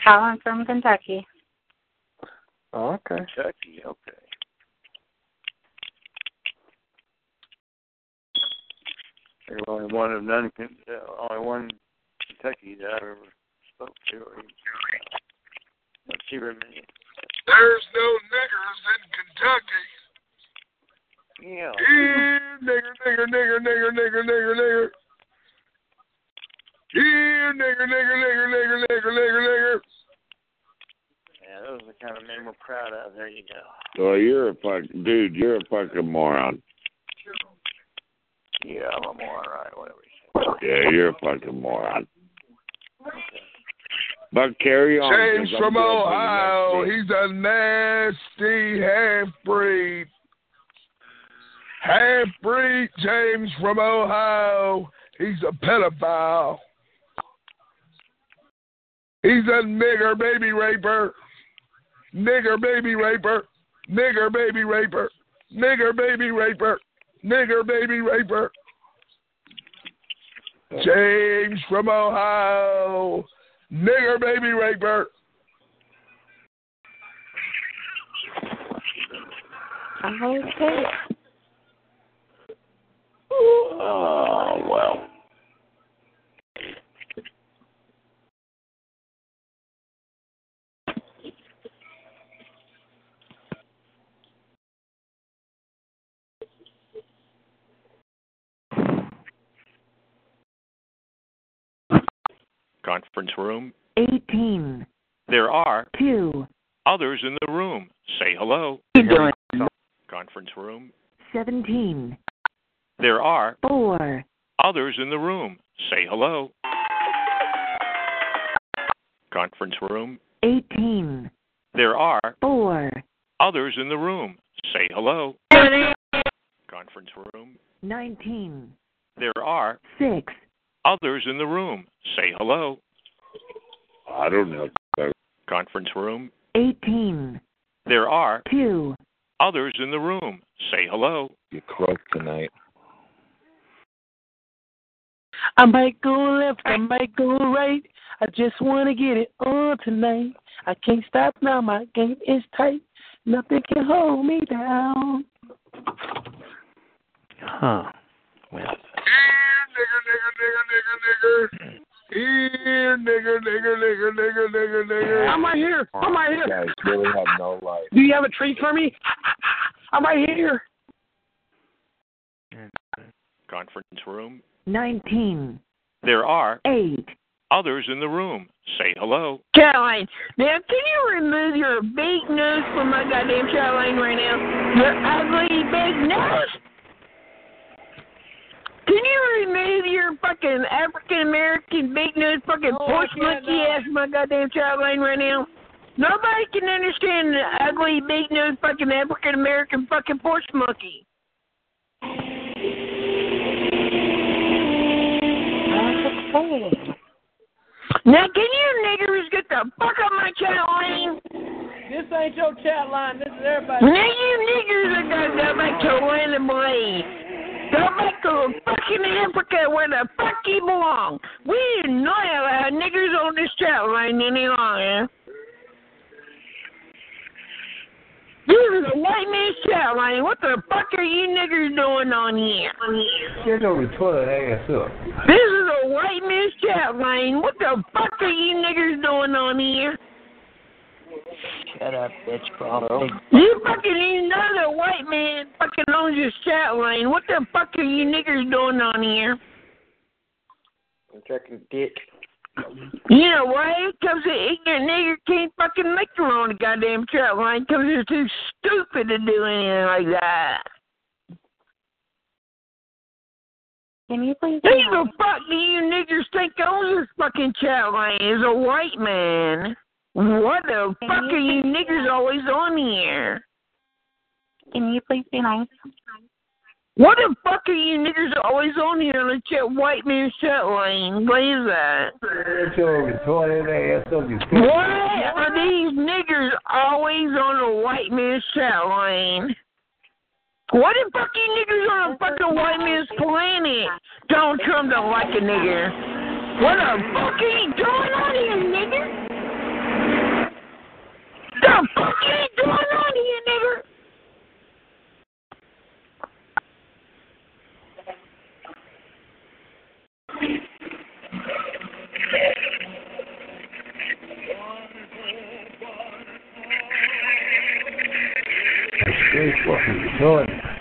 Calling from Kentucky.
Oh, okay.
Kentucky, okay. There's only one of none. Ken- uh, Only one Kentucky that I've ever spoke to. Or even, uh, not too many.
There's no niggers in Kentucky.
Yeah.
Here, nigger, nigger, nigger, nigger, nigger, nigger, nigger. Here, nigger, nigger, nigger, nigger, nigger, nigger, nigger.
Yeah, those are the kind of men we're proud of. There you go.
So you're a fucking dude. You're a fucking moron.
Yeah, I'm a moron, right? Whatever.
Yeah, you're a fucking moron. But carry on. 'cause
James
I'm
from
going to the
Ohio.
next
He's a nasty half breed. Half breed James from Ohio. He's a pedophile. He's a nigger baby raper. Nigger baby raper. Nigger baby raper. Nigger baby raper. Nigger baby raper. James from Ohio. Nigger baby raper.
Uh-huh.
Okay.
Oh, well.
Conference room.
Eighteen.
There are
Two.
others in the room. Say hello.
You doing?
Con- conference room.
17,
There are
4,
others in the room. Say hello. Conference room.
18,
There are
4,
others in the room. Say hello. Conference room.
19,
There are
6,
others in the room. Say hello. I don't know. Conference room.
18,
There are
2,
others in the room. Say hello. You're close tonight.
I might go left, I might go right. I just want to get it on tonight. I can't stop now, my game is tight. Nothing can hold me down.
Huh. Well,
nigger, nigger, nigger, nigger. Yeah, nigger, nigger, nigger, nigger, nigger, nigger.
I'm right here. I'm right here.
guys really have no life.
Do you have a treat for me? I'm right here.
Conference room.
19,
There are
8,
others in the room. Say hello.
Caroline, now can you remove your big nose from my goddamn Caroline right now? Your ugly big nose. Can you remove your fucking African American big nose fucking
Oh,
push
I can't,
monkey
no.
ass from my goddamn Caroline right now? Nobody can understand the ugly big nose fucking African American fucking push monkey. Oh. Now can you niggers get the fuck out my Caroline?
This ain't your chat line. This is everybody.
Now you niggers are gonna go back to Illinois. Go back to fucking Africa where the fuck you belong. We do not allow niggers on this chat line any longer. This is a white man's chat line. What the fuck are you niggers doing on here?
Get your retarded ass up.
This is a white man's chat line. What the fuck are you niggers doing on here?
shut up, bitch. Crawl.
You fucking you know the white man fucking owns your chat line. What the fuck are you niggers doing on here?
I'm checking dick.
You know why? Because the ignorant nigger can't fucking make their own goddamn chat line because they're too stupid to do anything like that.
Can you please?
Who the fuck do you niggers think owns this fucking chat line? Is a white man. What the fuck are you niggers always on here?
Can you please be nice?
What the fuck are you niggers always on here on the chat white man's chat line? What is that?
Get your retarded ass up. You
Why are these niggers always on the white man's chat line? What the fuck you niggers on a fucking white man's planet? Donald Trump don't like a nigger. What the fuck are you doing on here, nigger? The fuck are you doing on here, nigger?
You're fucking retarded.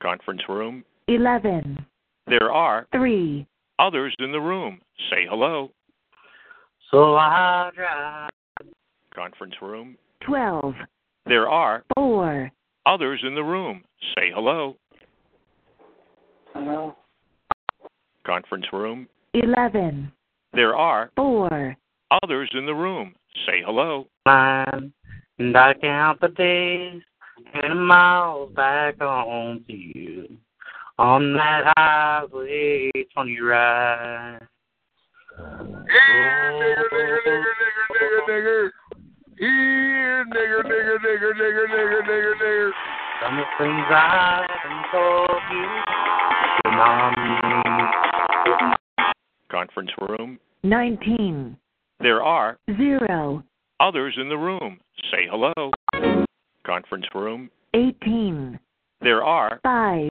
Conference room.
11,
There are
3,
others in the room. Say hello.
So I drive.
Conference room.
12,
There are
4,
others in the room. Say hello.
Uh-huh.
Hello.
Conference room.
11,
There are
4,
others in the room. Say hello.
Mine, and I count the days and miles back home to you. On that highway, 20 ride.
nigger, nigger, nigger, nigger, nigger, nigger. Yeah, nigger, nigger, nigger, nigger, nigger, nigger, nigger.
Some things I haven't told you. Mom.
Conference room.
19,
There are
0,
others in the room. Say hello. Conference room.
18,
There are
5,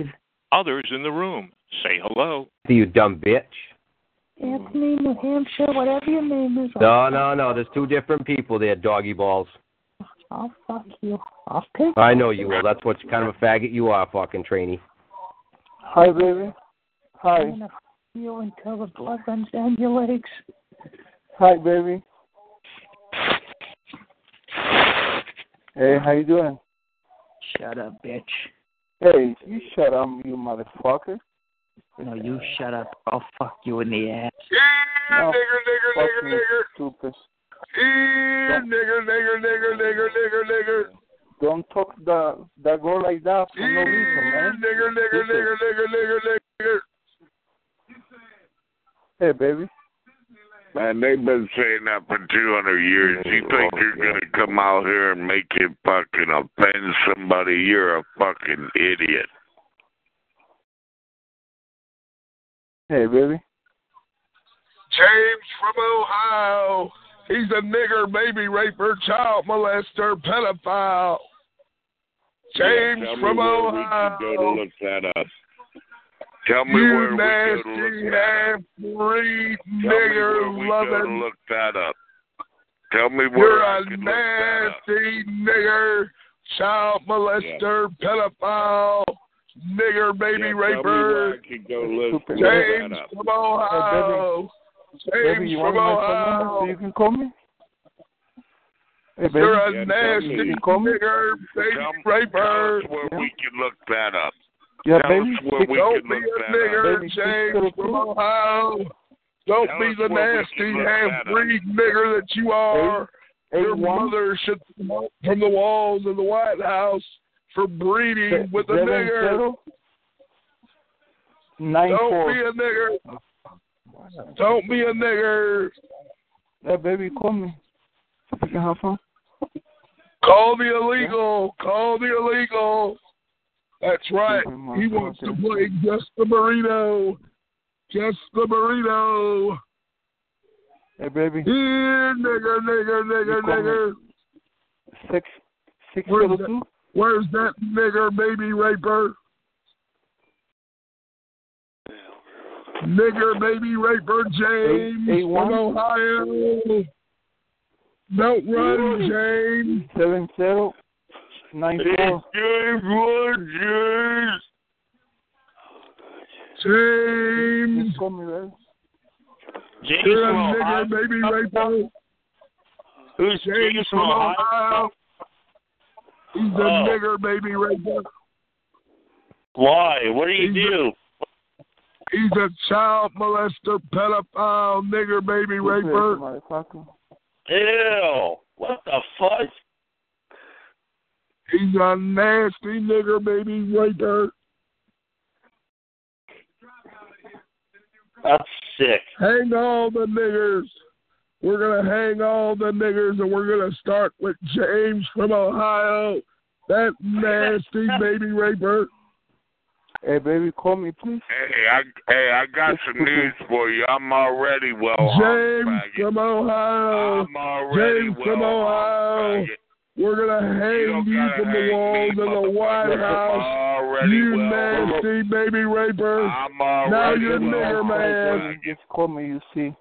others in the room. Say hello.
You dumb bitch.
Anthony, New Hampshire, whatever your name is.
No, no, no. There's two different people there, doggy balls.
I'll fuck you. I'll pick.
I know you will. That's what kind of a faggot you are, fucking trainee.
Hi, baby.
I'm
Hi.
gonna fuck you until the blood runs down your legs.
Hi, baby. Hey, how you doing?
Shut up, bitch.
Hey, you shut up, you motherfucker.
No, you shut up. I'll fuck you in the ass.
Yeah, nigger, nigger,
fuck
nigger,
you,
nigger.
stupid.
Yeah, nigger, nigger, nigger, nigger, nigger, nigger.
Don't talk the that girl like that for no reason,
Yeah,
man.
nigger, nigger,
Listen.
nigger, nigger, nigger, nigger.
Hey, baby.
Man, they've been saying that for 200 years. You think you're going to come out here and make it fucking offend somebody? You're a fucking idiot.
Hey, baby.
James from Ohio. He's a nigger baby raper, child molester, pedophile. James
Yeah, tell me
from
where we
Ohio.
can go to look that up. Tell me
you
where we go to
nasty
look that up.
half-breed
Tell me where
nigger
we go to
loving.
look that up. Tell me where
You're
I
a
can look that up.
nasty nigger, child molester, pedophile, nigger baby
Yeah, tell me where
raper.
I can go look
Stupid
that
James
up.
from Ohio. James
Baby, you
from
want my phone number so
Ohio.
you can call me? Hey, baby.
You're a
Yeah, tell me.
nasty nigger, baby raper.
Tell us where we can look that up.
Yeah,
tell
baby.
us where we
Don't
can
be
look
a
that up.
nigger, James from Ohio. Don't
Tell
be
us
the
where we can
nasty
look that up.
half-breed nigger that you are.
Eight-
Your
eight one-
mother should smoke from the walls of the White House for breeding
Se-
with a
seven
nigger.
zero, nine
Don't
four.
be a nigger. Don't be a nigger.
Hey, baby, call me. You can have fun.
Call the illegal. Call the illegal. That's right. He wants to play just the burrito. Just the burrito.
Hey, baby.
Here, nigger, nigger, nigger,
You call me.
nigger.
Six six
Where's
zero two.
that, where's that nigger baby raper? Nigger baby raper James
Eight- eight
from
one.
Ohio. Don't run, James.
Seven zero nine four.
James one, James. James.
Call me, baby.
James nigger baby raper.
Who's
James,
James
from
from Ohio?
Ohio. He's a
Oh.
nigger baby raper.
Why? What do you
He's
do?
He's a child molester, pedophile, nigger baby raper.
Motherfucker.
Ew. What the fuck?
He's a nasty nigger baby raper.
That's sick.
Hang all the niggers. We're gonna hang all the niggers, and we're gonna start with James from Ohio. That nasty baby raper.
Hey, baby, call me, please.
Hey, I, hey, I got some news for you. I'm already well hung,
James
faggot.
from Ohio.
I'm already
James
well
from Ohio.
hung, faggot.
We're gonna hang you
gotta
from the walls
hang me,
of the White
motherfucker.
House.
I'm already
You
well
nasty baby raper.
I'm
Now
already
you're
well
nigger
hung,
man.
faggot.
Just call me. You see.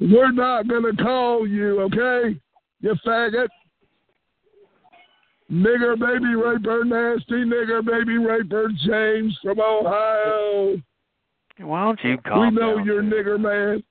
We're not gonna call you, okay? You faggot. Nigger baby raper, nasty nigger baby raper, James from Ohio.
Why don't you
we
calm
know
down,
you're nigger man.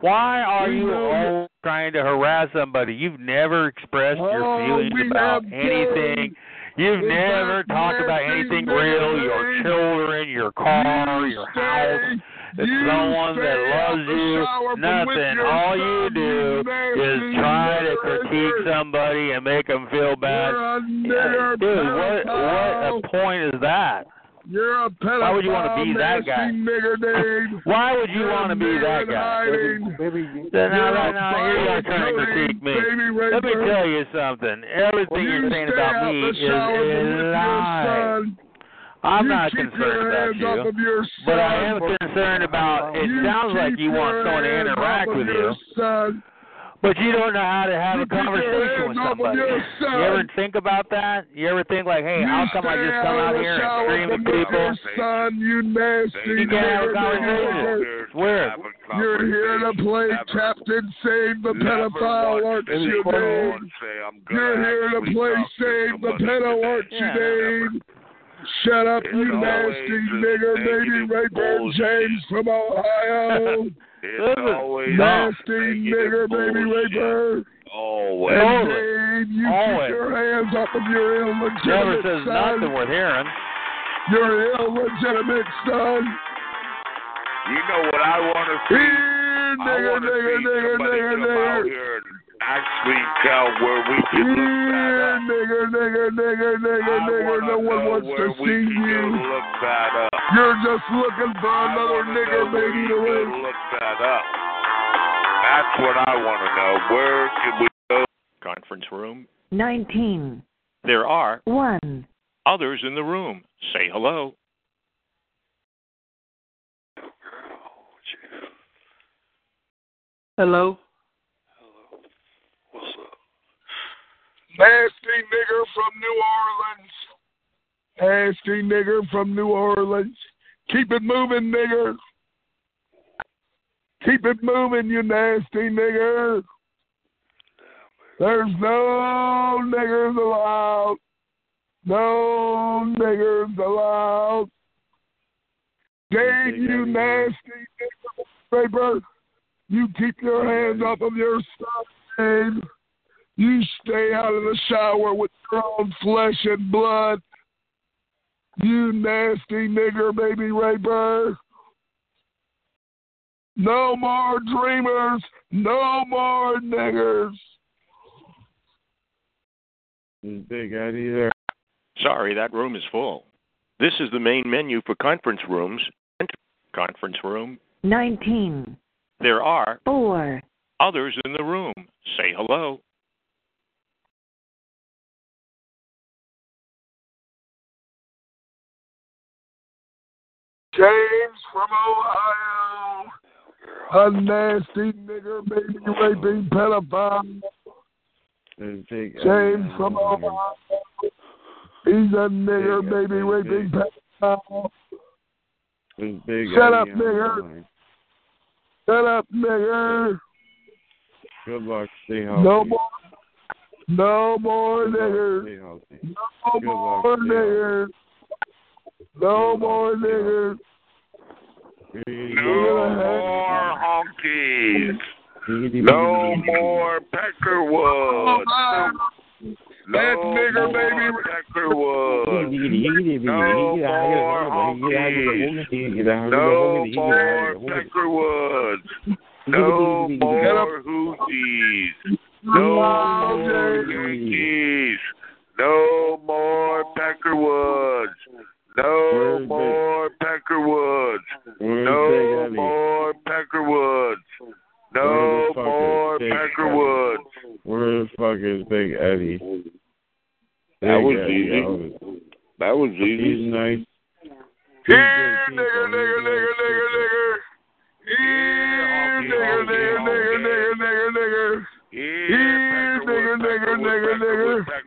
Why are
We
you
know
always trying to harass somebody? You've never expressed
Oh,
your
we
feelings about
have
anything. You've
It's
never
that
talked about
nasty
anything
nigger
real. Your
man.
children, your car, your house,
You
someone
stay
that
out
loves
the
you.
shower from with
Nothing.
your
All you
son,
do
nasty
is try to
nigger
critique
raper.
somebody and make them feel bad.
You're a
Yeah,
nigger
Dude, what
pedophile.
what a point is that?
You're a pedophile.
Why would you wanna be that
nasty
guy?
Nigger dude.
Why would you
You're a
wanna be
nigger
that
in
guy?
hiding.
Baby,
Then
You're
now,
a
right now, here you are trying to
violent
critique me.
baby
Let me
raper.
tell you something. Everything
You
you're saying
stay
about
out
me
the
is
shower
is
with your
lies.
son.
I'm
You
not
keep your
concerned about
hands off
you,
of your
but I
son.
am concerned about. It
You
sounds like
keep
you want
your
someone to
hands
interact
off of
with
your
you,
son.
But you don't know how to have
You
a
put your
conversation with
hands up on
somebody. You
yourself.
ever think about that? You ever think like, hey,
You
how come I
stay
just come
out
out
of the
here
shower
and
with
scream at people?
your Son, you nasty
You can't have a
nigger,
conversation.
nigger.
It's weird.
You're here to play Captain Save the Pedophile, aren't you, Dave? You're here to play Save the Pedo, aren't you, Dave? Shut up, you nasty nigger, baby raper, James from Ohio. nasty nigger, baby raper.
Always.
And
Always.
Dave, you keep
Always.
your hands off of your
Never
illegitimate
says
son.
nothing worth hearing.
Your illegitimate son.
You know what I want to see? I
nigga,
want to
nigga,
see
nigga,
somebody
nigga,
come
nigga.
out here and actually tell where we can look that
Yeah,
up.
nigga, nigga, nigga, nigga,
I
nigga.
wanna
No one
know
wants
where
to
we
see
can
you.
Go look that up.
You're just looking for
I
another
wanna
nigga,
know where
baby,
you
to
go
win.
look that up. That's what I want to know. Where can we go?
Conference room.
Nineteen.
There are
One.
others in the room. Say hello.
Hello.
What's up?
Nasty nigger from New Orleans. Nasty nigger from New Orleans. Keep it moving, nigger. Keep it moving, you nasty nigger. There's no niggers allowed. No niggers allowed. Dave, you nasty nigger, paper. You keep your hands off of your stuff, Dave. You stay out of the shower with your own flesh and blood. You nasty nigger baby raper. No more dreamers. No more niggers.
Big idea there.
Sorry, that room is full. This is the main menu for conference rooms. Enter conference room.
Nineteen.
There are
Four.
others in the room. Say hello.
James from Ohio. A nasty nigger baby raping pedophile.
Big
James from Ohio. He's a nigger baby raping pedophile.
Big
Shut up,
idea.
nigger. Shut up, nigger.
Good luck, stay healthy.
No more. No more
Oh, Good luck,
niggers.
stay healthy.
No more niggers. No more niggers.
No more honkies. No more Peckerwood.
That
No more
nigger baby.
Peckerwood. No more honkies. No more Peckerwood. No more Hoosies. No more Yankees. No more Peckerwoods. No more Peckerwoods. No more Peckerwoods. No more Peckerwoods.
Where the fuck is Big Eddie?
That
Big
was
Eddie,
easy. That was easy.
He's nice.
Here, nigger, nigger, nigger, nigger, nigger. Here, nigger, nigger, nigger, nigger, nigger, nigger. Here, nigger, nigger, nigger, nigger.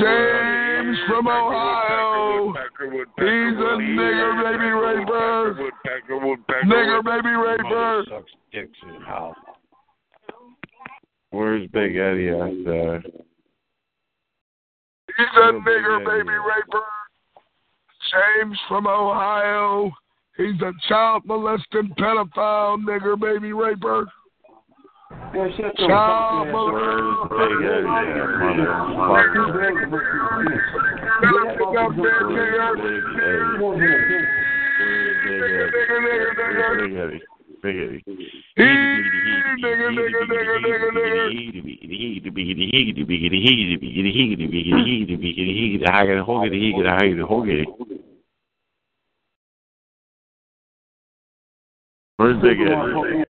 James from Ohio. He's a nigger baby raper. Nigger baby raper.
Dicks and how. Where's Big Eddie at? Uh,
He's a nigger baby raper. James from Ohio. He's a child molesting pedophile nigger baby raper. Child molesting.
Big Eddie at, motherfucker?
Get up there, nigger.
Where's Big Eddie? Where's Big Eddie? Big Eddie.
Nigger, nigger, nigger, nigger, nigger.
Where's Big Eddie?